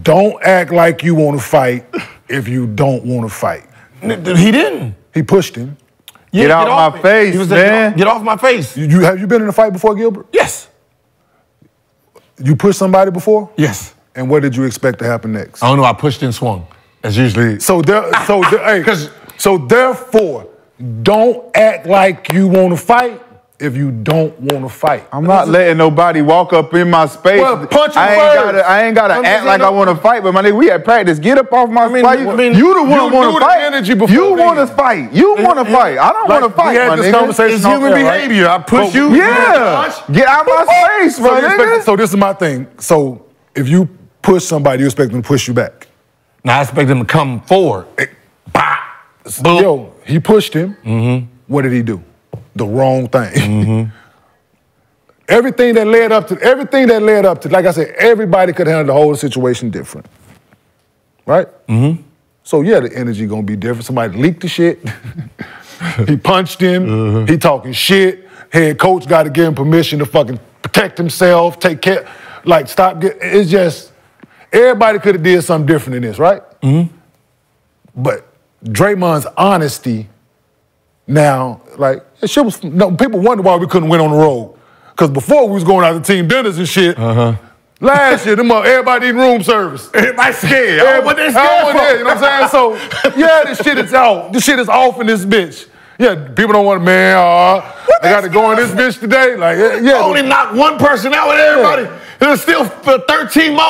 Don't act like you want to fight if you don't want to fight. N- th- He didn't. He pushed him. Yeah, Get out off my me. face, He was like, man. Get off, get off my face. You, you- have you been in a fight before, Gilbert? Yes. You pushed somebody before? Yes. And what did you expect to happen next? Um, I don't know. I pushed and swung. That's usually. So there, so there, [LAUGHS] hey, 'Cause- so therefore, don't act like you want to fight if you don't want to fight. I'm not letting nobody walk up in my space. Well, punch I him ain't first. gotta, I ain't gotta I'm just act like saying, I want to fight, but my nigga, we at practice. Get up off my mean, fight. I mean, you the you one want knew to the fight. energy before you then. want to fight. You want to fight. I don't Like, want to fight. We had my this nigga. conversation. It's human off air, right? behavior. I push you. Yeah, get out my space, So, my you expect, nigga. so this is my thing. So if you push somebody, you expect them to push you back. Now I expect him to come forward. Boom. Yo, he pushed him. What did he do? The wrong thing. [LAUGHS] everything that led up to everything that led up to, like I said, everybody could handle the whole situation different, right? Mm-hmm. So yeah, the energy gonna be different. Somebody leaked the shit. [LAUGHS] he punched him. He talking shit. Head coach got to give him permission to fucking protect himself. Take care. Like stop. Get, it's just everybody could have did something different in this, right? But Draymond's honesty now, like, that shit was, no, people wonder why we couldn't win on the road. Because before we was going out to team dinners and shit. Uh-huh. Last year, them mother- everybody in room service. Everybody scared. I don't know Everybody- what they I scared don't for. want that, You know what I'm saying? So, yeah, this shit is out. This shit is off in this bitch. Yeah, people don't want to, man, uh, I got to go in this bitch today. Like, yeah, yeah. Only knocked one person out with everybody. There's still f- 13 more.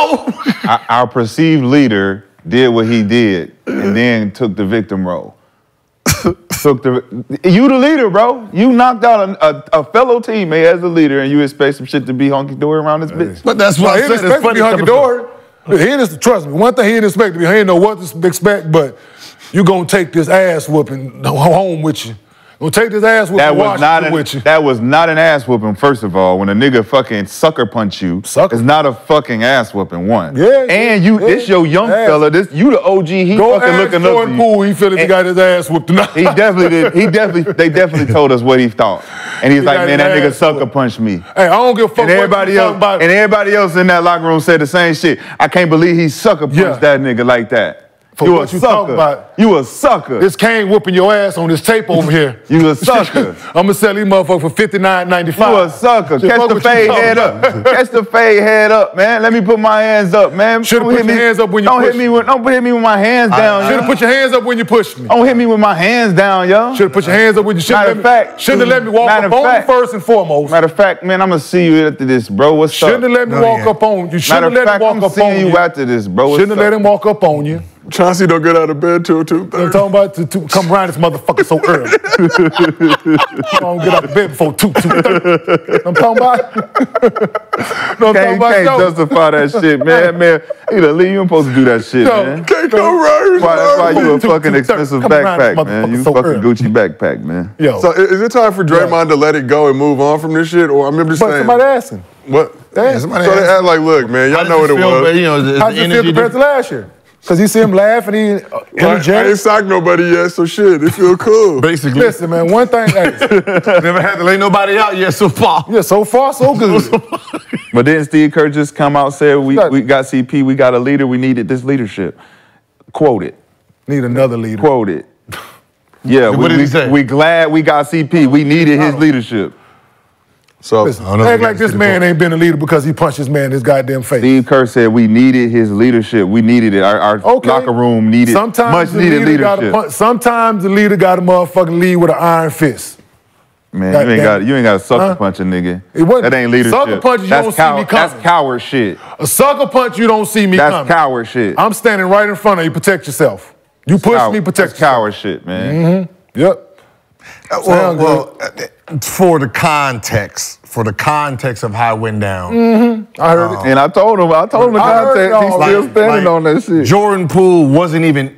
Our- Our perceived leader did what he did, [CLEARS THROAT] and then took the victim role. took the you the leader, bro. You knocked out a, a, a fellow teammate as a leader, and you expect some shit to be honky dory around this bitch. But that's Well, he didn't expect to be hunky dory. He didn't trust me. One thing he didn't expect to be. He didn't know what to expect, but you gonna take this ass whooping home with you. Gonna take this ass whooping That was not Washington an, with you. that was not an ass whooping. First of all, when a nigga fucking sucker punch you, Sucker. it's not a fucking ass whooping. One, Yeah, and yeah, you, yeah. this your young Ass. fella. This you the OG. He Go fucking ask looking up to Jordan you. Poole. He feel if he And- got his ass whooped tonight. [LAUGHS] He definitely did. He definitely. They definitely told us what he thought, and he's He like, got "Man, his that nigga ass sucker whooped. punched me." Hey, I don't give a fuck And what everybody you else, talking about. and everybody else in that locker room said the same shit. I can't believe he sucker punched Yeah. that nigga like that. For you what a you talking sucker. about. You a sucker. this cane whooping your ass on this tape over here. [LAUGHS] You a [LAUGHS] sucker. I'm gonna sell these motherfuckers for fifty nine ninety You a five. sucker. Catch the fade head up. Catch the fade head up, man. Let me put my hands up, man. Shoulda Don't put hit your me- hands up when you Don't hit pushed. me with don't hit me with my hands [LAUGHS] down. Should have yo. put your hands up when you pushed me. Don't hit me with my hands down, yo. Should have put your hands up when you should Matter have of let me, fact- shouldn't have let me walk Matter up of on you fact- first and foremost. Matter of fact, man, I'm gonna see you after this, bro. What's Shouldn't have up? let me walk up on you. Matter of Shouldn't have let him fact, walk I'm up on seeing you. you after this, bro. What's Shouldn't have let up? him walk up [LAUGHS] on you. Chauncey don't get out of bed till two I'm thirty. talking about to, to come around this motherfucker so early. [LAUGHS] I don't get out of bed before two two thirty. I'm talking about. [LAUGHS] no, I'm talking Can't, about can't yo. justify that [LAUGHS] shit, man. man, you the lead. You ain't supposed to do that shit, man. Can't come right. Why, that's why you a Two- fucking two- expensive come around this backpack, man. You motherfucker so fucking early. Gucci backpack, man. yo. So i- is it time for Draymond to let it go and move on from this shit, or I'm just but saying somebody asking. what? Yeah, so somebody they asked. act like, look, man, y'all know what it was. You know, is- is How the does it feel energy compared to last year? Because you see him laugh and he uh, Like, I ain't interject. socked nobody yet, so shit, it feel cool. Basically, Listen, man, one thing. Hey, never had to lay nobody out yet so far. yeah, so far so [LAUGHS] good. But didn't Steve Kerr just come out said we, Look. we got CP, we got a leader, we needed this leadership. Quote it. Need another leader. Quote [LAUGHS] it. Yeah, we, What did he we- say? we glad we got CP. We needed his leadership. So Listen, don't know if act we got like to this see the man vote. ain't been a leader because he punched his man in his goddamn face. Steve Kerr said we needed his leadership. We needed it. Our, our Okay. locker room needed Sometimes much the needed leader gotta leadership. punch- sometimes the leader got a motherfucking lead with an iron fist. Man, God you ain't damn got it. you ain't got to sucker Huh? punch a nigga. It wasn't- That ain't leadership. sucker punches, you that's don't see cow- me coming. That's coward shit. A sucker punch, you don't see me That's coming. coward shit. I'm standing right in front of you. Protect yourself. You push me, protect That's coward shit, man. Mm-hmm. Yep. Uh, Well, well uh, for the context, for the context of how it went down. Mm-hmm. I heard it. And I told him, I told him the context. He's still standing on that shit. Jordan Poole wasn't even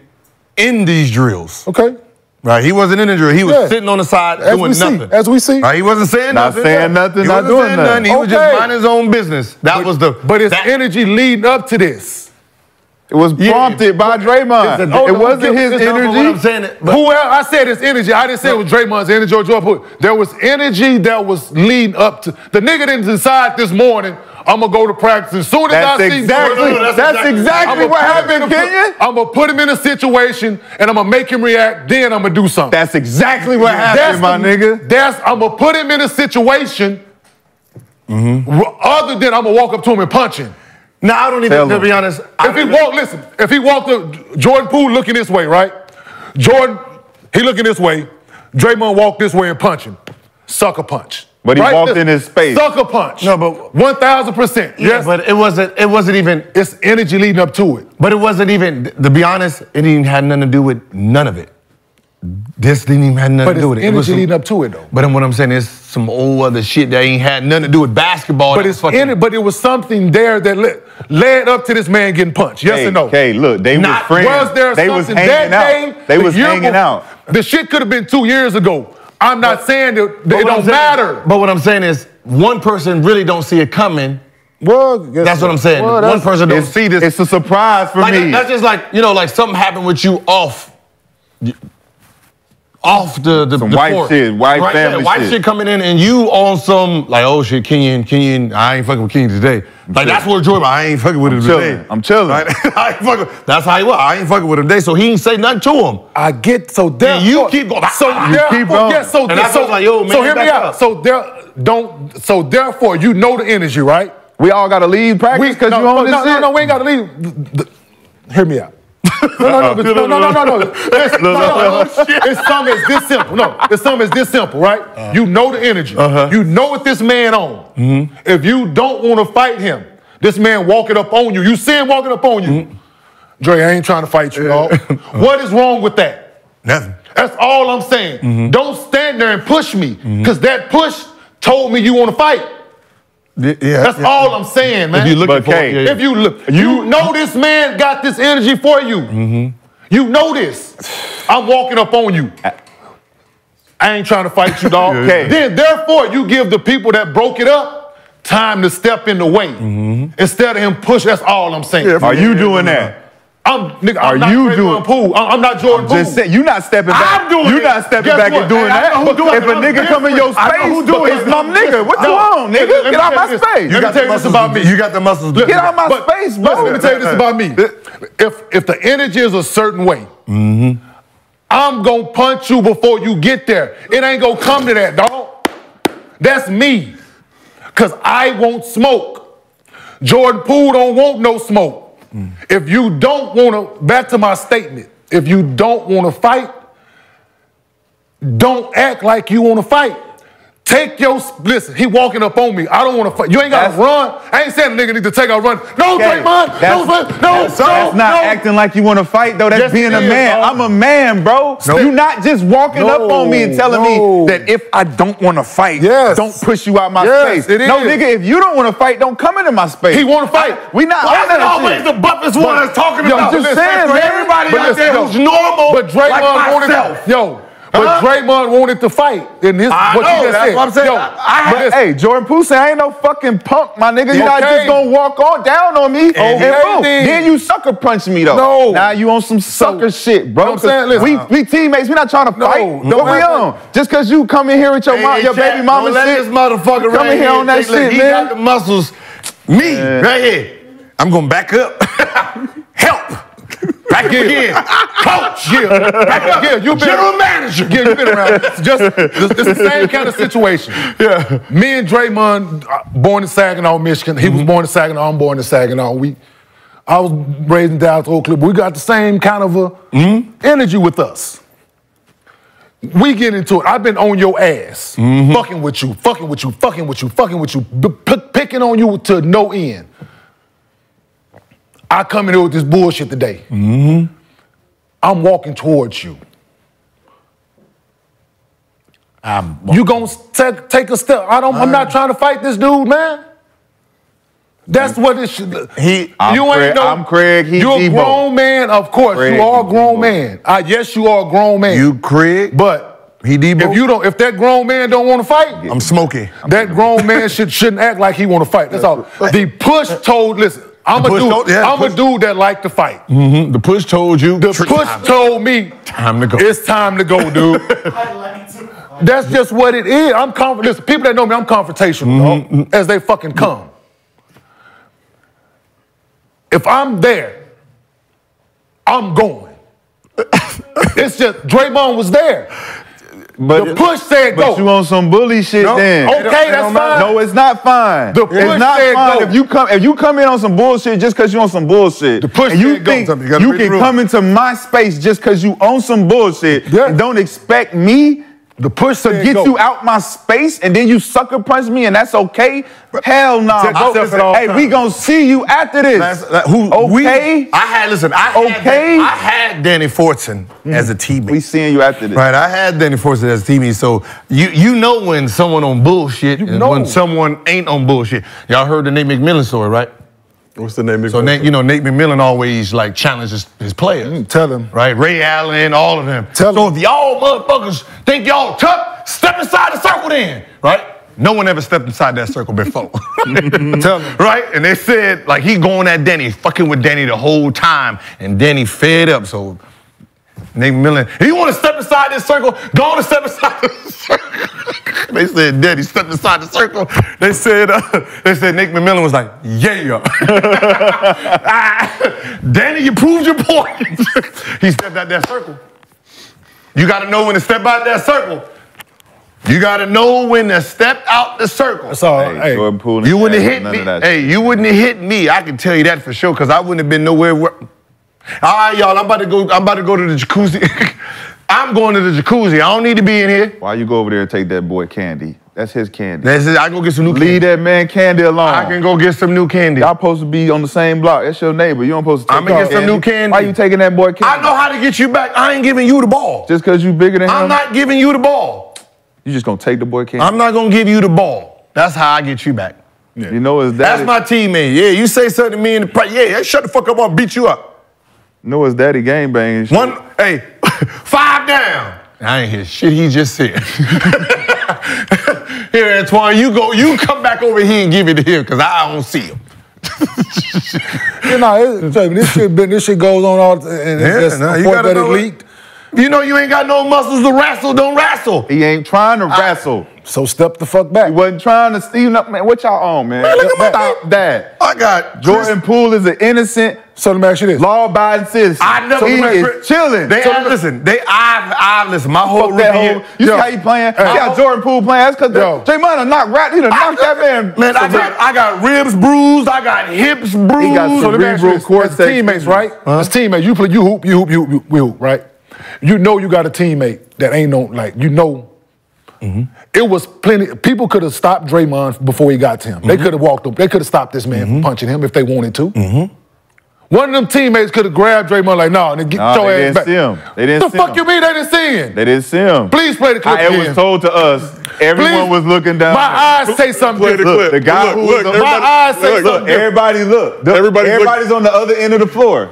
in these drills. Okay. Right, he wasn't in the drill. He was Yeah. sitting on the side As doing we see, nothing. as we see. Right, he wasn't saying Not nothing. saying nothing, He not wasn't doing saying nothing. He was just Okay. minding his own business. That was the. But it's the energy leading up to this. It was prompted by Draymond. It's a- it no, wasn't no, his no, but energy. what I'm saying, who else? I said it's energy. I didn't say it was Draymond's energy or Jordan Poole. There was energy that was leading up to. The nigga didn't decide this morning. I'm gonna go to practice. As soon as That's I see exactly- Jordan, that's exactly I'ma what put him happened, in a- Kenyon. I'm gonna put him in a situation and I'm gonna make him react. Then I'm gonna do something. That's exactly what happened, my nigga. That's I'm gonna put him in a situation. r- Other than I'm gonna walk up to him and punch him. No, I don't even. Tell to him. be honest, I If he don't- walked, listen, if he walked up, Jordan Poole looking this way, right? Jordan, he looking this way. Draymond walked this way and punch him. Sucker punch. But he Right? walked This- in his space. Sucker punch. No, but- one thousand percent. Yeah, Yes, but it wasn't. It wasn't even. It's energy leading up to it. But it wasn't even. To be honest, it didn't even had nothing to do with none of it. This didn't even have nothing but to it's do with it. energy it was some- leading up to it though. But then what I'm saying is some old other shit that ain't had nothing to do with basketball. But that it's fucking- ener- but it was something there that led, led up to this man getting punched. Yes hey, or no? Hey, look, they was Not- friends. Was there they was something hanging that out. day? They the was year hanging bef- out. The shit could have been two years ago. I'm not saying that, that But it what I'm don't saying- matter. But what I'm saying is one person really don't see it coming. Well, that's what I'm saying. Well, one that's- person don't it's- see this. It's a surprise for like, me. That's just like you know, like something happened with you off, off the the, Some the wife court. shit, wife yeah, family wife shit. coming in, and you on some like, oh shit, Kenyon, Kenyon, I ain't fucking with Kenyon today. Like that's where Jordan, I ain't fucking with him I'm today. chilling. I'm chilling. Right? [LAUGHS] I ain't fucking, that's how he was. I ain't fucking with him today, so he ain't say nothing to him. I get so there. And you keep going. So You therefore, keep going. yeah, so, And I so, was like, yo, man, so hear me back out. up. So there, don't. So therefore, you know the energy, right? [LAUGHS] we all gotta leave practice We- because no, you on no, this no, shit. No, no, we ain't gotta leave. The- the- hear me out. No, no, [LAUGHS] no, but- no, no, no, no, no. It's, no, no, no. it's some is this simple. No, it's some is this simple, right? Uh-huh. You know the energy. You know what this man on. Mm-hmm. If you don't want to fight him, this man walking up on you. You see him walking up on you. Mm-hmm. Dre, I ain't trying to fight you, dog. [LAUGHS] what is wrong with that? [LAUGHS] Nothing. That's all I'm saying. Mm-hmm. Don't stand there and push me, because that push told me you want to fight. Yeah, That's all I'm saying, man. If you looking But for, K, yeah, yeah. If you look, you, know this man got this energy for you. Mm-hmm. You [SIGHS] know this. I'm walking up on you. I ain't trying to fight [LAUGHS] you, dog. Okay. Then, therefore, you give the people that broke it up time to step in the way Mm-hmm. instead of him push. That's all I'm saying. Are you doing that? I'm, nigga, I'm Are not you Draymond doing- Poole. I'm, I'm not Jordan Poole. Just say, you not stepping back. I'm doing you it. not stepping Guess back what? and doing Hey, I that. know who doing if it. a I'm nigga come in your different. I space, know who doing because it. my nigga, what you No. on, Let me- nigga? let me Get out tell my you this. space. Let me tell you this about me. You got the muscles. Look, Get out my but- space, but bro. Let me tell you this about me. If if the energy is a certain way, Mm-hmm. I'm gonna punch you before you get there. It ain't gonna come to that, dog. That's me. Cause I won't smoke. Jordan Poole don't want no smoke. If you don't wanna, back to my statement, if you don't wanna fight, don't act like you wanna fight. Take your listen. He walking up on me. I don't want to fight. You ain't gotta That's- run. I ain't saying a nigga need to take out run. No, Okay, Draymond. No, that's- Draymond, no, that's, no, that's not no. acting like you want to fight, though. That's Yes, being it a is, man. dog. I'm a man, bro. Nope. You're not just walking up on me and telling No, me that if I don't want to fight, Yes. don't push you out my Yes, space. it No, is. nigga, if you don't want to fight, don't come into my space. He want to fight. We not Why on is that it always shit. the buffest one that's talking Yo, I'm about? just Listen, saying, for man. everybody But out listen, there yo, who's normal, But Draymond wanted- myself. yo. But Huh? Draymond wanted to fight. In his, I what know, you just that's said. what I'm saying. Yo, I- I but had- listen, hey, Jordan Poole say, I ain't no fucking punk, my nigga. You're not Okay. just gonna walk on down on me. And Okay, boom, then. then you sucker punch me though. No. Now you on some sucker shit, bro. Know what I'm saying? Listen. we, we teammates, we not trying to No, fight. don't what we have on? Just cause you come in here with your Hey, mom, hey, your chat, baby mama don't let shit. this motherfucker come right in here on that think, look, shit, he man. got the muscles. Me, right here. I'm going back up. Help. Back up again. Coach. Yeah, yeah, you been, General manager. Yeah, you been around. It's just it's, it's the same kind of situation. Yeah. Me and Draymond, uh, born in Saginaw, Michigan. He Mm-hmm. was born in Saginaw. I'm born in Saginaw. We, I was raised in Dallas, Oak Cliff. We got the same kind of a Mm-hmm. energy with us. We get into it. I've been on your ass, Mm-hmm. fucking with you, fucking with you, fucking with you, fucking with you, b- p- picking on you to no end. I come in here with this bullshit today. I'm walking towards you. I'm You gonna take take a step. I don't. I'm not trying to fight this dude, man. That's what it should. He. I'm you ain't Craig- no. I'm Craig, he You're a Debo. grown man, of course. Craig, you are a he grown man. I, yes, you are a grown man. You Craig, but he Debo. If you don't, if that grown man don't want to fight, I'm smoking. that grown man should [LAUGHS] shouldn't act like he want to fight. That's all. The push told. Listen, I'm a push dude. told- yeah, I'm push- a dude that like to fight. Mm-hmm. The push told you. The push told me Time to go. it's time to go, dude. That's just what it is. I'm conf- listen, people that know me, I'm confrontational, dog, Mm-hmm. as they fucking come. If I'm there, I'm going. [COUGHS] it's just Draymond was there. But the push said But go. you on some bully shit No, then. okay, It don't- it that's don't matter. fine. No, it's not fine. The it's push not said fine go. if you come if you come in on some bullshit just because you on some bullshit. The push and you said go, think Tommy. You you, gotta read the can room. come into my space just because you on some bullshit. And don't expect me the push to said get go. you out my space and then you sucker punch me and that's okay. Hell no. Protect yourself at all Hey, we times. gonna see you after this. That's- that- who okay? We, I had listen. I Okay. Had, I had Danny Fortson as a teammate. we seeing you after this. Right, I had Danny Fortson as a teammate, so you you know when someone on bullshit and know. when someone ain't on bullshit. Y'all heard the Nate McMillan story, right? What's the name? So Nate, you know Nate McMillan always like challenges his players, Mm, Tell him. right? Ray Allen, all of them. Tell so if y'all motherfuckers think y'all tough, step inside the circle then, right? No one ever stepped inside that circle before. [LAUGHS] Tell him. [LAUGHS] Right? And they said, like, he going at Danny, fucking with Danny the whole time. And Danny fed up. So Nate Millen, if you want to step inside this circle, go on and step inside the circle. [LAUGHS] they said, Danny, step inside the circle. They said, uh, they said Nick McMillan was like, yeah. [LAUGHS] Ah, Danny, you proved your point. [LAUGHS] he stepped out that circle. You gotta know when to step out that circle. You gotta know when to step out the circle. That's all. Hey, Hey, Jordan Poole and You wouldn't Shaq, have hit none me. of that Hey, you wouldn't have hit me. I can tell you that for sure, cause I wouldn't have been nowhere. Where... All right, y'all. I'm about to go. I'm about to go to the jacuzzi. [LAUGHS] I'm going to the jacuzzi. I don't need to be in here. Why you go over there and take that boy candy? That's his candy. That's it. I go get some new Leave candy. that man candy alone. I can go get some new candy. Y'all supposed to be on the same block. That's your neighbor. You don't supposed to. I'ma take get his some new candy. Why you taking that boy candy? I know how to get you back. I ain't giving you the ball. Just because you bigger than I'm him, not giving you the ball. you just gonna take the boy candy. I'm not gonna give you the ball. That's how I get you back. You know his daddy. That's my teammate. Yeah, you say something to me in the press. Yeah, shut the fuck up. I'll beat you up. you know his daddy game banging. One, hey, [LAUGHS] five down. I ain't hear shit he just said. [LAUGHS] here, Antoine, you go, you come back over here and give it to him, cause I don't see him. You know, it, Jay, this shit been this shit goes on all the time. And it's just Mm. nah, you unfortunate gotta that it know it. leaked. You know you ain't got no muscles to wrestle, don't wrestle. He ain't trying to wrestle. So step the fuck back. He wasn't trying to steal up, man. What y'all on, man? Man, look at my Stop thing. that. I got Jordan Poole is an innocent, So let me ask you this. law-abiding citizen. I never he met is Chris- chilling. They So I, listen, they I I listen, my whole Fuck that rookie whole, year. you Yo. see how he playing? Hey. Yeah, Jordan Poole playing. That's Yo. because Draymond knocked right. He done knocked [LAUGHS] that man. Man, I got, I got ribs bruised, I got hips bruised. got So let me ask you cerebral this. cortex As teammates, right? As teammates, you play, you hoop, you hoop, you hoop, you- we hoop, right? You know you got a teammate that ain't no like you know. Mm-hmm. It was plenty. People could have stopped Draymond before he got to him. Mm-hmm. They could have walked up. They could have stopped this man from punching him if they wanted to. One of them teammates could have grabbed Draymond like, "No, nah, get Mm-hmm. Nah, your ass they didn't back." see him. They didn't the see fuck him. you mean they didn't see him? They didn't see him. Please play the clip I, it again. was told to us. Everyone Please. was looking down. My eyes say something Play the different. clip. Look, the guy Look, who look, was on- My everybody- eyes say look, something Look, everybody look. The- Everybody's looking- everybody's on the other end of the floor.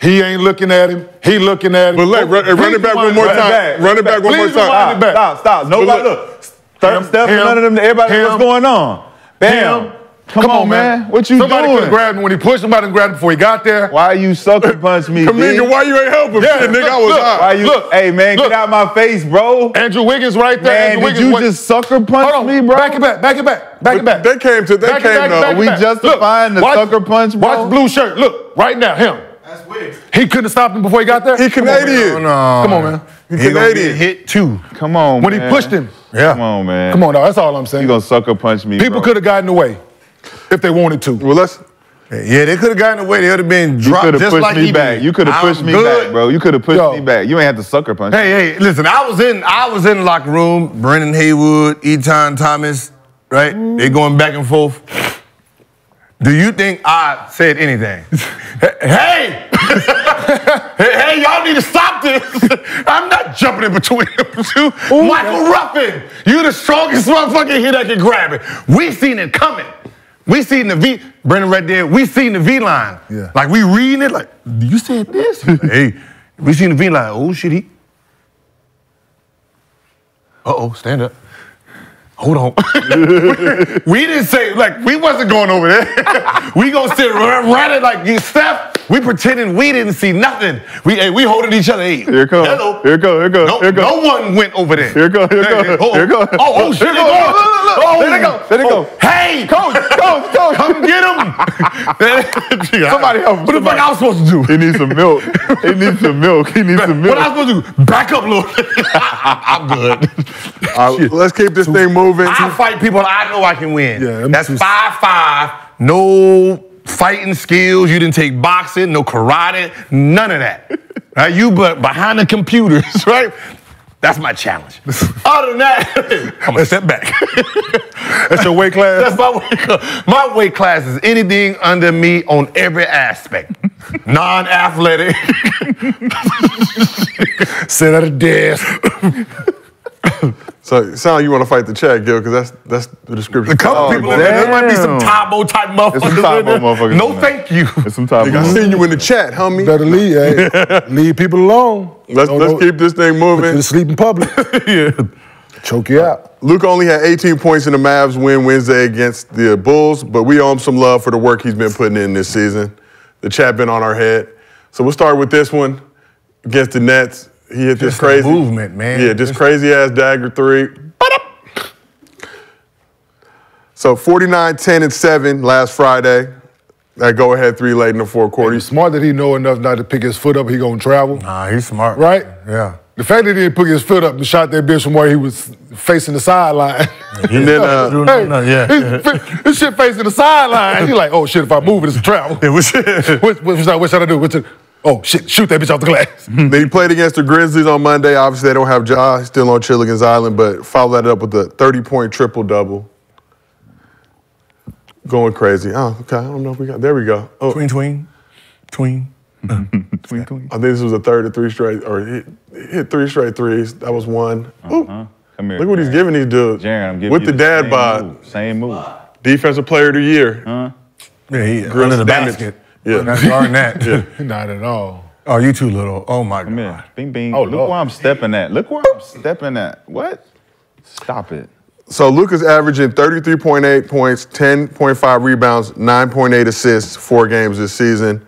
He ain't looking at him. He looking at him. But look, run, run Please it back one rewind more it time. back. Run it back one more Please rewind time. it back. Stop, stop. look. Nobody look. Third step, him, none of them. Everybody know him, what's going on. Bam. Him. Come, on, man. What you Somebody doing? could grab him when he pushed. Somebody grabbed him before he got there. Why [LAUGHS] you sucker punch me? Kaminga, bitch? why you ain't helping? Yeah, Shit, nigga, I was look, hot. Why you? Look, hey man, look. get out my face, bro. Andrew Wiggins right there. Andrew Man, did Wiggins you went- just sucker Hold punch on. me, bro? Back it back. Back it back. Back it back. They came to. They Back it came back, though. back it we back. justifying the watch- sucker punch, bro? Watch blue shirt. Look right now, him. That's weird. He couldn't have stopped him before he got there. He Come on, man. Canadian. Come on, man. He He gonna Canadian. get hit too. Come on, When he man. pushed him. Yeah. Come on, man. Come on, now. That's all I'm You saying. gonna sucker punch me? People bro. could have gotten away if they wanted to. Well, let's. Yeah, they could have gotten away. They would have been You dropped could have just pushed like me he back. did. You could have I'm pushed me good. back, bro. You could have pushed Yo. me back. You ain't have to sucker punch. me. Hey, hey, listen, I was in I was in the locker room, Brendan Haywood, Eton Thomas, right? They going back and forth. Do you think I said anything? hey! [LAUGHS] hey, hey, y'all need to stop this. [LAUGHS] I'm not jumping in between [LAUGHS] them two. Michael Ruffin, you the strongest motherfucker here that can grab it. We seen it coming. We seen the V, Brendan right there, we seen the V line. Yeah. Like we reading it, like, you said this? hey, we seen the V line. Oh shit, he. Uh-oh, stand up. Hold on. [LAUGHS] we didn't say, like, we wasn't going over there. [LAUGHS] we gonna sit right, right at like you Steph. We pretending we didn't see nothing. We hey, we holding each other. Hey, Here it comes. Hello. Here it comes. Here it comes. No, here it no comes. one went over there. Here it goes, here it Hey, goes, hey, oh, here it goes. Oh, oh, shit. Here it goes. Look, look, oh, look, oh, there they go, there they go. oh, Hey, coach, coach, coach, come get him. [LAUGHS] Somebody help him, What the fuck somebody. I was supposed to do? He needs some milk. He needs some milk. He needs some milk. What I was supposed to do? Back up, Lord. [LAUGHS] I'm good. All right, let's keep this thing moving. I fight people I know I can win. Yeah, them That's two- five five. No fighting skills. You didn't take boxing, no karate, none of [LAUGHS] that. Right? You but behind the computers, [LAUGHS] right? That's my [LAUGHS] challenge. Other than [LAUGHS] that, I'm gonna step back. That's your weight class? That's my weight class. My weight class is anything under me on every aspect. [LAUGHS] Non-athletic. Sit at a desk. So it sound like you want to fight the chat, Gil, because that's that's the description. A couple Oh, people in there. There might be some damn. Tabo type There's motherfuckers. some in type there. of motherfuckers. No, in there. thank you. There's some type of Nigga, I motherfuckers. seen you in the chat, homie. Better leave, hey. [LAUGHS] leave people alone. Let's Don't- let's don't keep this Put thing you moving. to sleep in public. [LAUGHS] yeah. Choke you out. Luke only had 18 points in the Mavs win Wednesday against the Bulls, but we owe him some love for the work he's been putting in this season. The chat been on our head. So we'll start with this one against the Nets. He hit this Just that crazy movement, man. Yeah, this crazy ass dagger three. Ba-dum. So 49, 10, and 7 last Friday. That go ahead three late in the fourth quarter. He's smart that he know enough not to pick his foot up. He gonna travel, Nah, he's smart. right? Yeah. The fact that he didn't pick his foot up and shot that bitch from where he was facing the sideline. And then uh, [LAUGHS] Drew, no, no, yeah. This, this shit facing the sideline. He like, oh shit, if I move it, it's a travel. It [LAUGHS] was What, what, should I- what should I do? What should- oh shit, shoot that bitch off the glass. Then he played against the Grizzlies on Monday. Obviously, they don't have Ja, he's still on Chilligan's Island, but followed that up with a 30 point triple double. Going crazy. Oh, okay. I don't know if we got. There we go. Oh, tween tween. Tween. [LAUGHS] I think this was a third of three straight, or hit, hit three straight threes. That was one. Ooh, Uh-huh. Come here. Look what he's Jaren. giving these dudes. Jaren, I'm giving with the, you dad same bod. move, Uh-huh. Same move. Defensive player of the year. Yeah, he Grill under the damage. basket. Yeah. Not [LAUGHS] guarding that. Not at all. Oh, you too little. Oh my Come god. here. Bing, bing. Oh, Look Lord. where I'm stepping at. Look where I'm stepping at. What? Stop it. So Luca's averaging 33.8 points, 10.5 rebounds, 9.8 assists, four games this season.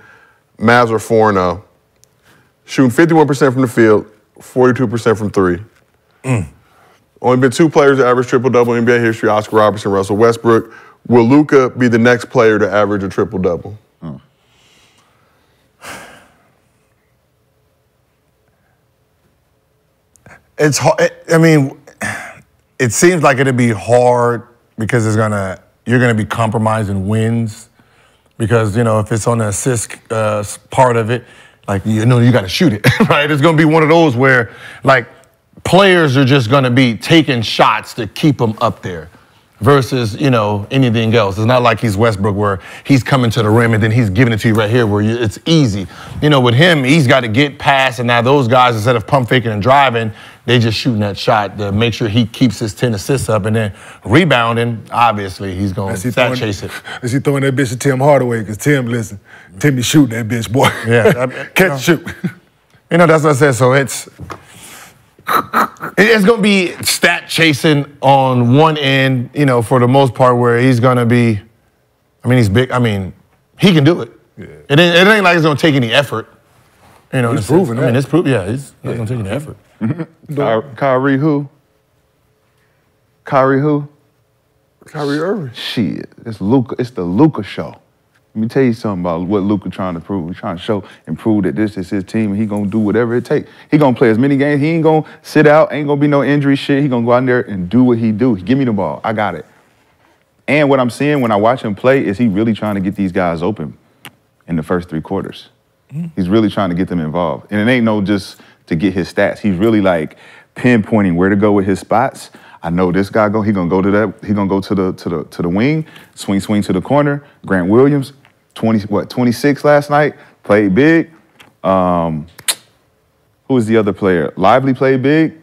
Mavs are 4 0. Shooting 51% from the field, 42% from three. Only been two players to average triple double in NBA history Oscar Robertson, Russell Westbrook. Will Luca be the next player to average a triple double? It's hard. I mean, it seems like it'd be hard because it's gonna you're gonna be compromising wins because you know if it's on the assist uh, s- part of it, like you know you got to shoot it, [LAUGHS] right? It's gonna be one of those where like players are just gonna be taking shots to keep them up there. Versus, you know, anything else. It's not like he's Westbrook where he's coming to the rim and then he's giving it to you right here where you, it's easy. You know, with him, he's got to get past, and now those guys, instead of pump faking and driving, they just shooting that shot to make sure he keeps his 10 assists up and then rebounding, obviously, he's going Is he to sat throwing- chase it. Is he throwing that bitch to Tim Hardaway? Because Tim, listen, Tim be shooting that bitch, boy. Yeah, [LAUGHS] I mean, Catch and shoot. You know, that's what I said. So it's it's gonna be stat chasing on one end, you know, for the most part, where he's gonna be. I mean, he's big. I mean, he can do it. It, ain't, it ain't like it's gonna take any effort. You know, He's it's- proven I mean, that. it's proven. Yeah, he's not gonna take any effort. Ky- Kyrie who? Kyrie who? Kyrie Irving. Shit. It's Luca. It's the Luca show. Let me tell you something about what Luca trying to prove. He's trying to show and prove that this is his team and he gonna do whatever it takes. He gonna play as many games. He ain't gonna sit out, ain't gonna be no injury shit. He gonna go out there and do what he do. Give me the ball. I got it. And what I'm seeing when I watch him play is he really trying to get these guys open in the first three quarters. He's really trying to get them involved. And it ain't no just to get his stats. He's really like pinpointing where to go with his spots. I know this guy go, he gonna go to that, he gonna go to the to the to the wing, swing, swing to the corner. Grant Williams, 20, what, 26 last night, played big. Um, who was the other player? Lively played big.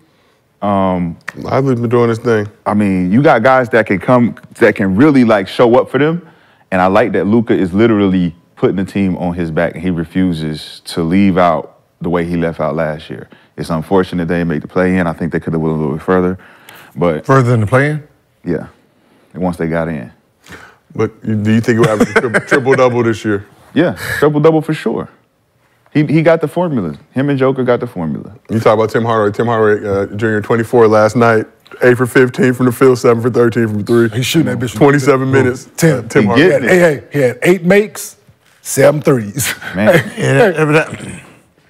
Um, Lively's been doing his thing. I mean, you got guys that can come that can really like show up for them, and I like that Luca is literally putting the team on his back, and he refuses to leave out the way he left out last year. It's unfortunate they didn't make the play in. I think they could have went a little bit further, but further than the play in. Yeah, once they got in. But you- do you think he'll have a tri- [LAUGHS] triple double this year? Yeah, triple double for sure. He he got the formula. Him and Joker got the formula. You talk about Tim Hardaway. Tim Hardaway uh, Jr. 24 last night, 8 for 15 from the field, 7 for 13 from 3. He's shooting that bitch. 27 minutes. Uh, Tim, Tim he Hardaway. had, hey, hey, he had eight makes, seven threes. [LAUGHS] Man. Give me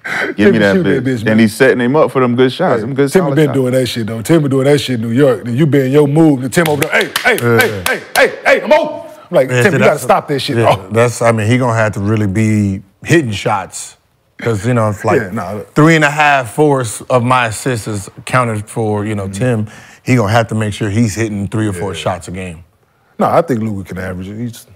that shoot bitch. that bitch, man. and he's setting him up for them good shots. Them good Tim solid been shots. doing that shit though. Tim been doing that shit in New York. Then you been in your move. Then Tim over there, hey, hey, hey, hey, hey, hey, I'm over. I'm like, Yeah, see, Tim, you gotta that's- stop that shit, Oh. yeah, bro. That's I mean, he gonna have to really be hitting shots. Cause you know, it's like Yeah, nah. three and a half fourths of my assists is counted for, you know, Mm-hmm. Tim. He gonna have to make sure he's hitting three or four shots a game. No, I think Luka can average it. He's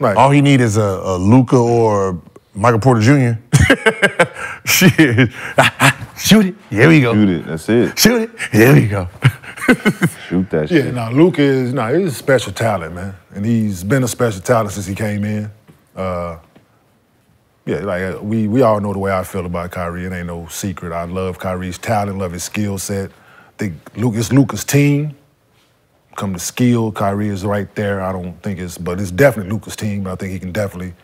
like [LAUGHS] All he need is a, a Luca or Michael Porter Jr. [LAUGHS] Shit. [LAUGHS] Shoot it. Here we go. Shoot it. That's it. Shoot it. Here we go. Shoot that Yeah, shit. no, Luke is no, he's a special talent, man, and he's been a special talent since he came in. Uh, yeah, like uh, we we all know the way I feel about Kyrie. It ain't no secret. I love Kyrie's talent, love his skill set. Think Luke it's Luca's team. Come to skill, Kyrie is right there. I don't think it's, but it's definitely Luca's team. I think he can definitely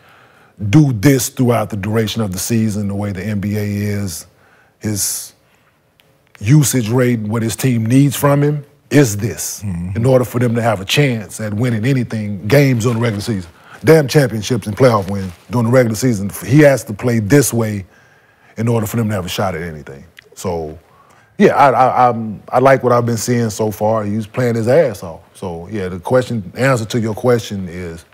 do this throughout the duration of the season. The way the NBA is, his usage rate, what his team needs from him, is this in order for them to have a chance at winning anything, games on the regular season. Damn championships and playoff wins during the regular season. He has to play this way in order for them to have a shot at anything. So, yeah, I, I, I'm, I like what I've been seeing so far. He's playing his ass off. So, yeah, the question, answer to your question is,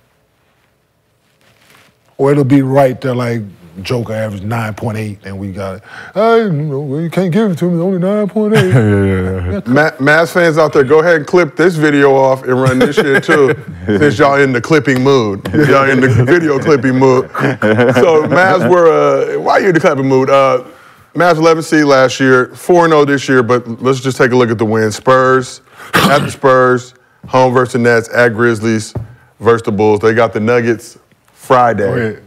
or it'll be right there like Joker averaged 9.8 and we got it. Hey, you, know, well, you can't give it to me, [LAUGHS] only 9.8. Ma- Mavs fans out there, go ahead and clip this video off and run this shit [LAUGHS] too, since y'all in the clipping mood. Y'all in the video clipping mood. So Mavs were, uh, why you in the clipping mood? Uh, Mavs 11 seed last year, 4-0 this year, but let's just take a look at the wins. Spurs, at the Spurs, home versus the Nets, at Grizzlies, versus the Bulls. They got the Nuggets Friday.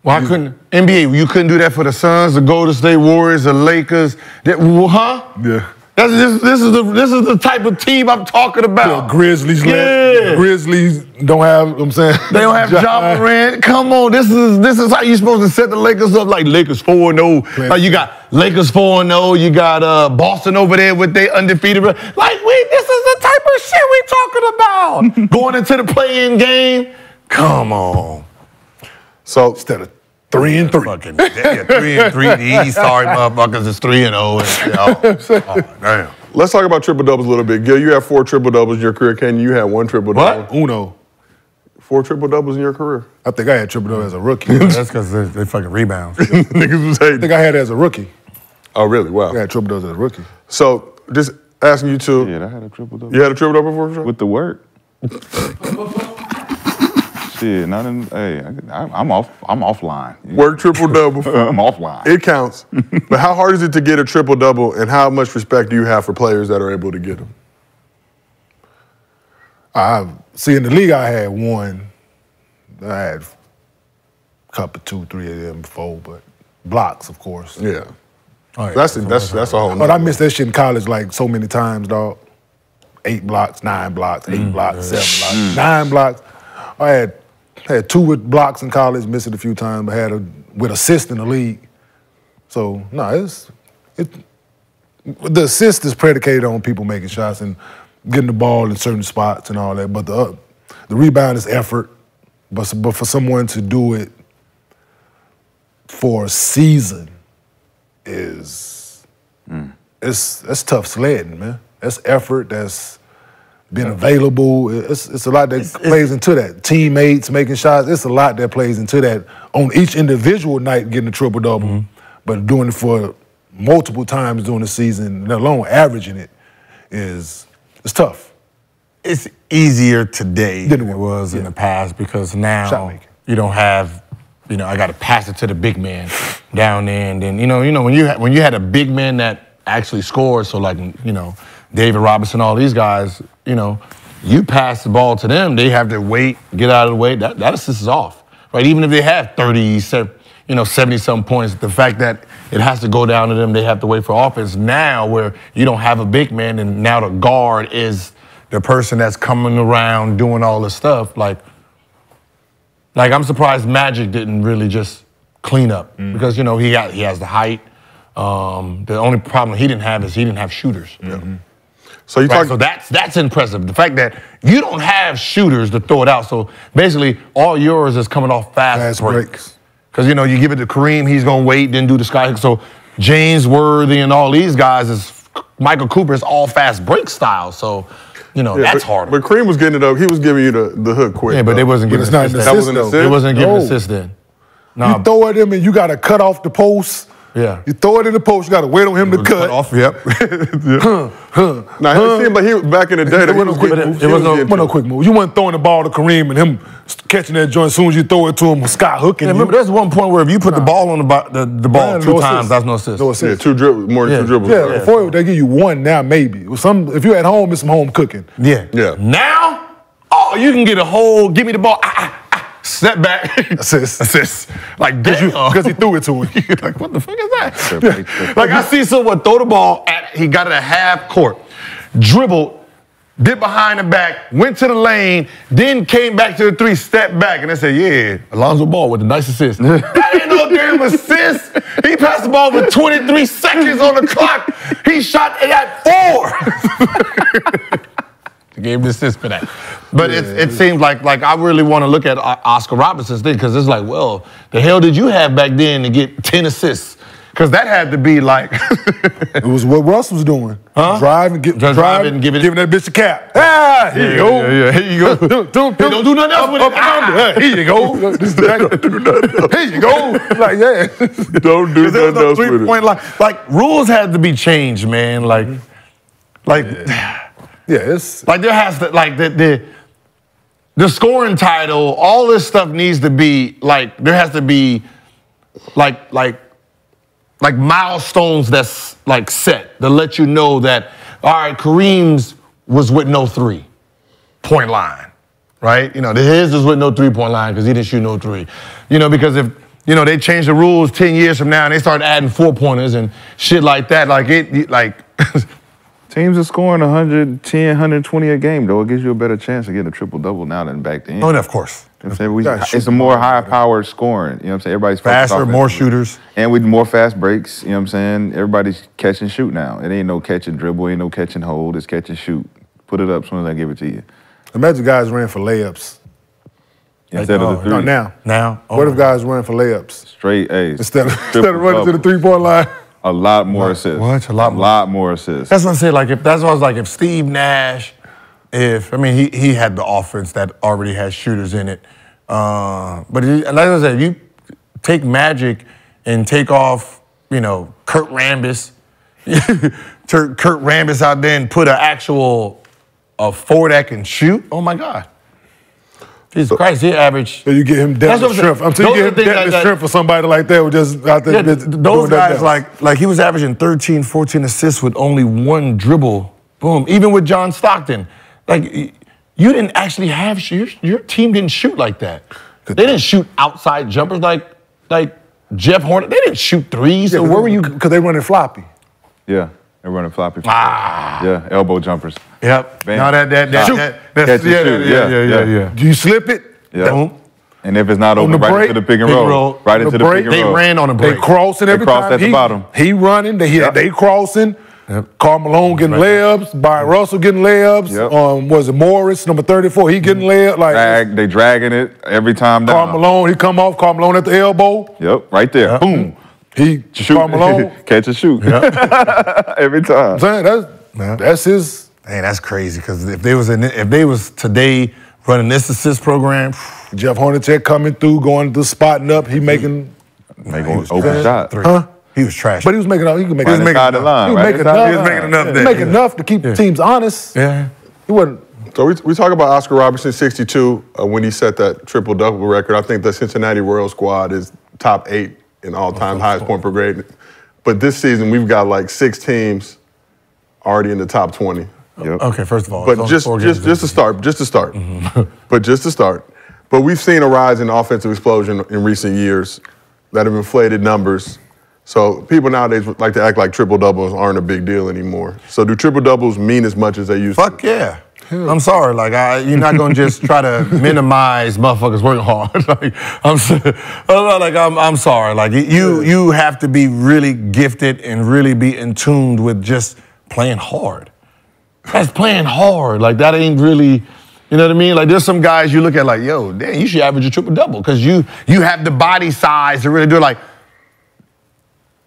Why couldn't NBA? You couldn't do that for the Suns, the Golden State Warriors, the Lakers. That, wh- huh? Yeah. That's, this, this is the this is the type of team I'm talking about. Grizzlies, yeah. let- Grizzlies don't have, you know what I'm saying? They [LAUGHS] don't have Ja- John Moran. Come on, this is this is how you supposed to set the Lakers up. Like Lakers four and zero. Like you got Lakers four and zero. You got uh, Boston over there with their undefeated. re- Like we, this is the type of shit we talking [LAUGHS] about. Going into the play-in game. Come on. So instead of three and three, fucking yeah, three and [LAUGHS] three. The East, sorry motherfuckers, it's three and zero. Oh, [LAUGHS] oh, damn. Let's talk about triple doubles a little bit. Gil, you have four triple doubles in your career. Ken, you had one triple double. What? Uno. Four triple doubles in your [LAUGHS] career. I think I had triple double as a rookie. That's because they, they fucking rebound. Niggas was I hating. think I had it as a rookie. Oh, really? Wow. I had triple double as a rookie. So just asking you to. Yeah, I had a triple double. You had a triple double before? Sean? With the work. Shit, not in. Hey, I, I'm off. I'm offline. [LAUGHS] Work triple double. I'm offline. It counts. but how hard is it to get a triple double, and how much respect do you have for players that are able to get them? I see in the league I had one. I had a couple, two, three of them before, but blocks, of course. Yeah. that's, that's, that's a whole But nother- Oh, I missed that shit in college like so many times, dog. Eight blocks, nine blocks, eight blocks, seven blocks, nine blocks. I had had two with blocks in college, missed it a few times, but had a with assist in the league. So no, it's it. The assist is predicated on people making shots and getting the ball in certain spots and all that. But the uh, the rebound is effort. But s- but for someone to do it for a season is it's that's tough sledding, man. That's effort. That's being available. It's it's a lot that plays into that. Teammates making shots. It's a lot that plays into that on each individual night getting a triple double, but doing it for multiple times during the season, let alone averaging it, is it's tough. it's easier today than it was in the past because now you don't have you know, I got to pass it to the big man down there, and then you know, you know, when you ha- when you had a big man that actually scored, so like you know, David Robinson, all these guys, you know, you pass the ball to them, they have to wait, get out of the way. That that assist is off, right? Even if they have thirty, se- you know, seventy some points, the fact that it has to go down to them, they have to wait for offense. Now where you don't have a big man, and now the guard is the person that's coming around doing all this stuff, like. Like I'm surprised Magic didn't really just clean up because you know he got, he has the height. Um, the only problem he didn't have is he didn't have shooters. So you right, talk- so that's that's impressive. The fact that you don't have shooters to throw it out. So basically, all yours is coming off fast, breaks. Because you know you give it to Kareem, he's gonna wait, then do the sky. So James Worthy and all these guys is Michael Cooper is all fast break style. So you know Yeah, that's but- harder. But Kareem was getting it up. He was giving you the, the hook quick. Yeah, but they wasn't giving not assists. That wasn't They wasn't giving No. assists then. You throw at him and you got to cut off the post. Um, Yeah. You throw it in the post. You got to wait on him to cut. off. Yep. [LAUGHS] Huh, huh, Now, huh. he seemed like he was back in the day. It that he wasn't no was quick getting- move. he It was wasn't no, getting- wasn't no quick move. You weren't throwing the ball to Kareem and him catching that joint as soon as you throw it to him, sky hooking. Yeah, remember, there's one point where if you put the ball on the, bo- the, the ball Yeah, two no times, assist. that's no assist. No assist. Yeah, two dribbles, more than two dribbles. Yeah, before they give you one now, maybe. Some if you're at home, it's some home cooking. Yeah. Yeah. Now, oh, you can get a whole, give me the ball, ah, ah, ah, step back. [LAUGHS] Assist. Assist. Like, did you? Because he threw it to him. [LAUGHS] You're like, what the fuck is that? Yeah. like, [LAUGHS] I see someone throw the ball at, he got it at half court, dribbled, did behind the back, went to the lane, then came back to the three, stepped back, and I said, yeah, Alonzo Ball with the nice [LAUGHS] assist. that ain't no damn assist. He passed the ball with 23 seconds on the clock. He shot it at four. [LAUGHS] Gave him the assist for that. But it's, it seems like like I really want to look at O- Oscar Robinson's thing because it's like, well, the hell did you have back then to get 10 assists? Because that had to be like, [LAUGHS] it was what Russ was doing. Huh? Drive and get drive, driving, and giving, giving that bitch a cap. Ah, here you go. Yeah, yeah, here you go. [LAUGHS] don't, don't, Hey, don't do nothing else up, with up it. and under. Ah. Hey, here you go. This is the [LAUGHS] back. here you go. Like yeah. Don't do there was nothing no else with three it. point line. Like rules had to be changed, man. Like, Mm-hmm. like, [SIGHS] yeah, it's like there has to like the the the scoring title. All this stuff needs to be like there has to be like like like milestones that's like set to let you know that all right, Kareem's was with no three point line, right? You know, his is with no three point line because he didn't shoot no three. You know, because if you know they change the rules ten years from now and they start adding four pointers and shit like that, like it, like Teams are scoring 110, 120 a game, though. It gives you a better chance of getting a triple double now than back then. Oh, and of course. You know what I'm saying? We- Gotta shoot it's a more high powered scoring. You know what I'm saying? Everybody's focused faster, off more it. shooters. And with more fast breaks, you know what I'm saying? Everybody's catch and shoot now. It ain't no catch and dribble, ain't no catch and hold. It's catch and shoot. Put it up as soon as I give it to you. Imagine guys ran for layups. Instead of the three. No, Hmm. now. Now. oh what if guys ran for layups Straight A's. instead of, [LAUGHS] instead Triple of running to the double. three point line? A lot more assists. What? A lot, a lot more assists. That's what I'm saying. Like if that's what I was like, if Steve Nash, if I mean he he had the offense that already had shooters in it, uh, but it, like I said, if you take Magic and take off, you know, Kurt Rambis, [LAUGHS] Tur- Kurt Rambis out there and put an actual a four that can shoot. Oh my God. Jesus Christ, he averaged. You get him That's what down the I'm saying. strength. I'm saying Those you are get the him things down that- the strength for somebody like that who just out there. Yeah, th- just those doing that guys dance. like like he was averaging 13, 14 assists with only one dribble. Boom. Even with John Stockton, like y- you didn't actually have sh- your, your team didn't shoot like that. They didn't shoot outside jumpers like like Jeff Hornet. They didn't shoot threes. so where were you? Because they running floppy. Yeah. They're running floppy. Ah. Yeah, elbow jumpers. Yep. Bam. Now that that that, Shoot. that, that Catch and yeah, shoot. yeah, yeah, yeah, yeah, Do you slip it? Yeah. And if it's not On open, the right break, into the pick and pick and roll. roll. Right The into the break, pick and they roll. ran on a They crossing every They crossed time. at the he, bottom. He running. They, Yep. they crossing. Carl Malone getting layups. Byron Russell getting layups. Mm-hmm. Yep. Mm-hmm. Um, was it Morris, number 34? He getting layup. Like Drag, they dragging it every time down. Carl Malone, he come off Carl Malone at the elbow. Yep, right there. Boom. He shoot. [LAUGHS] Karl Malone. Catch and shoot. [LAUGHS] Every time. I'm saying that's that's his. Man, that's crazy. Because if they was in, if they was today running this assist program, Jeff Hornacek coming through, going to spotting up. Mm-hmm. He making, Make an open Yeah. shot. three. Huh? He was trash. but he was making. He could make. Right inside the enough. line, He was right making inside the enough. line. He was making enough to keep the teams honest. yeah. He wasn't So we, we talk about Oscar Robertson, 62, uh, when he set that triple double record. I think the Cincinnati Royal squad is top eight in all time, highest point per grade. But this season, we've got like six teams already in the top 20. Okay, first of all, it's But only just four games just just to start, just to start, Mm-hmm. [LAUGHS] but just to start. But we've seen a rise in offensive explosion in recent years that have inflated numbers. So people nowadays would like to act like triple doubles aren't a big deal anymore. So do triple doubles mean as much as they used Fuck yeah. I'm sorry, like I, you're not gonna just try to minimize motherfuckers working hard. [LAUGHS] like I'm, so- I'm not- like I'm, I'm sorry, like you, you have to be really gifted and really be in tuned with just playing hard. That's playing hard. Like that ain't really, you know what I mean? Like there's some guys you look at like, yo, damn, you should average a triple double because you, you have the body size to really do it. Like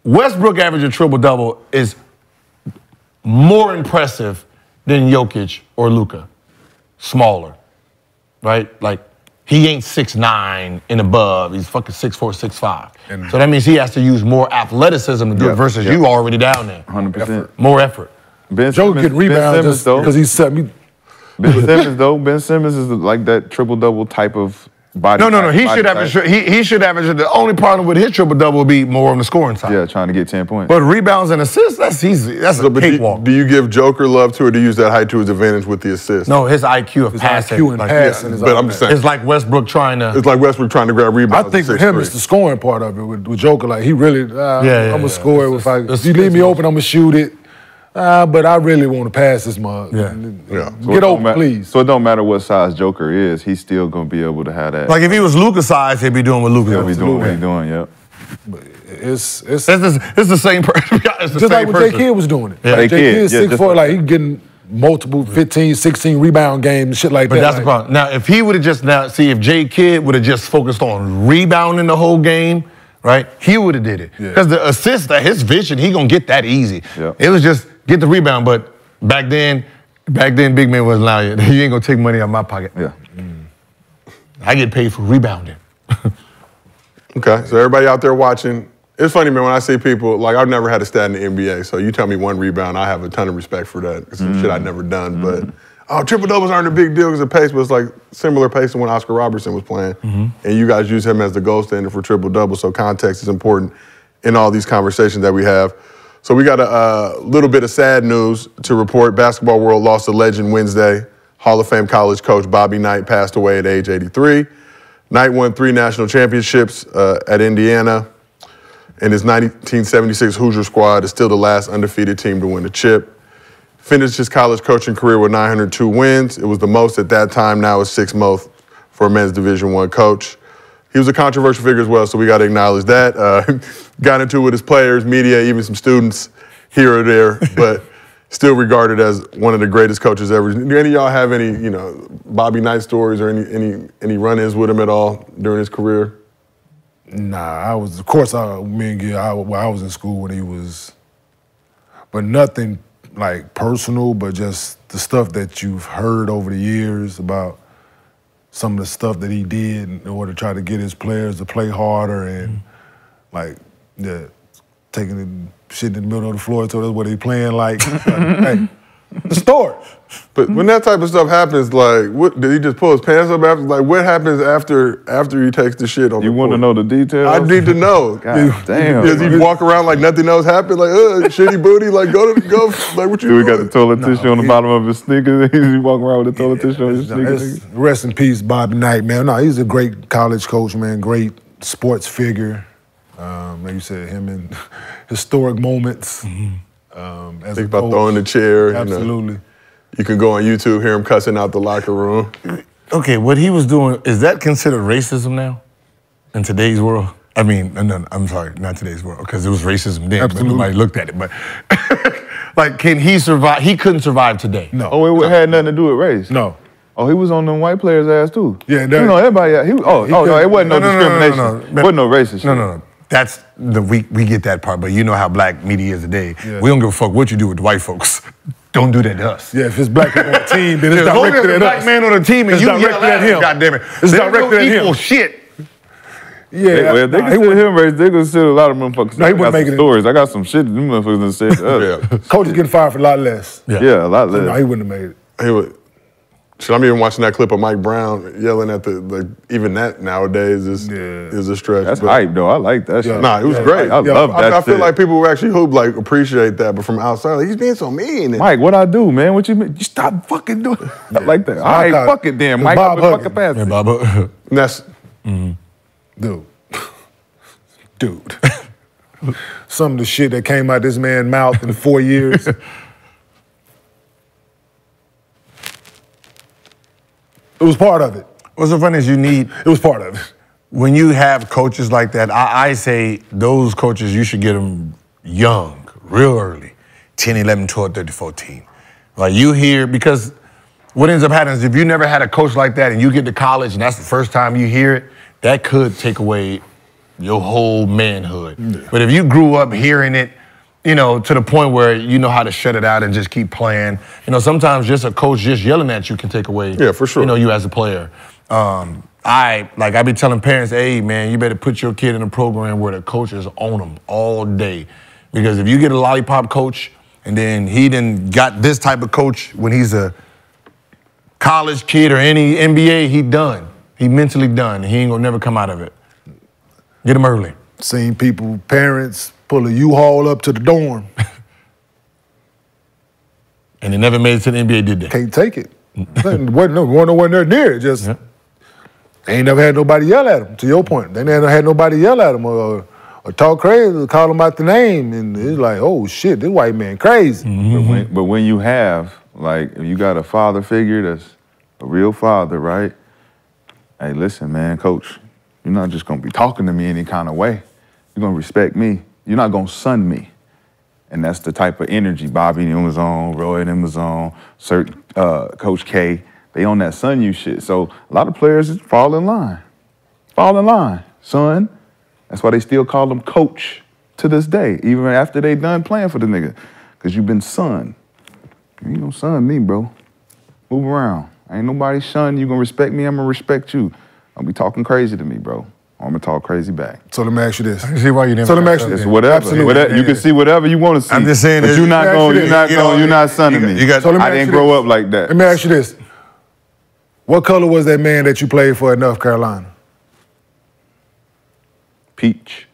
Westbrook average a triple double is more impressive than Jokic or Luca. Smaller, right? Like he ain't 6'9 and above. He's fucking 6'4, 6'5. And- so that means he has to use more athleticism to do Yeah, it versus yeah. you already down there. 100%. More effort. Ben Joe Simmons, can rebound ben Simmons, just though. because he's seven. Ben Simmons though. Ben Simmons is like that triple double type of body. No, no, no. type- He body should type. average. He, he should average. The only problem with his triple double would be more on the scoring side. Yeah, trying to get ten points. But rebounds and assists, that's easy. That's So, a but do- cakewalk. Do, you give Joker love to, or do you use that height to his advantage with the assist? No, his IQ of passing. IQ and passing is But I'm just saying- It's like Westbrook trying to. It's like Westbrook trying to grab rebounds. I think with him, it's the scoring part of it. With, with Joker, like he really, uh, yeah, I'm gonna yeah. score it. If I, if you leave me open, I'm gonna shoot it. Uh, but I really want to pass this mug. yeah. Get open, please. So it don't matter what size Joker is, he's still gonna be able to have that. Like if he was Luca size, he'd be doing what Luca. he'll be doing what he's doing. Yep. It's it's it's, the- it's the [LAUGHS] same person. it's the just same like when person. Jay Kidd was doing it. Yeah. Like Jay Jay Kidd, Kidd's yeah, six just four, like he getting multiple 15, 16 rebound games, and shit like But that. that's the like, problem. Now, if he would have just now, see, if Jay Kidd would have just focused on rebounding the whole game, right? He would have did it because the assist, that his vision, he gonna get that easy. It was just get the rebound. But back then, back then, big man wasn't [LAUGHS] allowed you. You ain't gonna take money out of my pocket. Yeah. I get paid for rebounding. Okay, so everybody out there watching, it's funny, man. When I see people, like I've never had a stat in the NBA, so you tell me one rebound, I have a ton of respect for that. It's some shit I've never done, but oh, triple doubles aren't a big deal because the pace was like similar pace to when Oscar Robertson was playing, and you guys use him as the gold standard for triple doubles. So context is important in all these conversations that we have. So we got a uh, little bit of sad news to report. Basketball world lost a legend Wednesday. Hall of Fame college coach Bobby Knight passed away at age 83. Knight won three national championships uh, at Indiana, and his 1976 Hoosier squad is still the last undefeated team to win the chip. Finished his college coaching career with 902 wins. It was the most at that time. Now it's sixth most for a men's Division One coach. He was a controversial figure as well, so we got to acknowledge that. Uh, [LAUGHS] got into it with his players, media, even some students here or there, [LAUGHS] but still regarded as one of the greatest coaches ever. Do any of y'all have any, you know, Bobby Knight stories or any any any run-ins with him at all during his career? Nah, I was of course I me and Gil, I, well, I was in school when he was, but nothing like personal, but just the stuff that you've heard over the years about some of the stuff that he did in order to try to get his players to play harder and like yeah, taking the shit in the middle of the floor so that's what he playing like. like, hey, the story. But when that type of stuff happens, like, what did he just pull his pants up after? Like, what happens after after he takes the shit on? You want to know the details? I need to know. God damn, Does he bro. walk around like nothing else happened? Like, uh, shitty booty. Like, go to go. Like, what you? Dude, [LAUGHS] we got doing? the toilet tissue on the bottom of his sneakers. [LAUGHS] he's walking around with the toilet tissue on his No, sneakers. it's- rest in peace, Bobby Knight, man. No, he's a great college coach, man. Great sports figure. Um, like you said, him in [LAUGHS] historic moments. Mm-hmm. Um, as Think a about Oh, coach. throwing the chair. you know. Absolutely. You can go on YouTube, hear him cussing out the locker room. Okay, what he was doing is that considered racism now in today's world? I mean, no, no, I'm sorry, not today's world because it was racism then, Absolutely. but nobody looked at it. But [LAUGHS] like, can he survive? He couldn't survive today. No. Oh, it had nothing to do with race. No. Oh, he was on them white players' ass too. Yeah, you know everybody. He, oh, He oh no, couldn't- it wasn't no, no, no, no, no, no, discrimination. no, no. Wasn't no racist. No, no, no. That's the we we get that part, but you know how black media is today. We don't give a fuck what you do with white folks. [LAUGHS] Don't do that to us. Yeah, if it's black people on the team, then it's [LAUGHS] Yeah, as long directed as there's at a black us. man on the team and It's you directed yell at at him, him. goddammit. It's There's no directed at him. equal shit. Yeah, They, well, if they nah, he consider him racist. They consider a lot of motherfuckers. No, he I wasn't got some making it. stories. I got some shit that them motherfuckers done [LAUGHS] said to us. Coach is getting fired for a lot less. yeah. a lot less. No, he wouldn't have made it. He would. Shit, I'm even watching that clip of Mike Brown yelling at the like. Even that nowadays is is a stretch. That's hype, though. I like that shit. Nah, it was Yeah, great. I- I love I, mean, that I feel shit. like people who actually hoop like appreciate that, but from outside, like, he's being so mean. and- Mike, what I do, man? What you mean? You stop fucking doing [LAUGHS] I like that. All I right, got- fuck it then, it's Mike. Bob I've been Huggins. fucking past it. Bob, Hug- And that's Dude. [LAUGHS] Dude. Some of the shit that came out this man's mouth in four [LAUGHS] years. it was part of it. What's so funny is you need. It was part of it. When you have coaches like that, I, I say those coaches, you should get them young, real early 10, 11, 12, 13, 14. Like you hear, because what ends up happening is if you never had a coach like that and you get to college and that's the first time you hear it, that could take away your whole manhood. But if you grew up hearing it, you know, to the point where you know how to shut it out and just keep playing. You know, sometimes just a coach just yelling at you can take away. Yeah, for sure. You know, you as a player. Um, I like I be telling parents, hey man, you better put your kid in a program where the coach is on them all day, because if you get a lollipop coach and then he then got this type of coach when he's a college kid or any NBA, he done. He mentally done. He ain't gonna never come out of it. Get him early. Seen people, parents pull a U-Haul up to the dorm. And they never made it to the NBA, did they? Can't take it. wasn't, [LAUGHS] wasn't, wasn't nowhere near near it. Just ain't never had nobody yell at them. To your point, they never had nobody yell at them or, or talk crazy, or call them out the name, and it's like, oh shit, this white man crazy. Mm-hmm. But when, but when you have, like, if you got a father figure that's a real father, right? Hey, listen, man, coach, you're not just gonna be talking to me any kind of way. You're gonna respect me. You're not gonna sun me. And that's the type of energy Bobby and him was on, Roy and him was on, Sir, uh, Coach K. They on that sun you shit. So a lot of players fall in line. Fall in line, son. That's why they still call him coach to this day, even after they done playing for the nigga. Cause you've been son. You ain't no son me, bro. Move around. Ain't nobody son. You gonna respect me, I'm gonna respect you. Don't be talking crazy to me, bro. I'm gonna talk crazy back. So let me ask you this. I can see why you didn't So let me like ask you that. this. It's whatever. Absolutely. Whatever- You can see whatever you want to see. I'm just saying But this- you're not Let me ask going. you You're this. not You going. know, You're not sonning me. you got- So let me I ask didn't you grow this. up like that. Let me ask you this. What color was that man that you played for at North Carolina? Peach.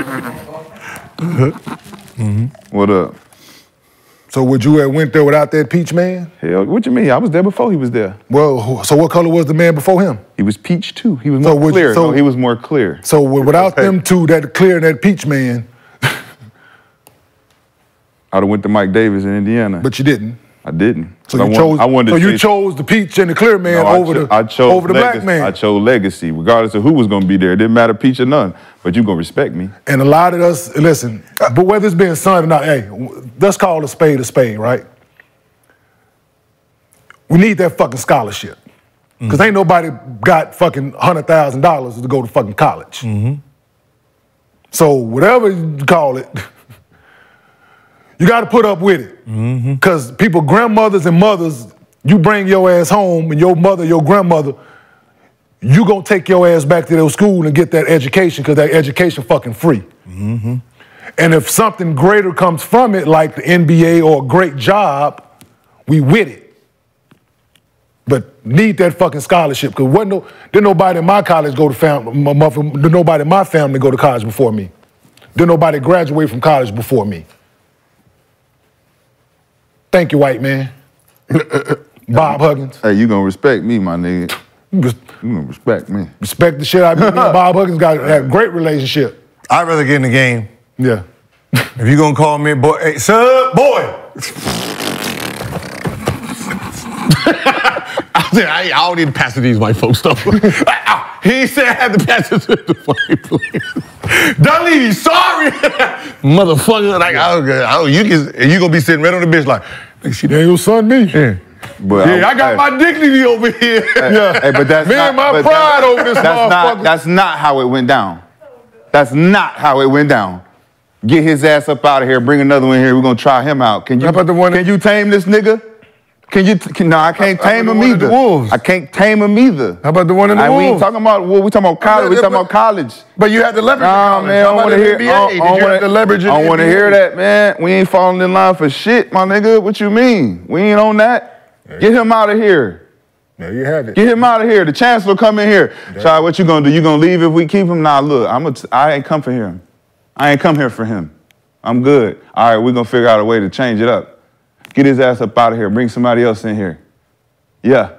[LAUGHS] What up? So would you have went there without that peach man? Hell, what you mean? I was there before he was there. Well, who- so what color was the man before him? He was peach too. He was So more would you- clear. so- no, he was more clear. So wi- without them two, that clear and that peach man, I'd have went to Mike Davis in Indiana. but you didn't. I didn't. So 'Cause you I chose. wanted, I wanted so to you see- chose the peach and the clear man No, I over cho- the I chose over the black legacy. man. I chose legacy, regardless of who was gonna be there. It didn't matter peach or none. But you gonna respect me. And a lot of us, listen, but whether it's being son or not, hey, let's call a spade a spade, right? We need that fucking scholarship. Because ain't nobody got fucking $100,000 to go to fucking college. So, whatever you call it, [LAUGHS] you got to put up with it. Because people, grandmothers and mothers, you bring your ass home and your mother, your grandmother, you gonna take your ass back to their school and get that education because that education fucking free. Mm-hmm. And if something greater comes from it, like the NBA or a great job, we with it. But need that fucking scholarship because wasn't no, didn't nobody in my college go to fam- my, my, didn't nobody in my family go to college before me. Didn't nobody graduate from college before me. Thank you, white [LAUGHS] man. Bob Huggins. Hey, you gonna respect me, my nigga. You gonna respect me. Respect the shit I mean. Bob Huggins got had a great relationship. I'd rather get in the game. Yeah. If you gonna call me a boy, hey, sub boy. [LAUGHS] I said, I, I don't need to pass to these white folks stuff. [LAUGHS] Ah, he said I had to pass it to the white police. Dunleavy, sorry. [LAUGHS] Motherfucker, like, I don't, I don't, you can, you gonna be sitting right on the bench like, she ain't gonna son me. Yeah, But yeah, I, got hey, my dignity over here. Hey, hey, but that's [LAUGHS] Me not, and my but pride that's- over this that's motherfucker. Not, that's not how it went down. That's not how it went down. Get his ass up out of here. Bring another one here. We're gonna try him out. Can you? can you tame this nigga? Can you? T- can, no, I can't How about tame the him one in the either. Wolves? I can't tame him either. How about the one in the We ain't Wolves? talking about. Well, we talking about college. We about talking the- about college. But you had to leverage Nah, the man, I don't college. How want to about hear. the I NBA? don't- Did I don't you wanna- have to I leverage in don't the wanna NBA? hear that, man. We ain't falling in line for shit, my nigga. What you mean? We ain't on that. Get him out of here. There you have it. Get him out of here. The chancellor come in here. Try what you gonna do? You gonna leave if we keep him? Nah, look, I'm a t- I ain't come for him. I ain't come here for him. I'm good. All right, we're gonna figure out a way to change it up. Get his ass up out of here. Bring somebody else in here. Yeah.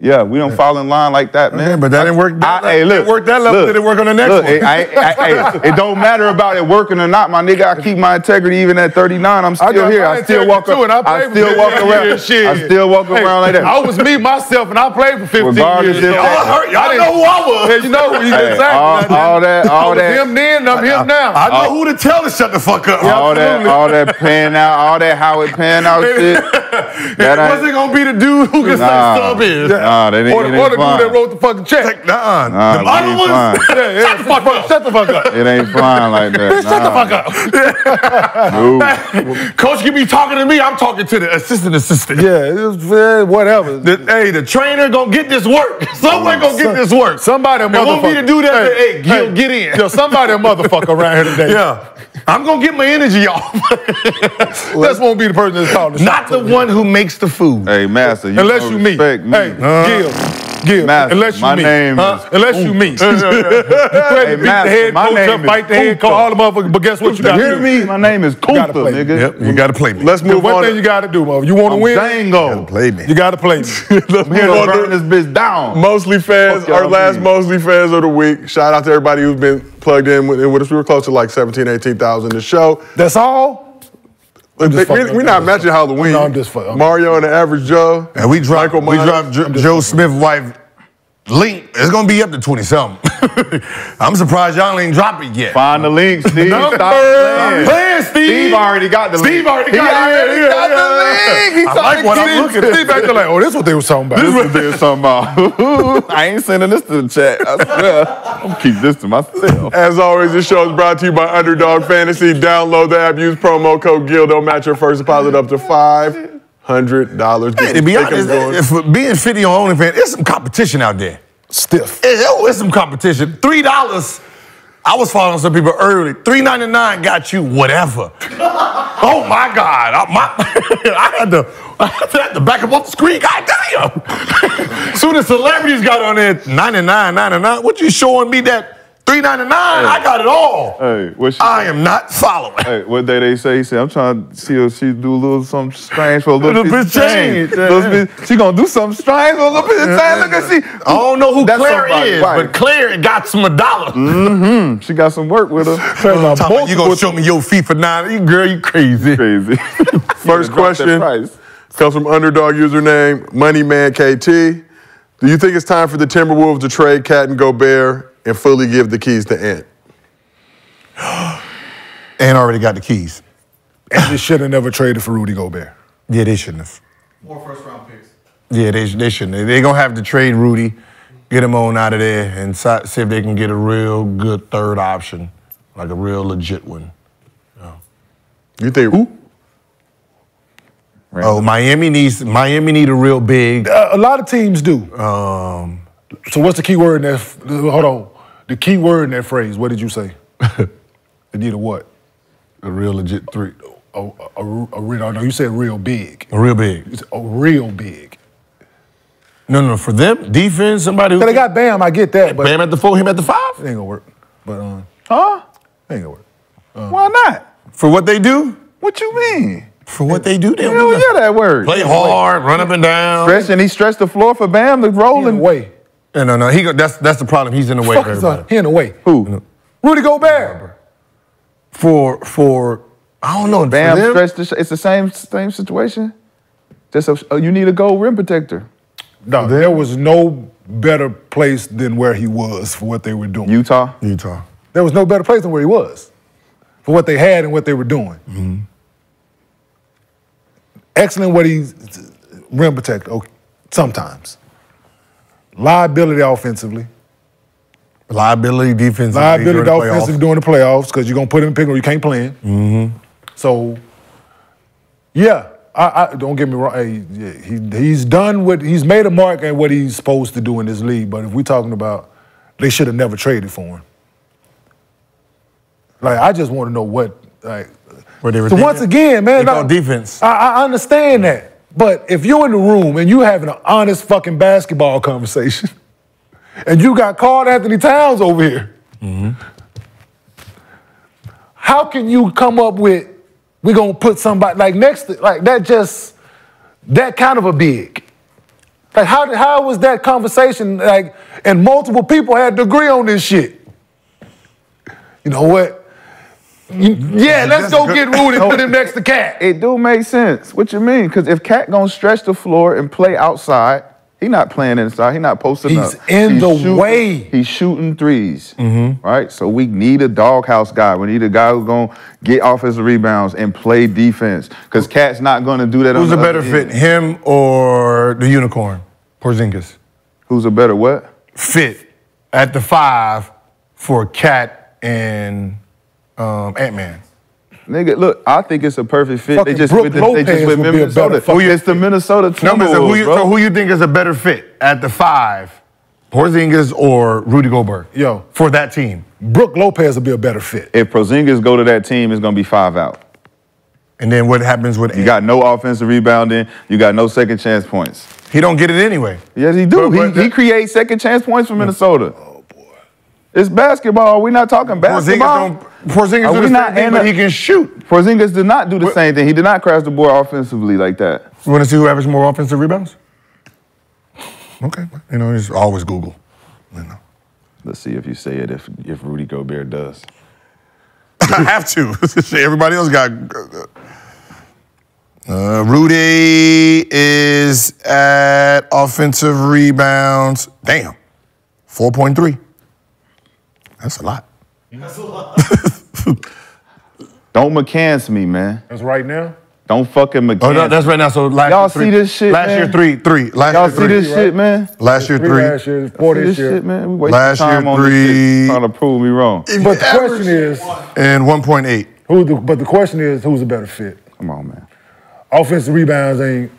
Yeah, we don't fall in line like that, man. [LAUGHS] but that didn't work. I, hey, look, work that level, didn't work on the next look, one. It, I, I- [LAUGHS] I- it don't matter about it working or not, my nigga. I keep my integrity even at 39. I'm still got here. my I still walk. integrity, too, and I I, played for still walk 15 around. years, shit. I still walk Hey, around like that. I was me myself, and I played for 15 Regardless years. if Y'all that- hurt- y'all Hey, know who I was. you know who you Hey, exactly. all- all that- all I was that- Him then, and I'm him now. I know all- who to tell to shut the fuck up. all [LAUGHS] that, all that pan out, all that how it pan out shit. That ain't- Wasn't gonna be the dude who can Nah. say sub is. Nah, that ain't- Or it the, ain't or the fine. dude that wrote the fucking check. nah, Nah, them it other ain't ones. fine. [LAUGHS] Yeah, yeah, shut, the fuck up. shut the fuck up. it ain't fine like that. Bitch, shut the Nah. fuck [LAUGHS] up. [LAUGHS] Coach, you be talking to me. I'm talking to the assistant assistant. Yeah, it was, eh, whatever. The- hey, the trainer gonna get this work. [LAUGHS] Someone gonna get this work. Somebody They want me to do that. but, Hey, Gil, get in. Yo, somebody a [LAUGHS] motherfucker around here today. Yeah. I'm gonna get my energy off. [LAUGHS] This won't be the person that's talking. Not the one who makes the food. Hey, master, you Unless don't you me. respect me. Hey, Gil. Gil. Master, unless you my me. name huh? is- Unless you [LAUGHS] me. you threaten Hey, to beat Master, the head my coach name up, is fight the head coach, Kunta. all the motherfuckers. But guess what you got to hear do? me? My name is Kunta, gotta play. nigga. Yep, you gotta play me. Let's The move one on. thing you got to do, mother. You want to I'm win? Dango. Play me. You got to [LAUGHS] play me. Let's We move gonna on. burn to- this bitch down. Mostly fans, Fuck y'all our last mean. mostly fans of the week. Shout out to everybody who's been plugged in with, with us. We were close to like 17, 18,000 this show. That's all. We're, just fucking- we're not matching Halloween. No, I'm just fucking- I'm- Mario and the average [LAUGHS] Joe. And we dropped, Michael we Myers. dropped Jo- Joe Smith wife link. It's gonna be up to 20 something. [LAUGHS] I'm surprised y'all ain't drop it yet. Find the link, Steve. Number- Stop playing. I'm playing, Steve. Steve already got the link. Steve already He got it. already Yeah, got yeah, yeah. the link. He I saw like the what I'm link. looking at. Steve acting like, oh, this what they was talking about. This was this something about. I ain't sending this to the chat. I swear. I'm gonna keep this to [LAUGHS] myself. As always, this show is brought to you by Underdog Fantasy. Download the app, use promo code GILD. Don't match your first deposit up to $500. Hey, to be honest, if being 50 on OnlyFans, there's some competition out there. Stiff. It- it was some competition. Three dollars. I was following some people early. Three ninety nine got you whatever. [LAUGHS] oh my God! I, my, [LAUGHS] I had to, [LAUGHS] I had to back up off the screen. God damn! [LAUGHS] Soon as celebrities got on there, 99, 99. What you showing me that three ninety nine? I got it all. Hey, what she, I am not following. hey, what day they say? He said, I'm trying to see if she do a little something strange for a little, Little bit bit change, yeah, Little yeah. bit- she gonna do something strange for a little bit of time. Look at she. Oh, I don't know who That's Claire somebody, is, right. but Claire got some a Mm. dollar. She got some work with her. Talking about you gonna show me your feet for nine? You girl, you crazy. Crazy. First question. Comes from underdog username Moneyman KT. Do you think it's time for the Timberwolves to trade Cat and Gobert and fully give the keys to [GASPS] Ant? And already got the keys. They should have never traded for Rudy Gobert. Yeah, they shouldn't have. More first round picks. Yeah, they, they shouldn't. They're going to have to trade Rudy, get him on out of there, and si- see if they can get a real good third option, like a real legit one. You think? Oh, Miami needs Miami need a real big. Uh, Um, A, a lot of teams do. so what's the key word in that? f- Hold on. The key word in that phrase. What did you [LAUGHS] say? they need a what? A real legit three. A, a, a, a real. No, you said real big. A real big. It's a real big. No, no, for them, defense, somebody who. Cause they got Bam. I get that, but Bam at the four, him at the it five? ain't gonna work. But um, Huh? it ain't gonna work. Why not? For what they do? What you mean? For what they do, they don't Hell do nothing. yeah, that word. Play hard, run up and down. Stretch and he stretched the floor for Bam to He roll in and the way. No, no, no. He go, that's, that's the problem. He's in the way Fuck for is everybody. up. He in the way. Who? Rudy Gobert. For, for, I don't know. for Bam them- stretched. The sh- it's the same same situation. Just a, oh, you need a gold rim protector. No, there was no better place than where he was for what they were doing. Utah. Utah. There was no better place than where he was for what they had and what they were doing. Excellent what he's rim protector okay, sometimes. Liability offensively. Liability defense. Liability offensively during the playoffs Mm-hmm. because you're going to put him in pick and roll, you can't play him. So, yeah, I, I don't get me wrong. Hey, yeah, he, he's done what he's made a mark and what he's supposed to do in this league. But if we're talking about, they should have never traded for him. Like I just want to know what like. Where they were so once thinking? again, man, They like, call defense. I, I understand that, But if you're in the room and you having an honest fucking [LAUGHS] basketball conversation, and you got Carl Anthony Towns over here, how can you come up with we gonna put somebody like next to, like that just that kind of a big like how how was that conversation like and multiple people had to agree on this shit you know what You- yeah let's go get Rudy [LAUGHS] and put him next to Cat. It do make sense. What you mean? Because if Cat gonna stretch the floor and play outside, he not playing inside. He not posting He's up. in the shooting- way. He's shooting 3s Mm-hmm. right? So we need a doghouse guy. We need a guy who's gonna get offensive rebounds and play defense. Because Cat's not gonna do that. Who's on a the better other fit, end. him or the unicorn, Porzingis? Who's a better what? Fit at the five for Cat and um, Ant Man. Nigga, look, I think it's a perfect fit. Fucking they just Brook with the, they just Lopez with would be a better Minnesota. fucking it's the Minnesota Timberwolves, No, but so who, you, bro. so who you think is a better fit at the five, Porzingis or Rudy Gobert? Yo, for that team, Brooke Lopez would be a better fit. if Porzingis go to that team, it's gonna be five out. And then what happens with you got no offensive rebounding, you got no second chance points. He don't get it anyway. Yes, he do. he, he creates second chance points for Minnesota. Oh boy, it's basketball. We're not talking basketball. don't- Porzingis Are do we the same not thing, in but a- he can shoot. Porzingis did not do the same thing. He did not crash the board offensively like that. You want to see who averaged more offensive rebounds? Okay, you know, it's always Google. Let's see if you say it. If if Rudy Gobert does, [LAUGHS] I have to. Shit, Everybody else got. Uh, Rudy is at offensive rebounds. Damn, four point three. That's a lot. don't McCants me, man. That's right now. Don't fucking McCants. Oh, no, that's right now. So last y'all year three. see this shit? Last man? year three, three. Last y'all year see three. this shit, man? Last year three. Last year, four See this this year. shit, man. We wasting Last year time on this three. shit, trying to prove me wrong. But the question is, and one point eight. Who? The, but the question is, who's a better fit? Come on, man. Offensive rebounds ain't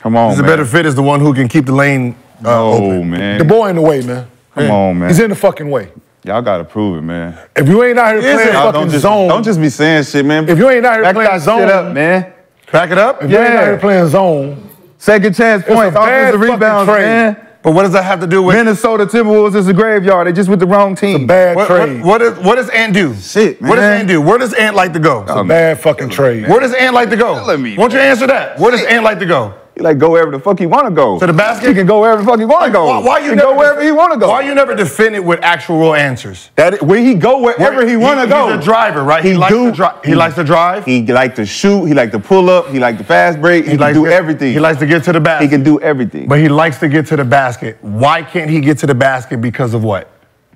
Come on, He's a man. better fit is the one who can keep the lane uh, Oh open. man, the boy in the way, man. Come on, man. He's in the fucking way. y'all gotta prove it, man. If you ain't out here playing Y'all fucking don't just, zone, Don't just be saying shit, man. if you ain't out here Back playing that zone, shit up, man. Back it up. if you ain't out here Yeah. playing zone, Second chance a points, bad offensive fucking rebounds, trade. man. But what does that have to do with Minnesota Timberwolves is a graveyard. They just with the wrong team. bad what, what, trade, what, is, what does Ant do? Shit, What does man. Oh. Ant do? Where does Ant like to go? bad fucking trade. Where does Ant like to go? Killing me, Won't you answer that? Where does Ant like to go? He like go wherever the fuck he wanna go. To the basket? He can go wherever the fuck he wanna go. Why, why He you can never go wherever he wanna go? Why you never defend it with actual answers? That is, where he go wherever he wanna he- go. He's a driver, right? He, He likes do- to drive. He, he- likes to drive. He like to shoot. He like to pull up. He like to fast break. He, can likes do to- everything. He likes to get to the basket. He can do everything. But he likes to get to the basket. Why can't he get to the basket because of what?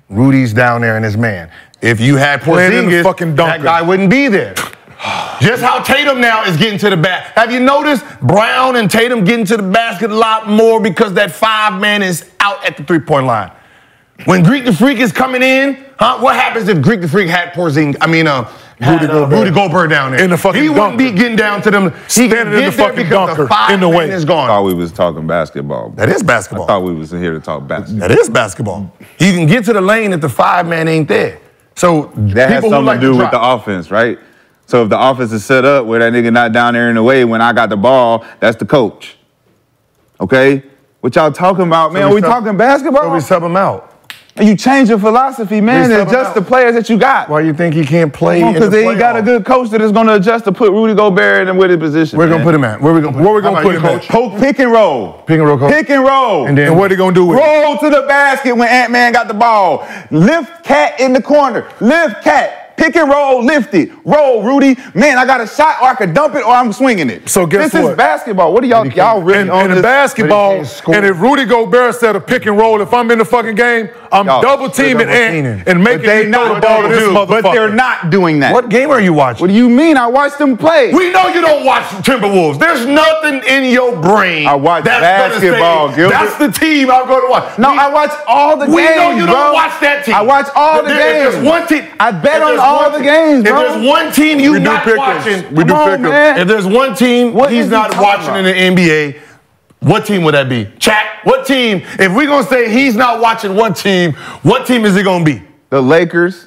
Rudy's down there and his man. If you had Playing in the Porzingis, fucking that dunker. guy wouldn't be there. Just how Tatum now is getting to the basket. Have you noticed Brown and Tatum getting to the basket a lot more because that five man is out at the three point line? When Greek the Freak is coming in, huh? What happens if Greek the Freak had Porzingis? I mean, uh, had, Rudy uh, Gobert. Rudy Gobert down there. In the fucking he wouldn't dunker. be getting down to them. He Standing can in get the there fucking because dunker, in the five the way. man is I gone. thought we was talking basketball. bro. That is basketball. I thought we was here to talk basketball. That is basketball. You can get to the lane if the five man ain't there. So That has people who something like to do with the drive- offense, right? So if the offense is set up where that nigga not down there in the way when I got the ball, that's the coach. Okay? What y'all talking about, man? we we sub- talking basketball? So we sub him out. And you change your philosophy, man, sub and him adjust the out. players that you got. Why you think he can't play? in Because the they ain't got a playoff? good coach that is going to adjust to put Rudy Gobert in with his position. Where gonna man. put him at? Where we gonna? Where we gonna How put about him, you, coach? Poke, pick and roll. Pick and roll, coach. Pick and roll. And then And what they gonna do with it? Roll to the basket when Ant Man got the ball. Lift Cat in the corner. Lift Cat. Pick and roll. Lift it. Roll, Rudy. Man, I got a shot, or I could dump it, or I'm swinging it. So guess this what? is basketball. What are y'all? Y'all really And, on and this? in basketball, can't score. and if Rudy Gobert set a pick and roll, if I'm in the fucking game, I'm Y'all, double they're teaming double teaming. Ant and making They you throw not the ball to this motherfucker. but they're not doing that. What game are you watching? What do you mean? I watched them play. we know you don't watch Timberwolves. There's nothing in your brain. I watch gonna basketball, say, Gilbert. That's the team I'm going to watch. No, We- I watch all the we games. know you don't bro. watch that team. I watch all If the there- games. If there's one team, I bet if on there's all one the team- games, bro. If there's one team you We do not pick 'em. watching, We do Come on, pick 'em. man. If there's one team What is he's he not talking watching about? in the NBA, what team would that be? Chat. What team? If we're gonna say he's not watching one team, what team is it gonna be? the Lakers.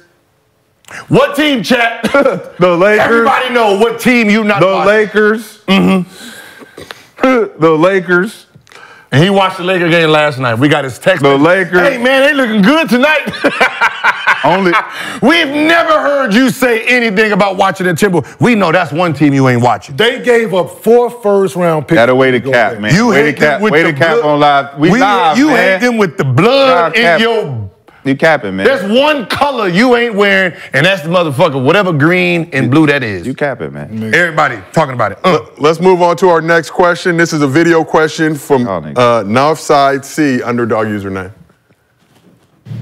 What team, chat? The Lakers. Everybody know what team you not The watching. Lakers. Mm-hmm. [LAUGHS] the Lakers. And he watched the Laker game last night. We got his text. The Lakers. Hey man, they looking good tonight. [LAUGHS] Only We've never heard you say anything about watching the Timber. We know that's one team you ain't watching. They gave up four first round picks. Gotta way to cap, man. You way to hate them cap, with way the to cap blood. on live. We, We- live, you man. hate them with the blood Nah, in cap. your. You capping, man. There's one color you ain't wearing, and that's the motherfucker. Whatever green and blue that is. You capping, man. Mm-hmm. Everybody talking about it. Uh. Let's move on to our next question. This is a video question from uh, Northside C, underdog username.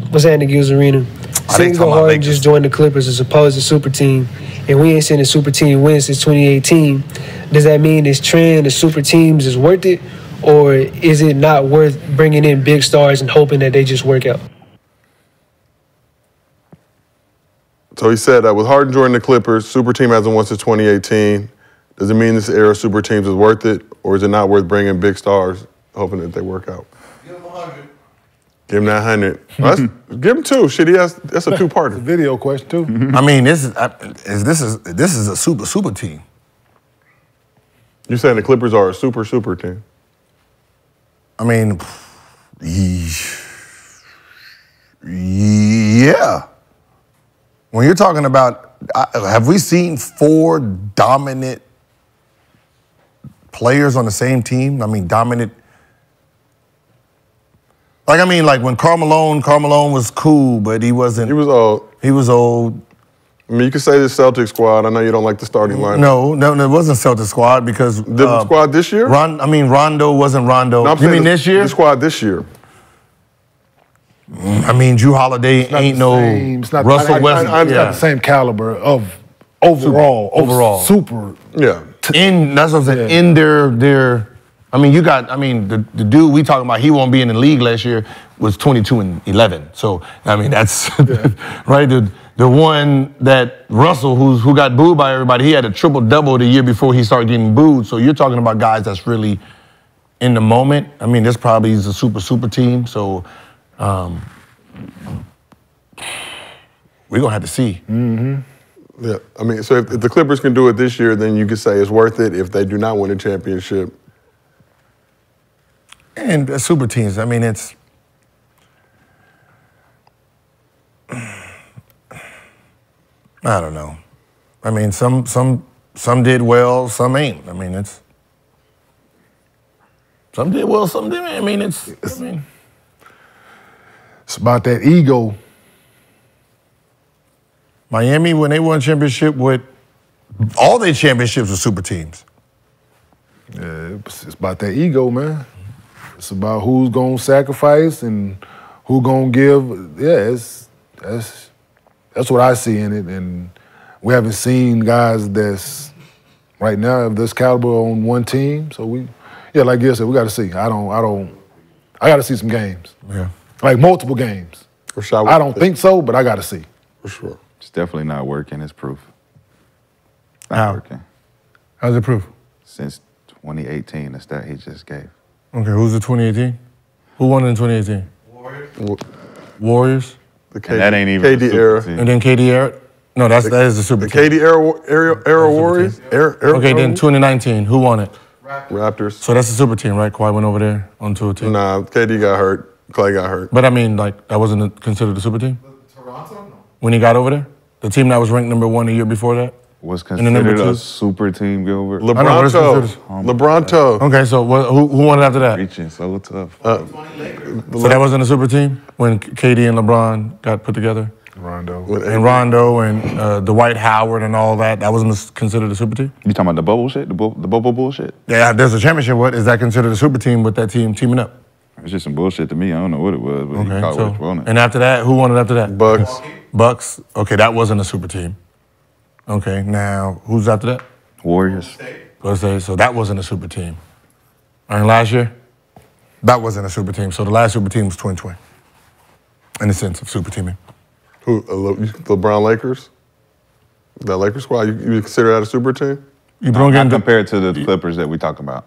What's happening, Gills Arena? Single Harden just joined the Clippers, Oh, a supposed super team, and we ain't seen a super team win since 2018. Does that mean this trend of super teams is worth it, or is it not worth bringing in big stars and hoping that they just work out? So he said, uh, with Harden joining the Clippers, super team hasn't won since 2018. Does it mean this era of super teams is worth it, or is it not worth bringing big stars, hoping that they work out? Give him 100. Give him that 100. Well, [LAUGHS] that's- give him two. Shit, he has, that's a two-parter. Video question too. Mm-hmm. I mean, this is, I, is this is this is a super super team. You're saying the Clippers are a super, super team. I mean, yeesh. yeah. When you're talking about, I- have we seen four dominant players on the same team? I mean, dominant. Like I mean, like when Karl Malone, Karl Malone was cool, but he wasn't. He was old. He was old. I mean, you could say the Celtics squad. I know you don't like the starting lineup. No, no, no, it wasn't Celtic squad because uh, The squad this year? Ron, I mean, Rondo wasn't Rondo. No, I'm you saying mean the- this year? The squad this year. I mean, Drew Holiday not ain't the no same- it's not- Russell I- I- Westbrook. I- It's not the same caliber of overall. of Overall. Super. Yeah. In that's what I'm saying. In their their, I mean, you got. I mean, the, the dude we talking about, he won't be in the league last year. Was 22 and 11. So I mean, that's [LAUGHS] right. The the one that Russell, who's who got booed by everybody, he had a triple double the year before he started getting booed. So you're talking about guys that's really in the moment. I mean, this probably is a super super team. So. Um, we're gonna have to see. Mm-hmm. Yeah, I mean, so if, if the Clippers can do it this year, then you could say it's worth it. If they do not win a championship, And uh, super teams. I mean, it's. I don't know. I mean, some some some did well, some ain't. I mean, it's. Some did well, some didn't. I mean, it's. I mean, It's about that ego. Miami when they won championship with all their championships were super teams. Yeah, it's, it's about that ego, man. It's about who's gonna sacrifice and who gonna give. Yeah, it's that's that's what I see in it, and we haven't seen guys that's right now of this caliber on one team. So we, yeah, like you said, we got to see. I don't, I don't, I got to see some games, Yeah. like multiple games. Rashad, I don't think so, but I got to see. [LAUGHS] for sure. It's definitely not working. It's proof. Not working. How's it proof? Since 2018, the stat he just gave. Okay, who's the 2018? Who won in 2018? Warriors. Warriors. The And that ain't even a KD super era. team. And then KD era. No, that's that is the super The team. KD era, era, era Warriors. Era, era Okay, then era- 2019. Who won it? Raptors. So that's the super team, right? Kawhi went over there onto a team. Nah, KD got hurt. Clay got hurt. But I mean, like, that wasn't a- considered a super team? Toronto? When he got over there? The team that was ranked number one the year before that? Was And the number considered a two? super team, Gilbert. I know, what it's considered. Oh LeBronto. Okay, so what, who, who won it after that? Reaching so tough. Uh, So that wasn't a super team when KD and LeBron got put together? Rondo. And Rondo and uh, Dwight Howard and all that, that wasn't a- considered a super team? You talking about the bubble shit? The, bu- the bubble bullshit? Yeah, there's a championship. What is that considered a super team with that team teaming up? It's just some bullshit to me. I don't know what it was, but he Okay, caught so- which one. And after that, who won it after that? Bucks. Bucks. Okay, that wasn't a super team. Okay, now who's after that? Warriors. Golden State. So that wasn't a super team. And last year, that wasn't a super team. So the last super team was 2020. In the sense of super teaming. Who? uh, Le- LeBron Lakers. That Lakers squad. You, you consider that a super team? You don't get Not into, compared to the Clippers that we talking about.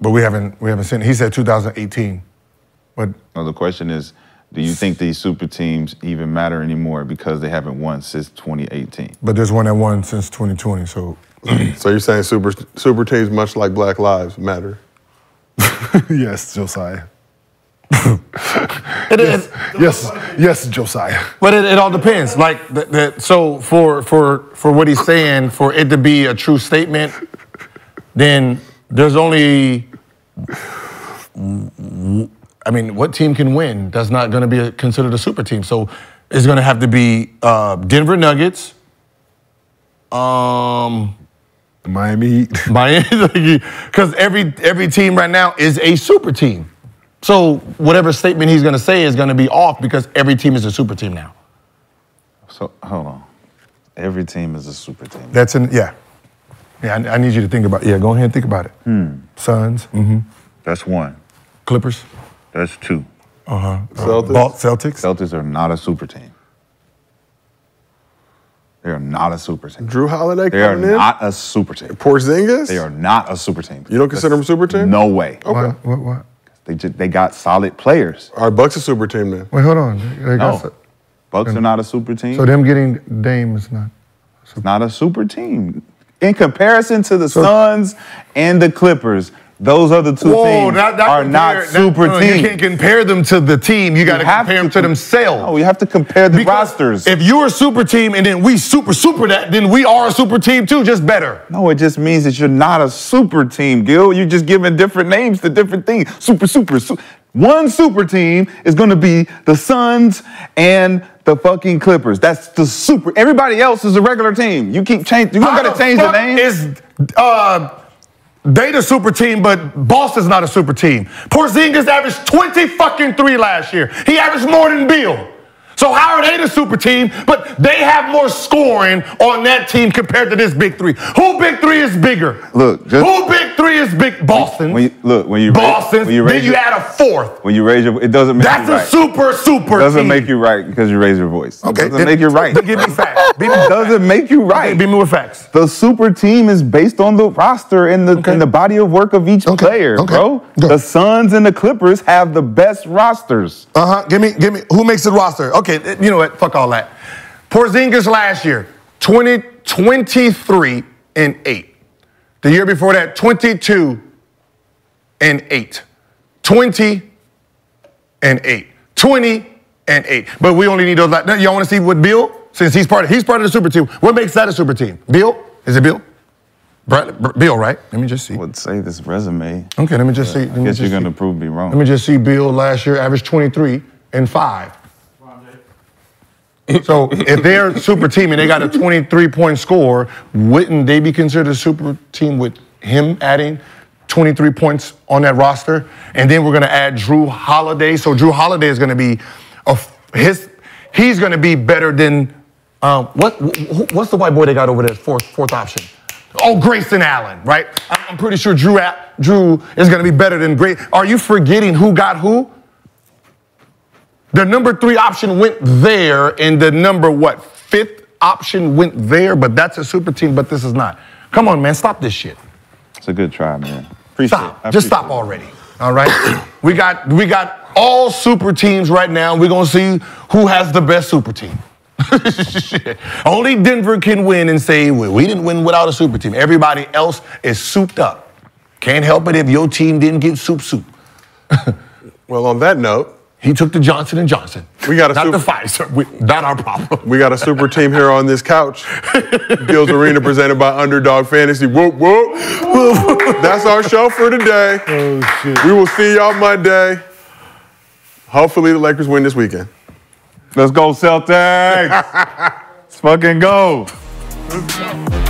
but we haven't we haven't seen. He said 2018. But Now, the question is, Do you think these super teams even matter anymore because they haven't won since 2018? But there's one that won since 2020, so. so you're saying super super teams, much like Black Lives Matter? yes, Josiah. it is. Yes, yes, Josiah. But it, it all depends. Like that. that- so for for for what he's saying, for it to be a true statement, then there's only. I mean, what team can win? That's not going to be a, considered a super team. So it's going to have to be uh, Denver Nuggets. Um. Miami Heat. [LAUGHS] Miami, because every every team right now is a super team. So whatever statement he's going to say is going to be off because every team is a super team now. So hold on. Every team is a super team. That's an, yeah. Yeah, I, I need you to think about it. Yeah, go ahead and think about it. Hmm. Suns, mm-hmm. That's one. Clippers. That's two. Uh-huh. Celtics. Celtics. Celtics are not a super team. They are not a super team. Drew Holiday They are coming in? not a super team. Porzingis? They are not a super team. You don't consider them a super team? No way. Okay. What? What? What? They ju- they got solid players. Are Bucks a super team then? Wait, hold on. They- they got No. Bucks are not a super team. So them getting Dame is not. It's not a super team. In comparison to the Suns and the Clippers, those other two Oh, teams are not super You teams. can't compare them to the team. You got to compare them to themselves. No, you have to compare the Because rosters. If you're a super team and then we super super that, then we are a super team too, just better. No, it just means that you're not a super team, Gil. You're just giving different names to different things. Super, super, su- One super team is going to be the Suns and the fucking Clippers. That's the super. Everybody else is a regular team. You keep changing. You don't got to change the fuck name. Is uh, they the super team, but Boston's not a super team. Porzingis averaged 20 fucking three last year. He averaged more than Bill. So how are they the super team? But they have more scoring on that team compared to this big three. Who big three is bigger? Look, just- who big three is big? Boston. When you, look, when you Boston. when you raise then you your- add a fourth. When you raise your, it doesn't make That's you a right. super super. It doesn't team. make you right because you raise your voice. Okay, It doesn't then- make you right. then [LAUGHS] give me facts. Beat me with doesn't make you right. Okay, [LAUGHS] beat me with facts. The super team is based on the roster and the and the body of work of each player, bro. The Suns and the Clippers have the best rosters. Uh huh. Give me, give me. Who makes the roster? Okay, th- you know what? Fuck all that. Porzingis last year, 20, 23 and eight. The year before that, 22 and eight. 20 and eight. 20 and eight. But we only need those. Like, now, y'all want to see what Bill? Since he's part, of, he's part of the super team. What makes that a super team? Bill? Is it Bill? Bradley, Br- Bill, right? Let me just see. Would say this resume. Okay, let me just see. Let I me guess just you're see. gonna prove me wrong. Let me just see. Bill last year averaged 23 and five. So if they're a super team and they got a 23 point score, wouldn't they be considered a super team with him adding 23 points on that roster? And then we're going to add Drew Holiday. So Drew Holiday is going to be a f- his he's going to be better than um, what wh- wh- what's the white boy they got over there fourth fourth option? Oh, Grayson Allen, right? I'm I'm pretty sure Drew A- Drew is going to be better than Gray. Are you forgetting who got who? The number three option went there, and the number what fifth option went there. But that's a super team. But this is not. Come on, man, stop this shit. It's a good try, man. Appreciate stop. it. I appreciate Just stop already. [COUGHS] All right. we got we got all super teams right now. We're gonna see who has the best super team. [LAUGHS] Shit. Only Denver can win and say well, we didn't win without a super team. Everybody else is souped up. Can't help it if your team didn't get soup soup. Well, on that note, he took the Johnson and Johnson. We got a not super- the Pfizer. We, not our problem. We got a super team here on this couch. Gills Arena presented by Underdog Fantasy. Whoop, whoop. That's our show for today. Oh, shit. We will see y'all Monday. Hopefully, the Lakers win this weekend. [LAUGHS] Let's go, Celtics. Let's fucking go. Celtics.